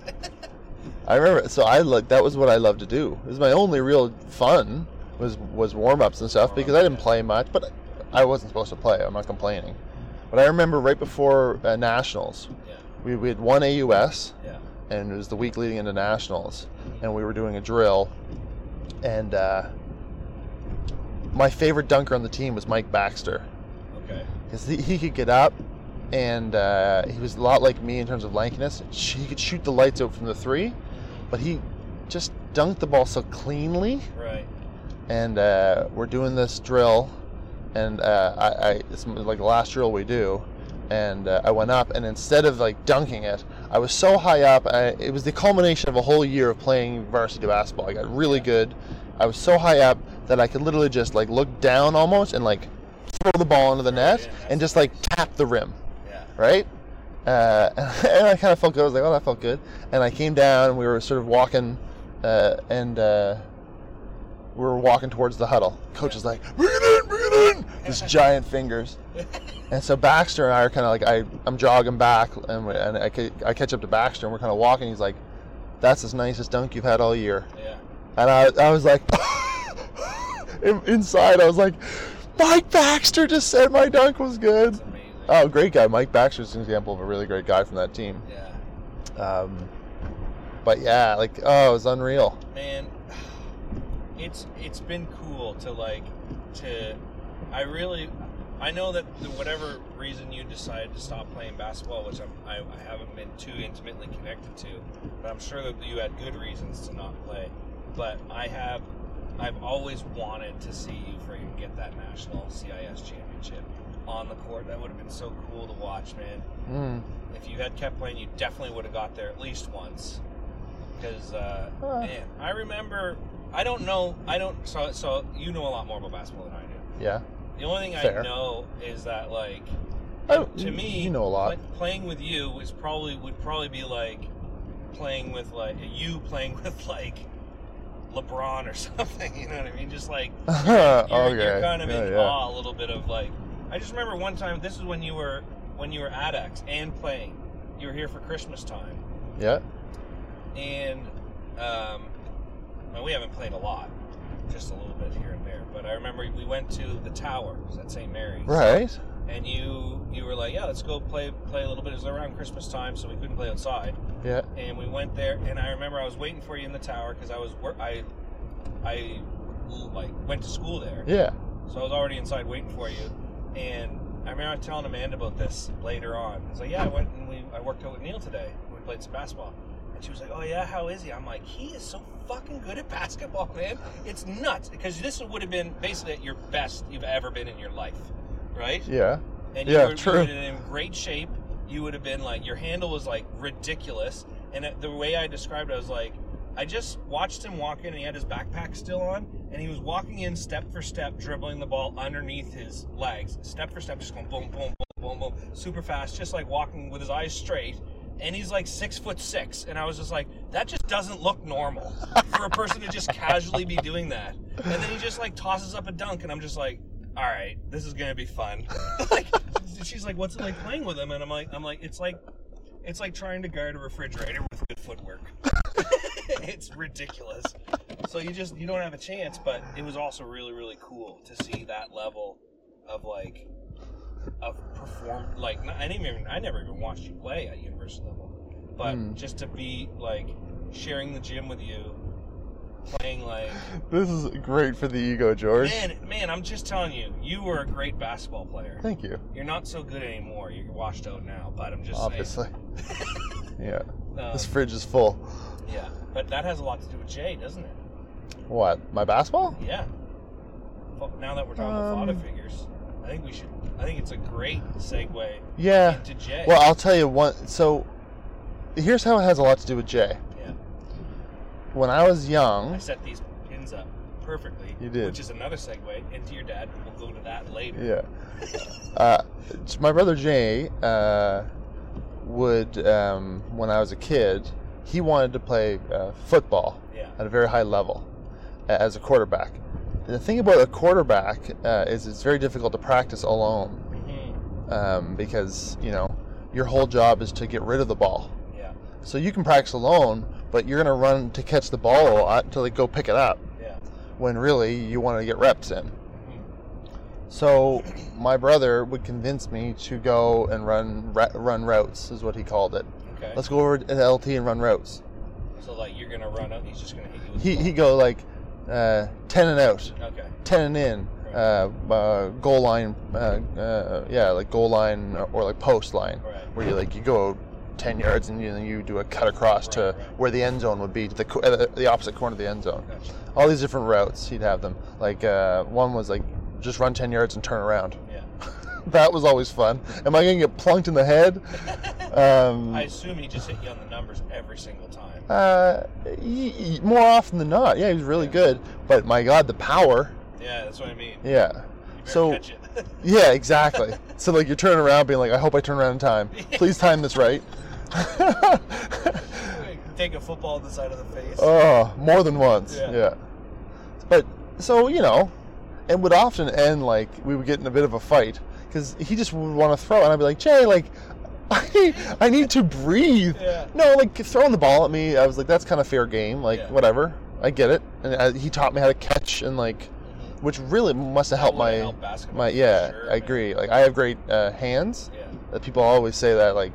Speaker 2: I remember. So I like that was what I loved to do. It was my only real fun was was warm ups and stuff because I didn't play much, but I wasn't supposed to play. I'm not complaining. But I remember right before uh, nationals,
Speaker 1: Yeah.
Speaker 2: we, we had one AUS,
Speaker 1: Yeah.
Speaker 2: and it was the week leading into nationals, and we were doing a drill, and uh, my favorite dunker on the team was Mike Baxter
Speaker 1: Okay.
Speaker 2: because he, he could get up, and uh, he was a lot like me in terms of lankiness. Sh- He could shoot the lights out from the three, but he just dunked the ball so cleanly.
Speaker 1: Right.
Speaker 2: And uh, we're doing this drill, and uh, I, I it's like the last drill we do, and uh, I went up, and instead of like dunking it, I was so high up. I, it was the culmination of a whole year of playing varsity basketball. I got really good. I was so high up that I could literally just like look down almost and like throw the ball into the net
Speaker 1: in.
Speaker 2: and just like tap the rim,
Speaker 1: Yeah.
Speaker 2: right? Uh, and I kind of felt good. I was like, oh, that felt good. And I came down and we were sort of walking uh, and uh, we were walking towards the huddle. Coach is like, bring it in, bring it in. These giant fingers. And so Baxter and I are kind of like, I, I'm jogging back and, we, and I, ca- I catch up to Baxter and we're kind of walking. He's like, that's as nicest dunk you've had all year.
Speaker 1: Yeah.
Speaker 2: And I, I was like, in- inside, I was like, Mike Baxter just said my dunk was good.
Speaker 1: It's amazing.
Speaker 2: Oh, great guy. Mike Baxter's an example of a really great guy from that team.
Speaker 1: Yeah.
Speaker 2: Um, but yeah, like, oh, it was unreal.
Speaker 1: man it's it's been cool to like to i really i know that the, whatever reason you decided to stop playing basketball which I'm, I, I haven't been too intimately connected to but i'm sure that you had good reasons to not play but i have i've always wanted to see you freaking get that national cis championship on the court that would have been so cool to watch man
Speaker 2: Mm.
Speaker 1: if you had kept playing, you definitely would have got there at least once. Because uh,
Speaker 2: Uh.
Speaker 1: man, I remember. I don't know. I don't. So so you know a lot more about basketball than I do.
Speaker 2: Yeah.
Speaker 1: The only thing
Speaker 2: Fair.
Speaker 1: I know is that like
Speaker 2: Oh,
Speaker 1: to me,
Speaker 2: you know a lot.
Speaker 1: pl- playing with you is probably would probably be like playing with like you playing with like LeBron or something. You know what I mean? Just like you're,
Speaker 2: okay.
Speaker 1: you're kind of
Speaker 2: yeah,
Speaker 1: in
Speaker 2: yeah.
Speaker 1: awe a little bit of like. I just remember one time. This is when you were when you were at X and playing. You were here for Christmas time,
Speaker 2: Yeah.
Speaker 1: and um, well, we haven't played a lot, just a little bit here and there. But I remember we went to the Tower it was at St. Mary's,
Speaker 2: Right.
Speaker 1: and you you were like, yeah, let's go play play a little bit. It was around Christmas time, so we couldn't play outside.
Speaker 2: Yeah.
Speaker 1: And we went there, and I remember I was waiting for you in the Tower because I was wor- I I like went to school there.
Speaker 2: Yeah.
Speaker 1: So I was already inside waiting for you. And I remember telling Amanda about this later on. I was like, yeah, I went and we, I worked out with Neil today. We played some basketball. And she was like, oh, yeah, how is he? I'm like, he is so fucking good at basketball, man. It's nuts. Because this would have been basically at your best you've ever been in your life, right?
Speaker 2: Yeah.
Speaker 1: And
Speaker 2: Yeah,
Speaker 1: you were
Speaker 2: true.
Speaker 1: You would have been in great shape. You would have been like your handle was like ridiculous. And it- the way I described it, I was like, I just watched him walk in, and he had his backpack still on, and he was walking in step for step, dribbling the ball underneath his legs, step for step, just going boom, boom, boom, boom, boom, super fast, just like walking with his eyes straight. And he's like six foot six, and I was just like, that just doesn't look normal for a person to just casually be doing that. And then he just like tosses up a dunk, and I'm just like, all right, this is gonna be fun. like, she's like, what's it like playing with him? And I'm like, I'm like, it's like, it's like trying to guard a refrigerator with good footwork. it's ridiculous. So you just you don't have a chance. But it was also really really cool to see that level of like of perform like not, I didn't even I never even watched you play at university level, but
Speaker 2: Hmm.
Speaker 1: just to be like sharing the gym with you, playing like
Speaker 2: This is great for the ego, George.
Speaker 1: man man I'm just telling you you were a great basketball player.
Speaker 2: Thank you.
Speaker 1: You're not so good anymore. You're washed out now. But I'm just
Speaker 2: Obviously. yeah.
Speaker 1: saying. um,
Speaker 2: This fridge is full.
Speaker 1: yeah, but that has a lot to do with Jay, doesn't it?
Speaker 2: What? My basketball?
Speaker 1: Yeah. Well, now that we're talking about
Speaker 2: Um,
Speaker 1: father figures, I think we should. I think it's a great segue
Speaker 2: Yeah.
Speaker 1: into Jay.
Speaker 2: Well, I'll tell you one. So, here's how it has a lot to do with Jay.
Speaker 1: Yeah.
Speaker 2: When I was
Speaker 1: I
Speaker 2: young,
Speaker 1: set these pins up perfectly.
Speaker 2: um, You did.
Speaker 1: Which is another segue into your dad. but We'll go to that later.
Speaker 2: yeah, uh, it's- my brother Jay uh, would, um, when I was a kid, he wanted to play uh, football
Speaker 1: Yeah.
Speaker 2: at a very high level a- as a quarterback. The thing about a quarterback uh, is it's very difficult to practice alone
Speaker 1: Mhm.
Speaker 2: um, because you know your whole job is to get rid of the ball.
Speaker 1: Yeah.
Speaker 2: So you can practice alone, but you're gonna run to catch the ball a lot until they go pick it up.
Speaker 1: Yeah.
Speaker 2: When really you want to get reps in.
Speaker 1: Mhm.
Speaker 2: So my brother would convince me to go and run ra- run routes is what he called it.
Speaker 1: Okay.
Speaker 2: Let's go over to LT and run routes.
Speaker 1: so like you're gonna run out. He's just gonna hit you. With
Speaker 2: He
Speaker 1: the
Speaker 2: he go like uh, ten and out,
Speaker 1: ball. Okay.
Speaker 2: ten and in, uh, uh, goal line, uh, uh, yeah, like goal line or, or like post line.
Speaker 1: All right.
Speaker 2: where you like you go 10 yards and you, then you do a cut across to
Speaker 1: Right, right.
Speaker 2: where the end zone would be to the, co- uh, the opposite corner of the end zone
Speaker 1: Gotcha.
Speaker 2: all these different routes he'd have them like uh, one was like just run 10 yards and turn around
Speaker 1: Yeah.
Speaker 2: that was always fun am i gonna get plunked in the head um,
Speaker 1: I assume he just hit you on the numbers every single time.
Speaker 2: uh, y- y- more often than not yeah he was really
Speaker 1: Yeah.
Speaker 2: good but my god the power
Speaker 1: Yeah, that's what I mean. You
Speaker 2: yeah
Speaker 1: better
Speaker 2: So-
Speaker 1: catch it.
Speaker 2: yeah exactly so like you're turning around being like i hope i turn around in time please time this right
Speaker 1: Take a football to the side of the face.
Speaker 2: Oh, more than once.
Speaker 1: Yeah.
Speaker 2: Yeah. But so you know, it would often end like we would get in a bit of a fight because he just would want to throw, and I'd be like, Jay, like, I need, I need to breathe.
Speaker 1: Yeah.
Speaker 2: No, like throwing the ball at me, I was like, that's kind of fair game. Like,
Speaker 1: Yeah.
Speaker 2: whatever, I get it. And I, he taught me how to catch, and like,
Speaker 1: Mhm.
Speaker 2: which really must have
Speaker 1: That
Speaker 2: helped
Speaker 1: would've
Speaker 2: my.
Speaker 1: helped basketball
Speaker 2: my
Speaker 1: for
Speaker 2: yeah,
Speaker 1: sure,
Speaker 2: I
Speaker 1: man.
Speaker 2: agree. Like I have great uh, hands.
Speaker 1: Yeah.
Speaker 2: Uh, People always say that like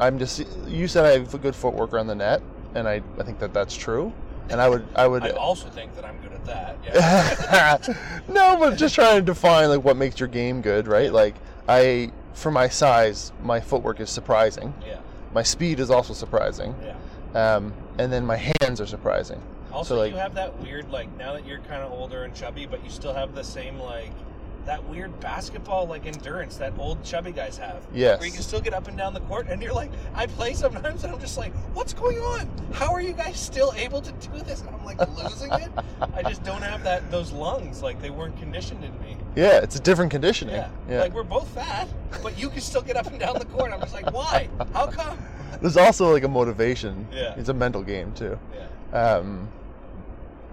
Speaker 2: I'm just you said I have good footwork on the net and I, I think that that's true and I would I would
Speaker 1: I also think that I'm good at that. Yeah.
Speaker 2: no but just trying to define like what makes your game good right like I for my size my footwork is surprising
Speaker 1: yeah.
Speaker 2: my speed is also surprising
Speaker 1: Yeah.
Speaker 2: um, and then my hands are surprising
Speaker 1: Also,
Speaker 2: like-
Speaker 1: you have that weird like now that you're kind of older and chubby, but you still have the same like that weird basketball like endurance that old chubby guys have. Where you can
Speaker 2: yes
Speaker 1: still get up and down the court, and you're like, I play sometimes, and I'm just like, what's going on? How are you guys still able to do this? And I'm like losing it. I just don't have that those lungs like they weren't conditioned in me.
Speaker 2: yeah it's a different conditioning
Speaker 1: Yeah.
Speaker 2: yeah
Speaker 1: Like we're both fat, but you can still get up and down the court. I'm just like, why? How come?
Speaker 2: There's also like a motivation.
Speaker 1: Yeah.
Speaker 2: It's a mental game too.
Speaker 1: Yeah.
Speaker 2: Um,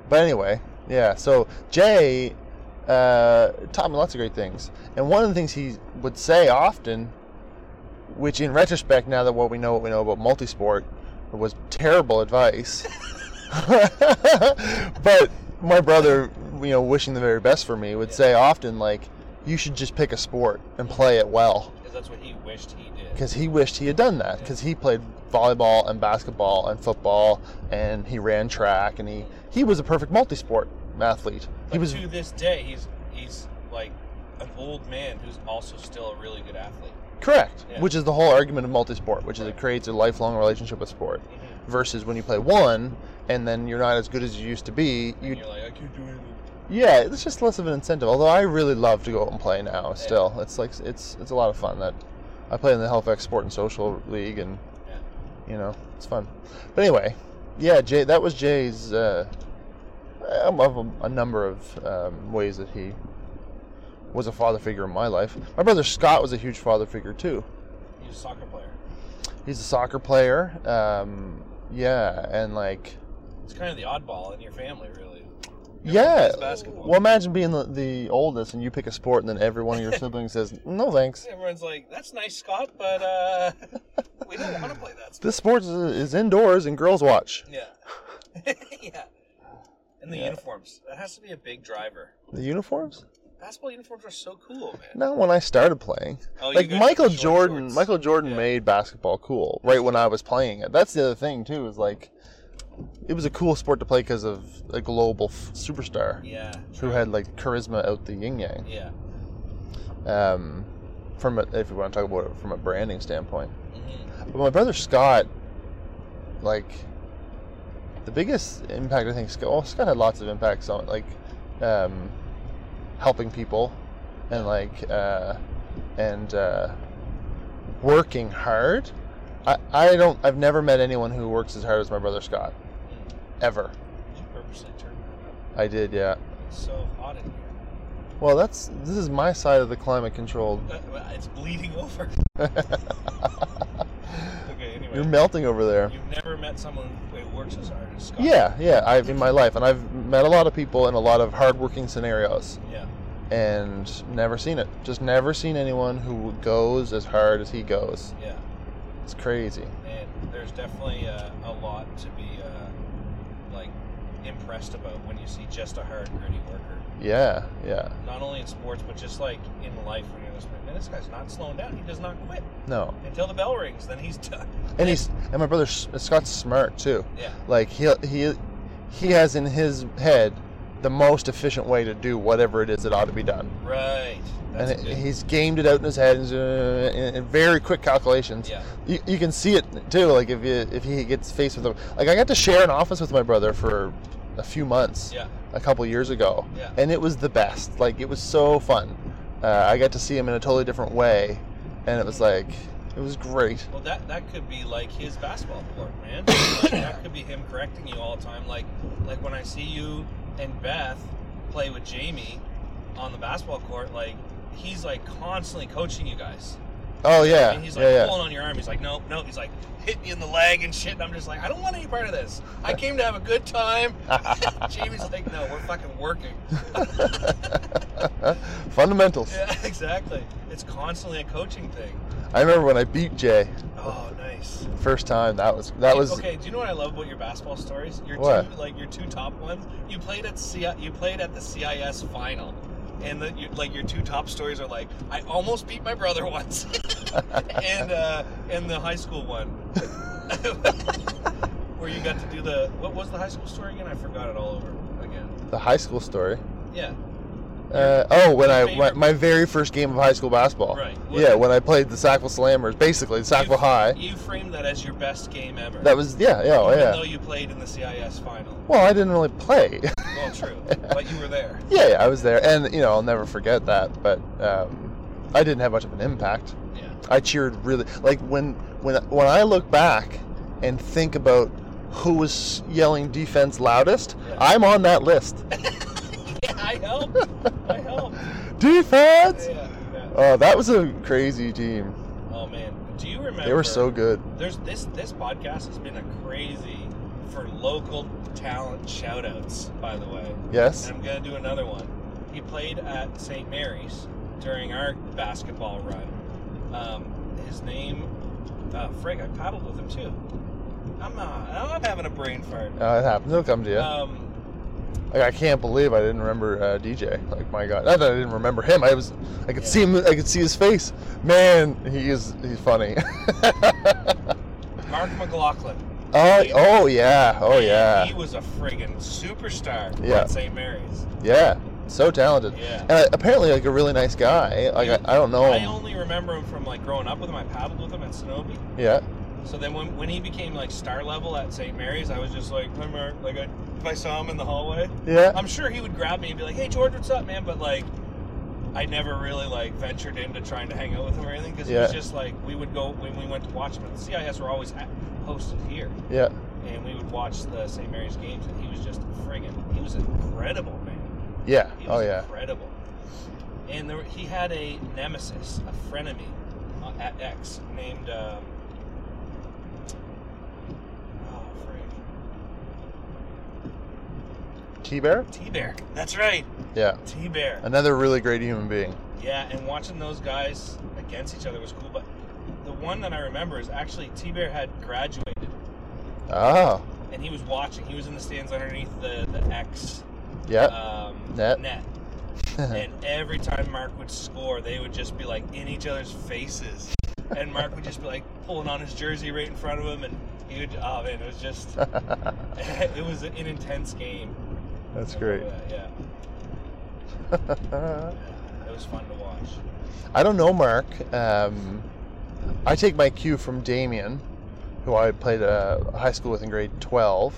Speaker 2: but anyway, yeah. So Jay uh, taught me lots of great things, and one of the things he would say often, which in retrospect, now that what we know what we know about multisport, was terrible advice. but my brother, you know, wishing the very best for me, would say often like, "You should just pick a sport and play it well."
Speaker 1: Because that's what he wished he did.
Speaker 2: because he wished he had done that because he played volleyball and basketball and football and he ran track and he he was a perfect multi-sport athlete he
Speaker 1: But
Speaker 2: was
Speaker 1: to this day, he's he's like an old man who's also still a really good athlete.
Speaker 2: correct
Speaker 1: Yeah.
Speaker 2: which is the whole argument of multi-sport which is it
Speaker 1: Right.
Speaker 2: creates a lifelong relationship with sport
Speaker 1: Mm-hmm.
Speaker 2: versus when you play one and then you're not as good as you used to be
Speaker 1: And
Speaker 2: you
Speaker 1: you're like, I can't do anything.
Speaker 2: yeah it's just less of an incentive although i really love to go out and play now still it's like it's it's a lot of fun that i play in the halifax sport and social league and
Speaker 1: Yeah.
Speaker 2: you know it's fun but anyway yeah jay that was jay's uh um, of a, a number of um, ways that he was a father figure in my life my brother scott was a huge father figure too
Speaker 1: He's a soccer player.
Speaker 2: he's a soccer player um, yeah and like
Speaker 1: It's kind of the oddball in your family, really.
Speaker 2: yeah
Speaker 1: plays basketball.
Speaker 2: well imagine being the, the oldest and you pick a sport and then every one of your siblings says no thanks
Speaker 1: Everyone's like, "That's nice, Scott, but uh, we don't want to play that." sport."
Speaker 2: this sport is, is indoors and girls watch
Speaker 1: Yeah, yeah. And the
Speaker 2: Yeah.
Speaker 1: uniforms. That has to be a big driver.
Speaker 2: the uniforms
Speaker 1: Basketball uniforms are so cool, man.
Speaker 2: not when i started playing
Speaker 1: Oh, you
Speaker 2: like
Speaker 1: guys
Speaker 2: Michael
Speaker 1: have short
Speaker 2: Jordan,
Speaker 1: shorts.
Speaker 2: Michael Jordan
Speaker 1: Yeah.
Speaker 2: made basketball cool right when I was playing it. That's the other thing too is like it was a cool sport to play because of a global f- superstar
Speaker 1: Yeah,
Speaker 2: who had like charisma out the yin yang.
Speaker 1: yeah.
Speaker 2: Um, from a, if you want to talk about it from a branding standpoint,
Speaker 1: hmm
Speaker 2: but my brother Scott, like the biggest impact I think Scott, well, Scott had lots of impacts on like um, helping people and like uh, and uh, working hard. I, I don't I've never met anyone who works as hard as my brother Scott ever.
Speaker 1: You Mm-hmm. purposely turned that up.
Speaker 2: I did, yeah.
Speaker 1: It's so hot in here.
Speaker 2: Well, that's this is my side of the climate controlled.
Speaker 1: Uh, well, It's bleeding over. Okay, anyway.
Speaker 2: You're melting over there.
Speaker 1: You've never met someone who works as hard as Scott.
Speaker 2: Yeah, yeah. I've in my life, and I've met a lot of people in a lot of hardworking scenarios,
Speaker 1: Yeah.
Speaker 2: and never seen it. Just never seen anyone who goes as hard as he goes.
Speaker 1: Yeah.
Speaker 2: It's crazy.
Speaker 1: and there's definitely uh, a lot to be uh, like impressed about when you see just a hard gritty worker
Speaker 2: Yeah, yeah.
Speaker 1: not only in sports but just like in life when you're listening man this guy's not slowing down he does not quit
Speaker 2: No,
Speaker 1: until the bell rings then he's done
Speaker 2: and he's and my brother S- uh, Scott's smart too.
Speaker 1: yeah
Speaker 2: Like he he he has in his head the most efficient way to do whatever it is that ought to be done,
Speaker 1: right that's
Speaker 2: and it,
Speaker 1: good
Speaker 2: he's gamed it out in his head and, uh, in, in very quick calculations.
Speaker 1: yeah
Speaker 2: you, you can see it too. Like if you if he gets faced with a like I got to share an office with my brother for a few months,
Speaker 1: yeah
Speaker 2: a couple years ago,
Speaker 1: Yeah.
Speaker 2: and it was the best. Like it was so fun. Uh, I got to see him in a totally different way, and it was like it was great.
Speaker 1: well that that could be like his basketball court man Like, that could be him correcting you all the time like like when i see you and beth play with jamie on the basketball court like he's like constantly coaching you guys
Speaker 2: Oh yeah,
Speaker 1: And he's like
Speaker 2: yeah, yeah.
Speaker 1: pulling on your arm. He's like, nope, nope. He's like hitting you in the leg and shit. And I'm just like, I don't want any part of this. I came to have a good time. Jamie's like, no, we're fucking working.
Speaker 2: Fundamentals.
Speaker 1: Yeah, exactly. It's constantly a coaching thing.
Speaker 2: I remember when I beat Jay
Speaker 1: Oh, nice.
Speaker 2: first time. That was that
Speaker 1: Hey,
Speaker 2: was
Speaker 1: okay. Do you know what I love about your basketball stories? Your
Speaker 2: What?
Speaker 1: two, like your two top ones. You played at C- You played at the CIS final. And the, you, like your two top stories are like, I almost beat my brother once, and uh, and the high school one. where you got to do the what was the high school story again? I forgot it all over again.
Speaker 2: the high school story.
Speaker 1: Yeah,
Speaker 2: Uh, oh, when I my,
Speaker 1: favorite-
Speaker 2: my very first game of high school basketball.
Speaker 1: Right.
Speaker 2: Yeah, when I played the Sackville Slammers, basically the Sackville
Speaker 1: You-
Speaker 2: High.
Speaker 1: you framed that as your best game ever.
Speaker 2: That was yeah, yeah, oh,
Speaker 1: even
Speaker 2: yeah.
Speaker 1: Though you played in the CIS final.
Speaker 2: Well, I didn't really play.
Speaker 1: Well, true, but you were there.
Speaker 2: yeah, yeah, I was there, and you know I'll never forget that. But um, I didn't have much of an impact.
Speaker 1: Yeah.
Speaker 2: I cheered really like when when when I look back and think about who was yelling defense loudest,
Speaker 1: Yeah.
Speaker 2: I'm on that list.
Speaker 1: Yeah, I helped. I helped.
Speaker 2: defense.
Speaker 1: Yeah, yeah.
Speaker 2: Oh, that was a crazy team.
Speaker 1: Oh man, do you remember? remember
Speaker 2: They were so good.
Speaker 1: There's this this podcast has been a crazy for local talent shout outs, by the way.
Speaker 2: Yes.
Speaker 1: And I'm gonna do another one. He played at St. Mary's during our basketball run. Um, his name, uh, Frank. I paddled with him too. I'm not. I'm not having a brain fart.
Speaker 2: Uh, it happens. It'll come to you.
Speaker 1: Um,
Speaker 2: Like I can't believe I didn't remember uh, DJ. Like my God, not that I didn't remember him. I was, I could see him. I could see his face. Man, he is. He's funny.
Speaker 1: Mark McLaughlin.
Speaker 2: oh, oh yeah, oh yeah,
Speaker 1: He was a friggin' superstar
Speaker 2: Yeah.
Speaker 1: at St. Mary's.
Speaker 2: yeah. So talented,
Speaker 1: Yeah.
Speaker 2: and uh, apparently like a really nice guy. Like I, I don't know
Speaker 1: I
Speaker 2: him.
Speaker 1: only remember him from like growing up with him. I paddled with him at Sonobi.
Speaker 2: Yeah,
Speaker 1: So then when, when he became like star level at St. Mary's, I was just like, "Hi, Mark." Like, I, if I saw him in the hallway,
Speaker 2: yeah.
Speaker 1: I'm sure he would grab me and be like, "Hey, George, what's up, man?" But like, I never really like ventured into trying to hang out with him or anything because it was
Speaker 2: Yeah.
Speaker 1: just like we would go when we went to watch him at the CIS. Were always ha- hosted here,
Speaker 2: Yeah,
Speaker 1: and we would watch the St. Mary's games, and he was just friggin' he was incredible, man.
Speaker 2: yeah.
Speaker 1: He
Speaker 2: Oh
Speaker 1: was
Speaker 2: yeah.
Speaker 1: incredible. And there, he had a nemesis, a frenemy uh, at X named. Um, oh, frig.
Speaker 2: T Bear.
Speaker 1: T Bear. That's right.
Speaker 2: Yeah,
Speaker 1: T Bear.
Speaker 2: another really great human being.
Speaker 1: Yeah, and watching those guys against each other was cool. But the one that I remember is actually T Bear had graduated,
Speaker 2: Oh,
Speaker 1: and he was watching. He was in the stands underneath the the X
Speaker 2: yeah.
Speaker 1: um,
Speaker 2: Net.
Speaker 1: net.
Speaker 2: Uh-huh.
Speaker 1: and every time Mark would score, they would just be like in each other's faces, and Mark would just be like pulling on his jersey right in front of him, and he would. Oh man, it was just it was an intense game.
Speaker 2: That's
Speaker 1: I
Speaker 2: great.
Speaker 1: remember that, yeah, it was fun to watch.
Speaker 2: I don't know, Mark. Um, I take my cue from Damien, who I played uh, high school with in grade 12,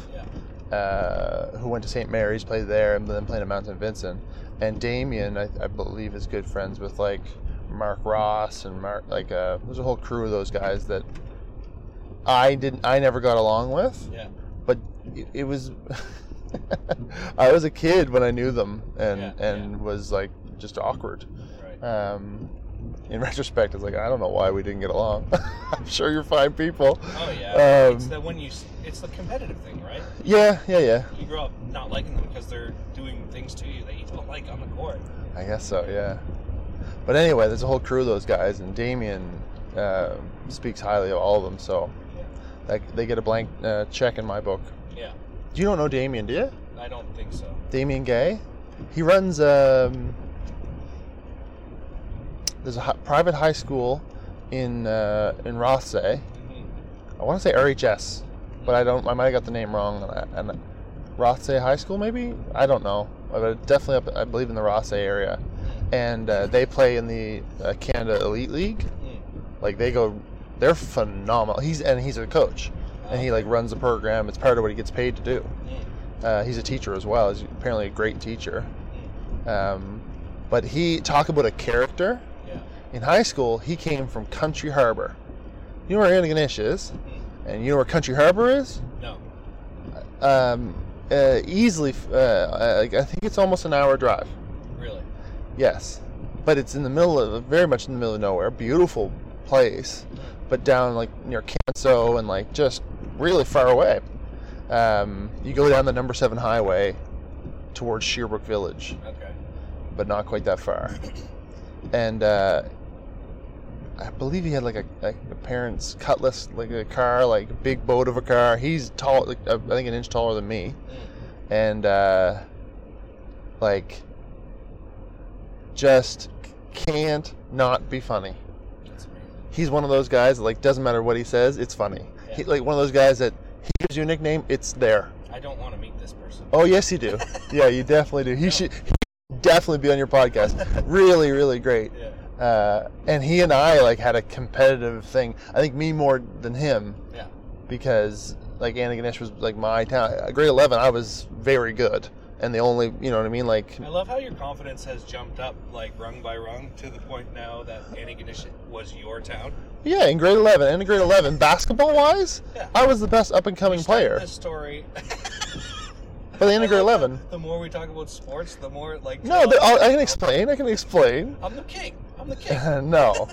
Speaker 1: Yeah.
Speaker 2: uh, who went to St. Mary's, played there, and then played at Mount St. Vincent. And Damien, I, I believe, is good friends with like Mark Ross and Mark. Like, uh, there's a whole crew of those guys that I didn't, I never got along with.
Speaker 1: Yeah.
Speaker 2: But it, it was, I was a kid when I knew them, and
Speaker 1: Yeah,
Speaker 2: and was like just awkward
Speaker 1: Right.
Speaker 2: um, in retrospect, it's like I don't know why we didn't get along. I'm sure you're fine people.
Speaker 1: Oh yeah,
Speaker 2: Um,
Speaker 1: it's that when you s- it's the competitive thing, right?
Speaker 2: Yeah, yeah, yeah.
Speaker 1: You grow up not liking them because they're doing things to you that you don't like on the court.
Speaker 2: I guess so. Yeah. But anyway, there's a whole crew of those guys, and Damien uh, speaks highly of all of them. So, like, they get a blank uh, check in my book.
Speaker 1: Yeah,
Speaker 2: You don't know Damien, do you?
Speaker 1: I don't think so.
Speaker 2: Damien Gay. He runs. Um, there's a hi- private high school in uh, in Rothsay.
Speaker 1: Mhm.
Speaker 2: I want to say RHS, but I don't. I might have got the name wrong. And, and Rothsay High School, maybe I don't know, but definitely up. I believe in the Rothsay area,
Speaker 1: Mm-hmm.
Speaker 2: and uh, they play in the uh, Canada Elite League. Like they go, they're phenomenal. He's and he's a coach, and he like runs the program. It's part of what he gets paid to do.
Speaker 1: Mm-hmm.
Speaker 2: Uh, he's a teacher as well. He's apparently a great teacher.
Speaker 1: Mm-hmm.
Speaker 2: Um, but he talk about a character.
Speaker 1: Yeah.
Speaker 2: In high school, he came from Country Harbor. You know where Antigonish is, and you know where Country Harbor is.
Speaker 1: Mm-hmm. No.
Speaker 2: Um, uh, easily, uh, I, I think it's almost an hour drive.
Speaker 1: Really.
Speaker 2: Yes, but it's in the middle of very much in the middle of nowhere. Beautiful place, but down like near Canso and like just really far away. Um, you go down the number seven highway towards Sheerbrook Village
Speaker 1: Okay.
Speaker 2: but not quite that far. And uh, I believe he had like a, a, a parent's cutlass, like a car, like a big boat of a car. He's tall, like, I think an inch taller than me, and uh, like just can't not be funny.
Speaker 1: That's amazing.
Speaker 2: He's one of those guys that like doesn't matter what he says, it's funny. He, like one of those guys that he gives you a nickname, it's there.
Speaker 1: I don't want to meet this person.
Speaker 2: Oh yes, you do. yeah, you definitely do. He should he should definitely be on your podcast. really, really great.
Speaker 1: Yeah.
Speaker 2: Uh, and he and I like had a competitive thing. I think me more than him
Speaker 1: Yeah.
Speaker 2: because like Anna Ganesh was like my talent. Grade eleven, I was very good, and the only you know what I mean. Like
Speaker 1: I love how your confidence has jumped up like rung by rung to the point now that Antigonish was your town.
Speaker 2: yeah, in grade eleven and in grade eleven, basketball wise,
Speaker 1: Yeah.
Speaker 2: I was the best up and
Speaker 1: We
Speaker 2: coming
Speaker 1: started
Speaker 2: player.
Speaker 1: This story.
Speaker 2: By the end of grade eleven,
Speaker 1: the more we talk about sports, the more like
Speaker 2: no, they- I'll- I can explain. I can explain.
Speaker 1: I'm the king. I'm the king.
Speaker 2: no,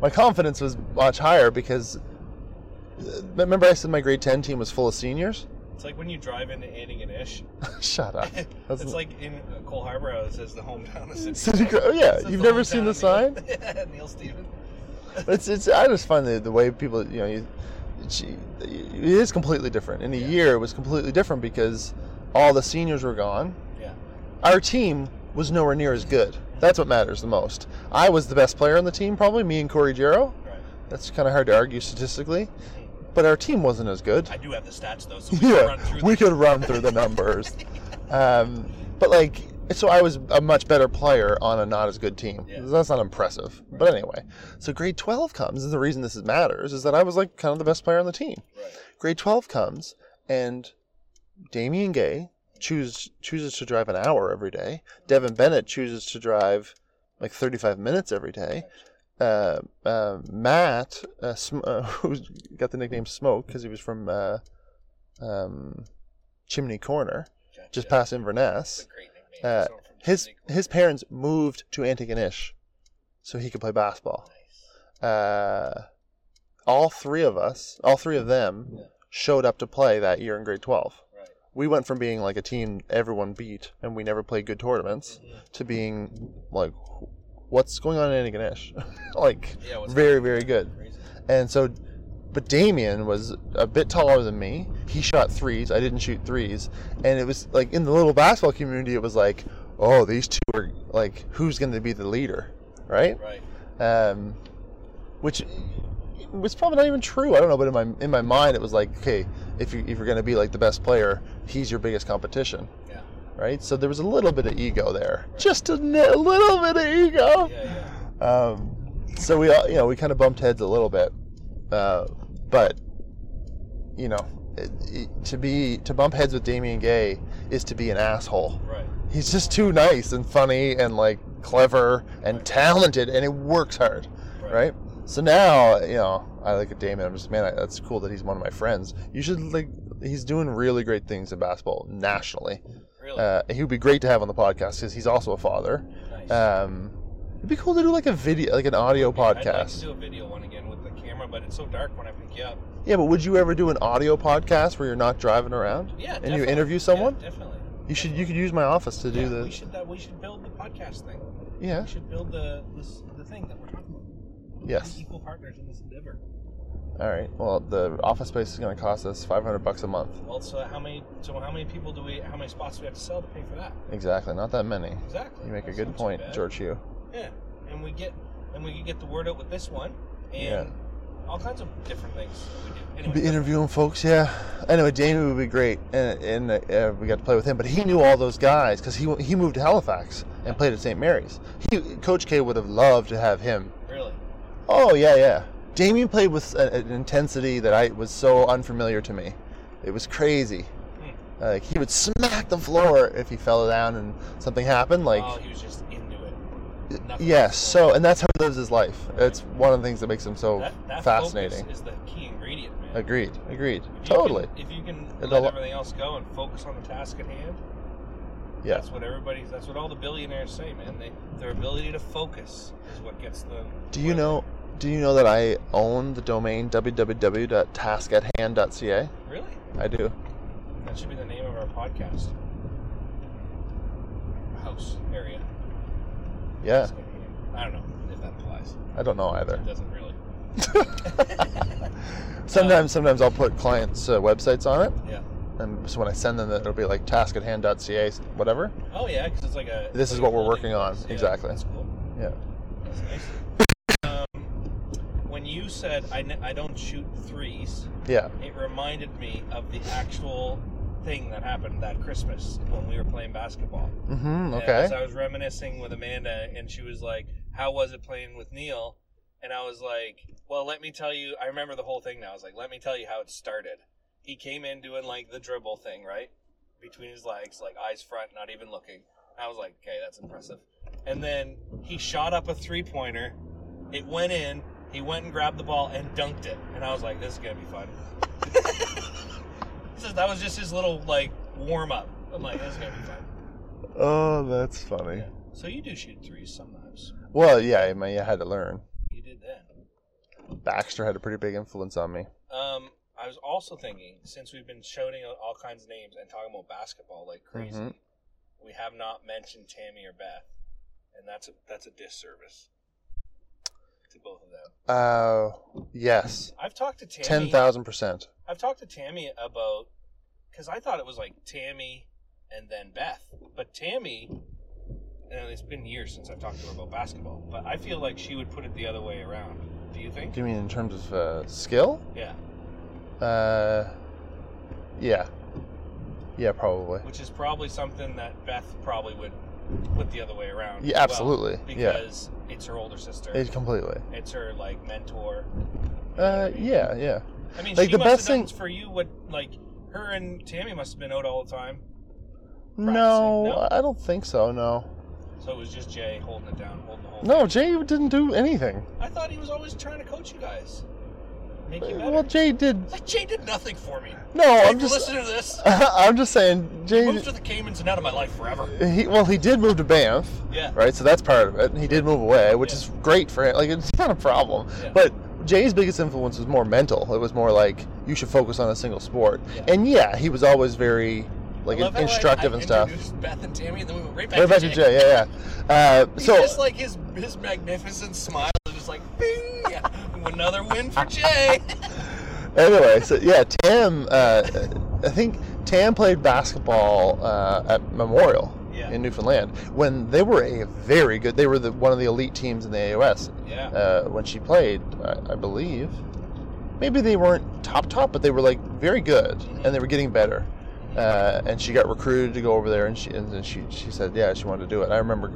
Speaker 2: my confidence was much higher because uh, remember I said my grade 10 team was full of seniors?
Speaker 1: It's like when you drive into Anning and Ish.
Speaker 2: Shut up. That's-
Speaker 1: it's like in uh, Cole Harbor how it says the hometown of City.
Speaker 2: City
Speaker 1: Grove.
Speaker 2: Gro- oh, yeah,
Speaker 1: It says
Speaker 2: you've
Speaker 1: the
Speaker 2: never seen
Speaker 1: hometown
Speaker 2: the
Speaker 1: of
Speaker 2: sign?
Speaker 1: Neil- Yeah, Neil Stephen.
Speaker 2: It's it's. I just find the the way people you know you, she, it is completely different. In a
Speaker 1: Yeah.
Speaker 2: year, it was completely different because all the seniors were gone.
Speaker 1: Yeah.
Speaker 2: Our team was nowhere near as good. That's what matters the most. I was the best player on the team, probably me and Corey Jarrow.
Speaker 1: Right.
Speaker 2: That's kind of hard to argue statistically, but our team wasn't as good.
Speaker 1: I do have the stats though, so we can run
Speaker 2: yeah,
Speaker 1: through
Speaker 2: we
Speaker 1: them.
Speaker 2: could run through the numbers. um, but like, so I was a much better player on a not as good team.
Speaker 1: Yeah.
Speaker 2: That's not impressive. But anyway, so grade 12 comes, and the reason this is- matters is that I was like kind of the best player on the team.
Speaker 1: Right.
Speaker 2: Grade 12 comes, and Damian Gay choose, chooses to drive an hour every day. Devin Bennett chooses to drive like 35 minutes every day. Uh, uh, Matt, uh, Sm- uh, who got the nickname Smoke because he was from uh, um, Chimney Corner,
Speaker 1: Gotcha.
Speaker 2: just past
Speaker 1: That's a
Speaker 2: Inverness.
Speaker 1: great nickname.
Speaker 2: Uh,
Speaker 1: Someone from
Speaker 2: His
Speaker 1: Jamaica.
Speaker 2: his parents moved to Antigonish, so he could play basketball. Uh, all three of us, all three of them,
Speaker 1: Yeah.
Speaker 2: showed up to play that year in grade twelve.
Speaker 1: Right.
Speaker 2: We went from being like a team everyone beat and we never played good tournaments
Speaker 1: Mhm.
Speaker 2: to being like, what's going on in Antigonish? like,
Speaker 1: Yeah, what's
Speaker 2: very
Speaker 1: going
Speaker 2: very
Speaker 1: on?
Speaker 2: good.
Speaker 1: Crazy.
Speaker 2: And so, but Damien was a bit taller than me. He shot threes. I didn't shoot threes. And it was like in the little basketball community, it was like, oh, these two are like, who's going to be the leader, right?
Speaker 1: Right.
Speaker 2: Um, which was probably not even true. I don't know, but in my in my mind, it was like, okay, if you if you're going to be like the best player, he's your biggest competition.
Speaker 1: Yeah.
Speaker 2: Right. So there was a little bit of ego there, just a, ni- a little bit of ego.
Speaker 1: Yeah, yeah.
Speaker 2: Um, so we all, you know, we kind of bumped heads a little bit, uh, but you know, it, it- to be to bump heads with Damian Gay is to be an asshole.
Speaker 1: Right.
Speaker 2: He's just too nice and funny and like clever and talented, and he works hard,
Speaker 1: Right.
Speaker 2: right? So now, you know, I look at Damon. I'm just man, that's cool that he's one of my friends. You should like, he's doing really great things in basketball nationally.
Speaker 1: Really.
Speaker 2: Uh, he would be great to have on the podcast because he's also a father.
Speaker 1: nice.
Speaker 2: Um, it'd be cool to do like a video, like an audio
Speaker 1: I'd like to
Speaker 2: podcast.
Speaker 1: do a video one again with the camera, but it's so dark when I pick you up.
Speaker 2: Yeah, but would you ever do an audio podcast where you're not driving around?
Speaker 1: Yeah.
Speaker 2: And you
Speaker 1: definitely.
Speaker 2: interview someone?
Speaker 1: Yeah, definitely.
Speaker 2: You should. You could use my office to do
Speaker 1: yeah,
Speaker 2: the.
Speaker 1: We should. Uh, we should build the podcast thing.
Speaker 2: yeah.
Speaker 1: We should build the this, the thing that we're talking about.
Speaker 2: Yes.
Speaker 1: Equal partners in this endeavor.
Speaker 2: All right. Well, the office space is going to cost us 500 bucks a month.
Speaker 1: Well, so how many? So how many people do we? How many spots do we have to sell to pay for that?
Speaker 2: Exactly. Not that many.
Speaker 1: Exactly.
Speaker 2: You make a
Speaker 1: That's
Speaker 2: good
Speaker 1: not too
Speaker 2: point,
Speaker 1: bad.
Speaker 2: George Hugh.
Speaker 1: Yeah, and we get and we can get the word out with this one, and all kinds of different things that we do. Anyway,
Speaker 2: Be interviewing folks, yeah. Anyway, Damien would be great, and, and uh, we got to play with him. But he knew all those guys because he he moved to Halifax and played at St. Mary's. He, Coach K would have loved to have him
Speaker 1: really,
Speaker 2: Oh yeah, yeah. Damien played with a, an intensity that I was so unfamiliar to me. It was crazy.
Speaker 1: Hmm.
Speaker 2: Like he would smack the floor if he fell down and something happened. Like
Speaker 1: oh, he was just into it.
Speaker 2: yes,
Speaker 1: nothing
Speaker 2: so and that's how he lives his life. It's one of the things that makes him so
Speaker 1: That, that
Speaker 2: oh, fascinating.
Speaker 1: focus is the key ingredient, man.
Speaker 2: Agreed. Agreed.
Speaker 1: If you
Speaker 2: Totally.
Speaker 1: Can, if you can
Speaker 2: It
Speaker 1: let
Speaker 2: al-
Speaker 1: everything else go and focus on the task at hand,
Speaker 2: Yeah.
Speaker 1: that's what everybody's. That's what all the billionaires say, man. They, their ability to focus is what gets them.
Speaker 2: Do you know? Do you know that I own the domain www.taskathand.ca?
Speaker 1: Really,
Speaker 2: I do.
Speaker 1: that should be the name of our podcast. House area.
Speaker 2: Yeah.
Speaker 1: I don't know if that applies.
Speaker 2: I don't know either.
Speaker 1: It doesn't really.
Speaker 2: Sometimes, sometimes I'll put clients' uh, websites on it.
Speaker 1: Yeah.
Speaker 2: And so when I send them, it'll be like taskathand.ca, whatever.
Speaker 1: Oh yeah, because it's like a.
Speaker 2: This
Speaker 1: like
Speaker 2: is
Speaker 1: a
Speaker 2: what we're
Speaker 1: holding
Speaker 2: working on.
Speaker 1: place. Yeah,
Speaker 2: Exactly.
Speaker 1: That's cool.
Speaker 2: Yeah.
Speaker 1: That's nice. Um, when you said I, n- I don't shoot threes,
Speaker 2: Yeah.
Speaker 1: it reminded me of the actual thing that happened that Christmas when we were playing basketball.
Speaker 2: Mm-hmm.
Speaker 1: And
Speaker 2: Okay.
Speaker 1: as I was reminiscing with Amanda, and she was like, "How was it playing with Neil?" And I was like, "Well, let me tell you. I remember the whole thing now. I was like, let me tell you how it started. He came in doing like the dribble thing, right, between his legs, like eyes front, not even looking. I was like, okay, that's impressive. And then he shot up a three pointer. It went in. He went and grabbed the ball and dunked it. And I was like, this is gonna be fun. so that was just his little like warm up. I'm like, this is gonna be fun.
Speaker 2: Oh, that's funny.
Speaker 1: So you do shoot threes sometimes.
Speaker 2: Well, yeah. I mean, I had to learn.
Speaker 1: You did that.
Speaker 2: Baxter had a pretty big influence on me.
Speaker 1: Um, I was also thinking, since we've been shouting out all kinds of names and talking about basketball like crazy,
Speaker 2: Mhm.
Speaker 1: we have not mentioned Tammy or Beth, and that's a that's a disservice to both of them.
Speaker 2: Uh, yes,
Speaker 1: I've talked to Tammy.
Speaker 2: ten thousand percent.
Speaker 1: I've talked to Tammy about because I thought it was like Tammy and then Beth, but Tammy. And it's been years since I've talked to her about basketball, but I feel like she would put it the other way around. Do you think?
Speaker 2: You mean in terms of uh, skill?
Speaker 1: Yeah,
Speaker 2: Uh, yeah, yeah, probably.
Speaker 1: which is probably something that Beth probably would put the other way around. as
Speaker 2: Yeah,
Speaker 1: well.
Speaker 2: absolutely. yeah,
Speaker 1: because it's her older sister.
Speaker 2: it, completely.
Speaker 1: it's her like mentor.
Speaker 2: Uh, yeah, yeah.
Speaker 1: I mean,
Speaker 2: Like,
Speaker 1: she
Speaker 2: the
Speaker 1: must
Speaker 2: best
Speaker 1: have done
Speaker 2: thing-
Speaker 1: for you. What like her and Tammy must have been out all the time.
Speaker 2: No,
Speaker 1: no?
Speaker 2: I don't think so. No,
Speaker 1: So it was just Jay holding it down, holding the whole.
Speaker 2: no. Jay didn't do anything.
Speaker 1: I thought he was always trying to coach you guys, make you better.
Speaker 2: Well, Jay did.
Speaker 1: like Jay did nothing for me.
Speaker 2: No,
Speaker 1: Jay,
Speaker 2: Oh, I'm just.
Speaker 1: listen to this.
Speaker 2: I'm just saying, Jay.
Speaker 1: Move to the Caymans and out of my life forever.
Speaker 2: He well, he did move to Banff,
Speaker 1: Yeah,
Speaker 2: right? So that's part of it. And he did move away, which
Speaker 1: Yeah.
Speaker 2: is great for him. Like it's not a problem.
Speaker 1: Yeah.
Speaker 2: But Jay's biggest influence was more mental. It was more like you should focus on a single sport.
Speaker 1: Yeah.
Speaker 2: And yeah, he was always very like
Speaker 1: I love how I-
Speaker 2: instructive
Speaker 1: I
Speaker 2: and stuff.
Speaker 1: introduced Beth and Tammy, and then we went right back,
Speaker 2: Right back to Jay, yeah, yeah. Uh,
Speaker 1: He's
Speaker 2: so
Speaker 1: just like his his magnificent smile is just like bing, another win for Jay.
Speaker 2: anyway, so yeah, Tam. Uh, I think Tam played basketball uh, at Memorial
Speaker 1: Yeah.
Speaker 2: in Newfoundland when they were a very good. They were the, one of the elite teams in the AOS
Speaker 1: Yeah.
Speaker 2: uh, when she played, I, I believe. Maybe they weren't top top, but they were like very good, and they were getting better. Uh, and she got recruited to go over there, and she and then she she said, yeah, she wanted to do it. I remember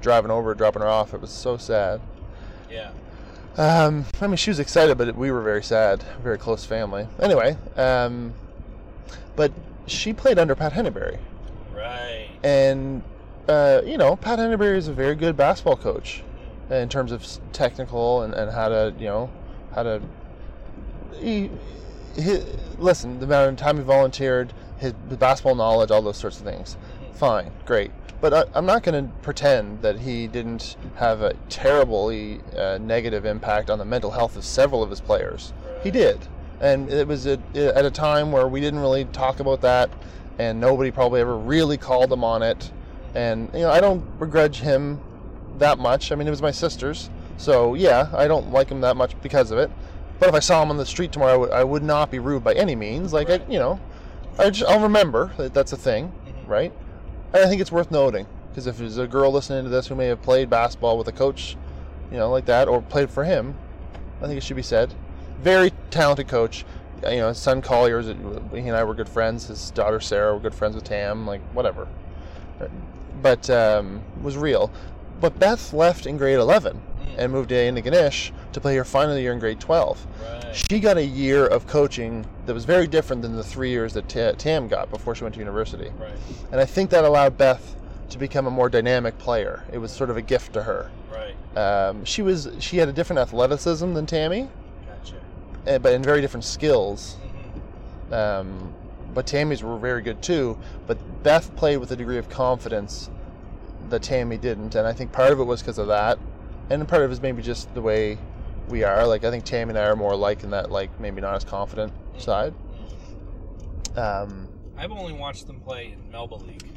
Speaker 2: driving over, dropping her off. It was so sad.
Speaker 1: Yeah.
Speaker 2: Um, I mean, she was excited, but we were very sad, very close family. Anyway, um, but she played under Pat Henneberry,
Speaker 1: Right.
Speaker 2: and uh, you know, Pat Henneberry is a very good basketball coach in terms of s- technical and, and how to, you know, how to. He, he, listen, the amount of time he volunteered, his basketball knowledge, all those sorts of things. Fine, great. But I, I'm not going to pretend that he didn't have a terribly uh, negative impact on the mental health of several of his players. He did. And it was at at a time where we didn't really talk about that, and nobody probably ever really called him on it. And, you know, I don't begrudge him that much. I mean, it was my sister's. So, yeah, I don't like him that much because of it. But if I saw him on the street tomorrow, I would, I would not be rude by any means. Like, I, you know, I just, I'll remember that that's a thing, right? And I think it's worth noting because if there's a girl listening to this who may have played basketball with a coach, you know, like that, or played for him, I think it should be said. Very talented coach. You know, his son Collier, is- he and I were good friends. His daughter Sarah were good friends with Tam, like, whatever. But, um, was real. But Beth left in grade 11 and moved into Ganesh to play her final year in grade 12
Speaker 1: Right.
Speaker 2: she got a year of coaching that was very different than the three years that Ta- Tam got before she went to university.
Speaker 1: Right.
Speaker 2: And I think that allowed Beth to become a more dynamic player. It was sort of a gift to her.
Speaker 1: Right.
Speaker 2: Um, she was she had a different athleticism than Tammy,
Speaker 1: Gotcha.
Speaker 2: eh, but in very different skills.
Speaker 1: Mhm.
Speaker 2: Um, but Tammy's were very good too. But Beth played with a degree of confidence that Tammy didn't, and I think part of it was because of that, and part of it is maybe just the way we are. Like I think Tammy and I are more alike in that, like maybe not as confident side. Um,
Speaker 1: I've only watched them play in Melba League.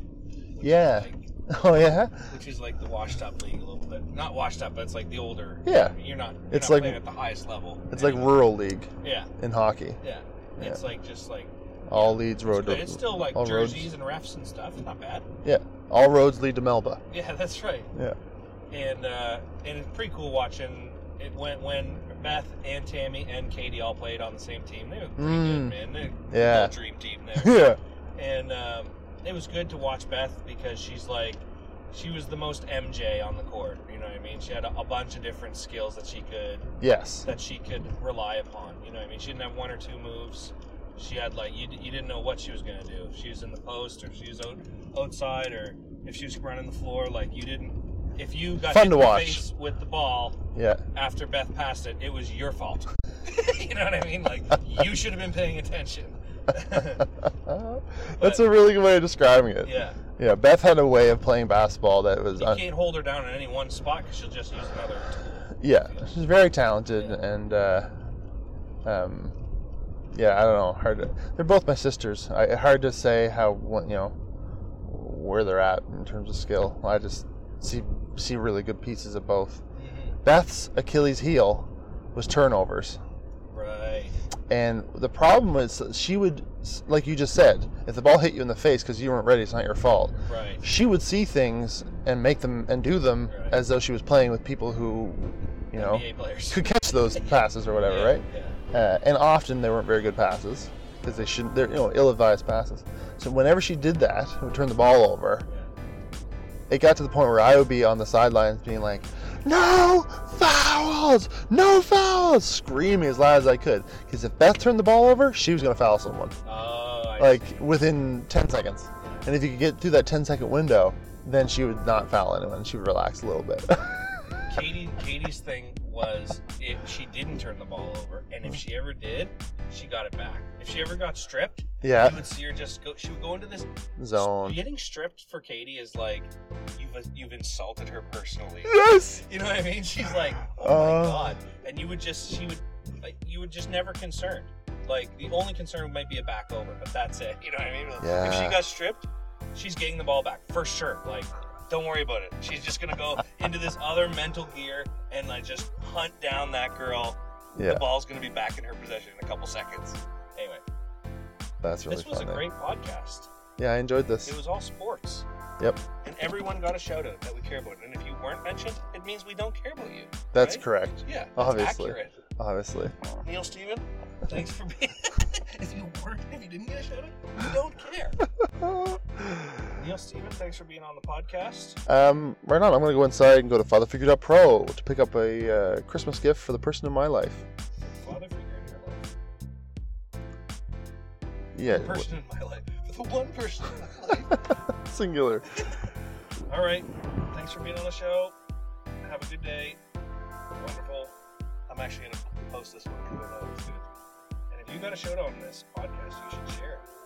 Speaker 1: which
Speaker 2: Yeah.
Speaker 1: Is like,
Speaker 2: oh yeah,
Speaker 1: which is like the washed up league a little bit. Not washed up, but it's like the older.
Speaker 2: Yeah.
Speaker 1: You're not. You're
Speaker 2: It's
Speaker 1: not
Speaker 2: like-
Speaker 1: playing at the highest level.
Speaker 2: it's like rural league
Speaker 1: Yeah.
Speaker 2: in hockey.
Speaker 1: Yeah.
Speaker 2: Yeah.
Speaker 1: It's like just like
Speaker 2: All leads
Speaker 1: it's,
Speaker 2: road
Speaker 1: good.
Speaker 2: to
Speaker 1: it's still like
Speaker 2: all roads-
Speaker 1: jerseys and refs and stuff. It's not bad.
Speaker 2: all roads lead to Melba.
Speaker 1: Yeah, that's right.
Speaker 2: Yeah.
Speaker 1: And uh, and it's pretty cool watching it when when Beth and Tammy and Katie all played on the same team. They were pretty
Speaker 2: Mm.
Speaker 1: good, man. They-
Speaker 2: Yeah.
Speaker 1: dream team there.
Speaker 2: yeah.
Speaker 1: and um, it was good to watch Beth because she's like, she was the most MJ on the court. You know what I mean? She had a, a bunch of different skills that she could
Speaker 2: Yes.
Speaker 1: that she could rely upon. You know what I mean? She didn't have one or two moves. She had like you, you didn't know what she was gonna do. If she was in the post, or if she was out, outside, or if she was running the floor, like you didn't. If you got
Speaker 2: Fun
Speaker 1: hit
Speaker 2: to
Speaker 1: in the
Speaker 2: watch.
Speaker 1: face with the ball
Speaker 2: Yeah.
Speaker 1: after Beth passed it, it was your fault. you know what I mean? Like you should have been paying attention.
Speaker 2: That's a really good way of describing it.
Speaker 1: Yeah.
Speaker 2: Yeah, Beth had a way of playing basketball that was,
Speaker 1: You
Speaker 2: un-
Speaker 1: can't hold her down in any one spot because she'll just use another.
Speaker 2: yeah, she's very talented, and uh, Um, yeah, I don't know. Hard. To, they're both my sisters. I, hard to say how what you know where they're at in terms of skill. I just see see really good pieces of both.
Speaker 1: Mm-hmm.
Speaker 2: Beth's Achilles heel was turnovers.
Speaker 1: Right.
Speaker 2: And the problem is that she would, like you just said, if the ball hit you in the face because you weren't ready, it's not your fault.
Speaker 1: Right.
Speaker 2: She would see things and make them and do them
Speaker 1: Right.
Speaker 2: as though she was playing with people who, you know,
Speaker 1: NBA players.
Speaker 2: could catch those passes or whatever,
Speaker 1: Yeah,
Speaker 2: right?
Speaker 1: Yeah.
Speaker 2: Uh, and often they weren't very good passes because they shouldn't, they're, you know, ill advised passes. So whenever she did that and turned the ball over, it got to the point where I would be on the sidelines being like, no fouls, no fouls, screaming as loud as I could. Because if Beth turned the ball over, she was going to foul someone,
Speaker 1: Oh, I
Speaker 2: like within 10 seconds. And if you could get through that 10 second window, then she would not foul anyone. She would relax a little bit.
Speaker 1: Katie Katie's thing was if she didn't turn the ball over, and if she ever did, she got it back. If she ever got stripped, you
Speaker 2: yeah,
Speaker 1: would see her just go. She would go into this
Speaker 2: zone.
Speaker 1: Getting stripped for Katie is like you've you've insulted her personally.
Speaker 2: Yes!
Speaker 1: You know what I mean? She's like, oh
Speaker 2: Uh.
Speaker 1: my god, and you would just she would like you would just never concerned. Like the only concern might be a back over, but that's it. You know what I mean? If she
Speaker 2: Yeah.
Speaker 1: got stripped, she's getting the ball back for sure. Like. Don't worry about it. She's just gonna go into this other mental gear and like just hunt down that girl.
Speaker 2: Yeah,
Speaker 1: The ball's gonna be back in her possession in a couple seconds. Anyway,
Speaker 2: that's really
Speaker 1: this was
Speaker 2: funny.
Speaker 1: a great podcast.
Speaker 2: yeah, I enjoyed this.
Speaker 1: It was all sports.
Speaker 2: Yep.
Speaker 1: And everyone got a shout out that we care about. And if you weren't mentioned, it means we don't care about you.
Speaker 2: That's
Speaker 1: right?
Speaker 2: correct,
Speaker 1: Yeah. that's
Speaker 2: Obviously.
Speaker 1: accurate.
Speaker 2: obviously.
Speaker 1: Neil Steven, thanks for being. if you weren't, if you didn't get a shout out, we don't care. Neil Steven, thanks for being on the podcast.
Speaker 2: Um, right on. I'm gonna go inside and go to FatherFigure.pro to pick up a uh, Christmas gift for the person in my life.
Speaker 1: Father figure in your life.
Speaker 2: Yeah,
Speaker 1: The person in my life. The one person in my life.
Speaker 2: singular.
Speaker 1: All right. Thanks for being on the show. Have a good day. Wonderful. I'm actually going to post this one because I thought it was good. And if you got a shout out on this podcast, you should share it.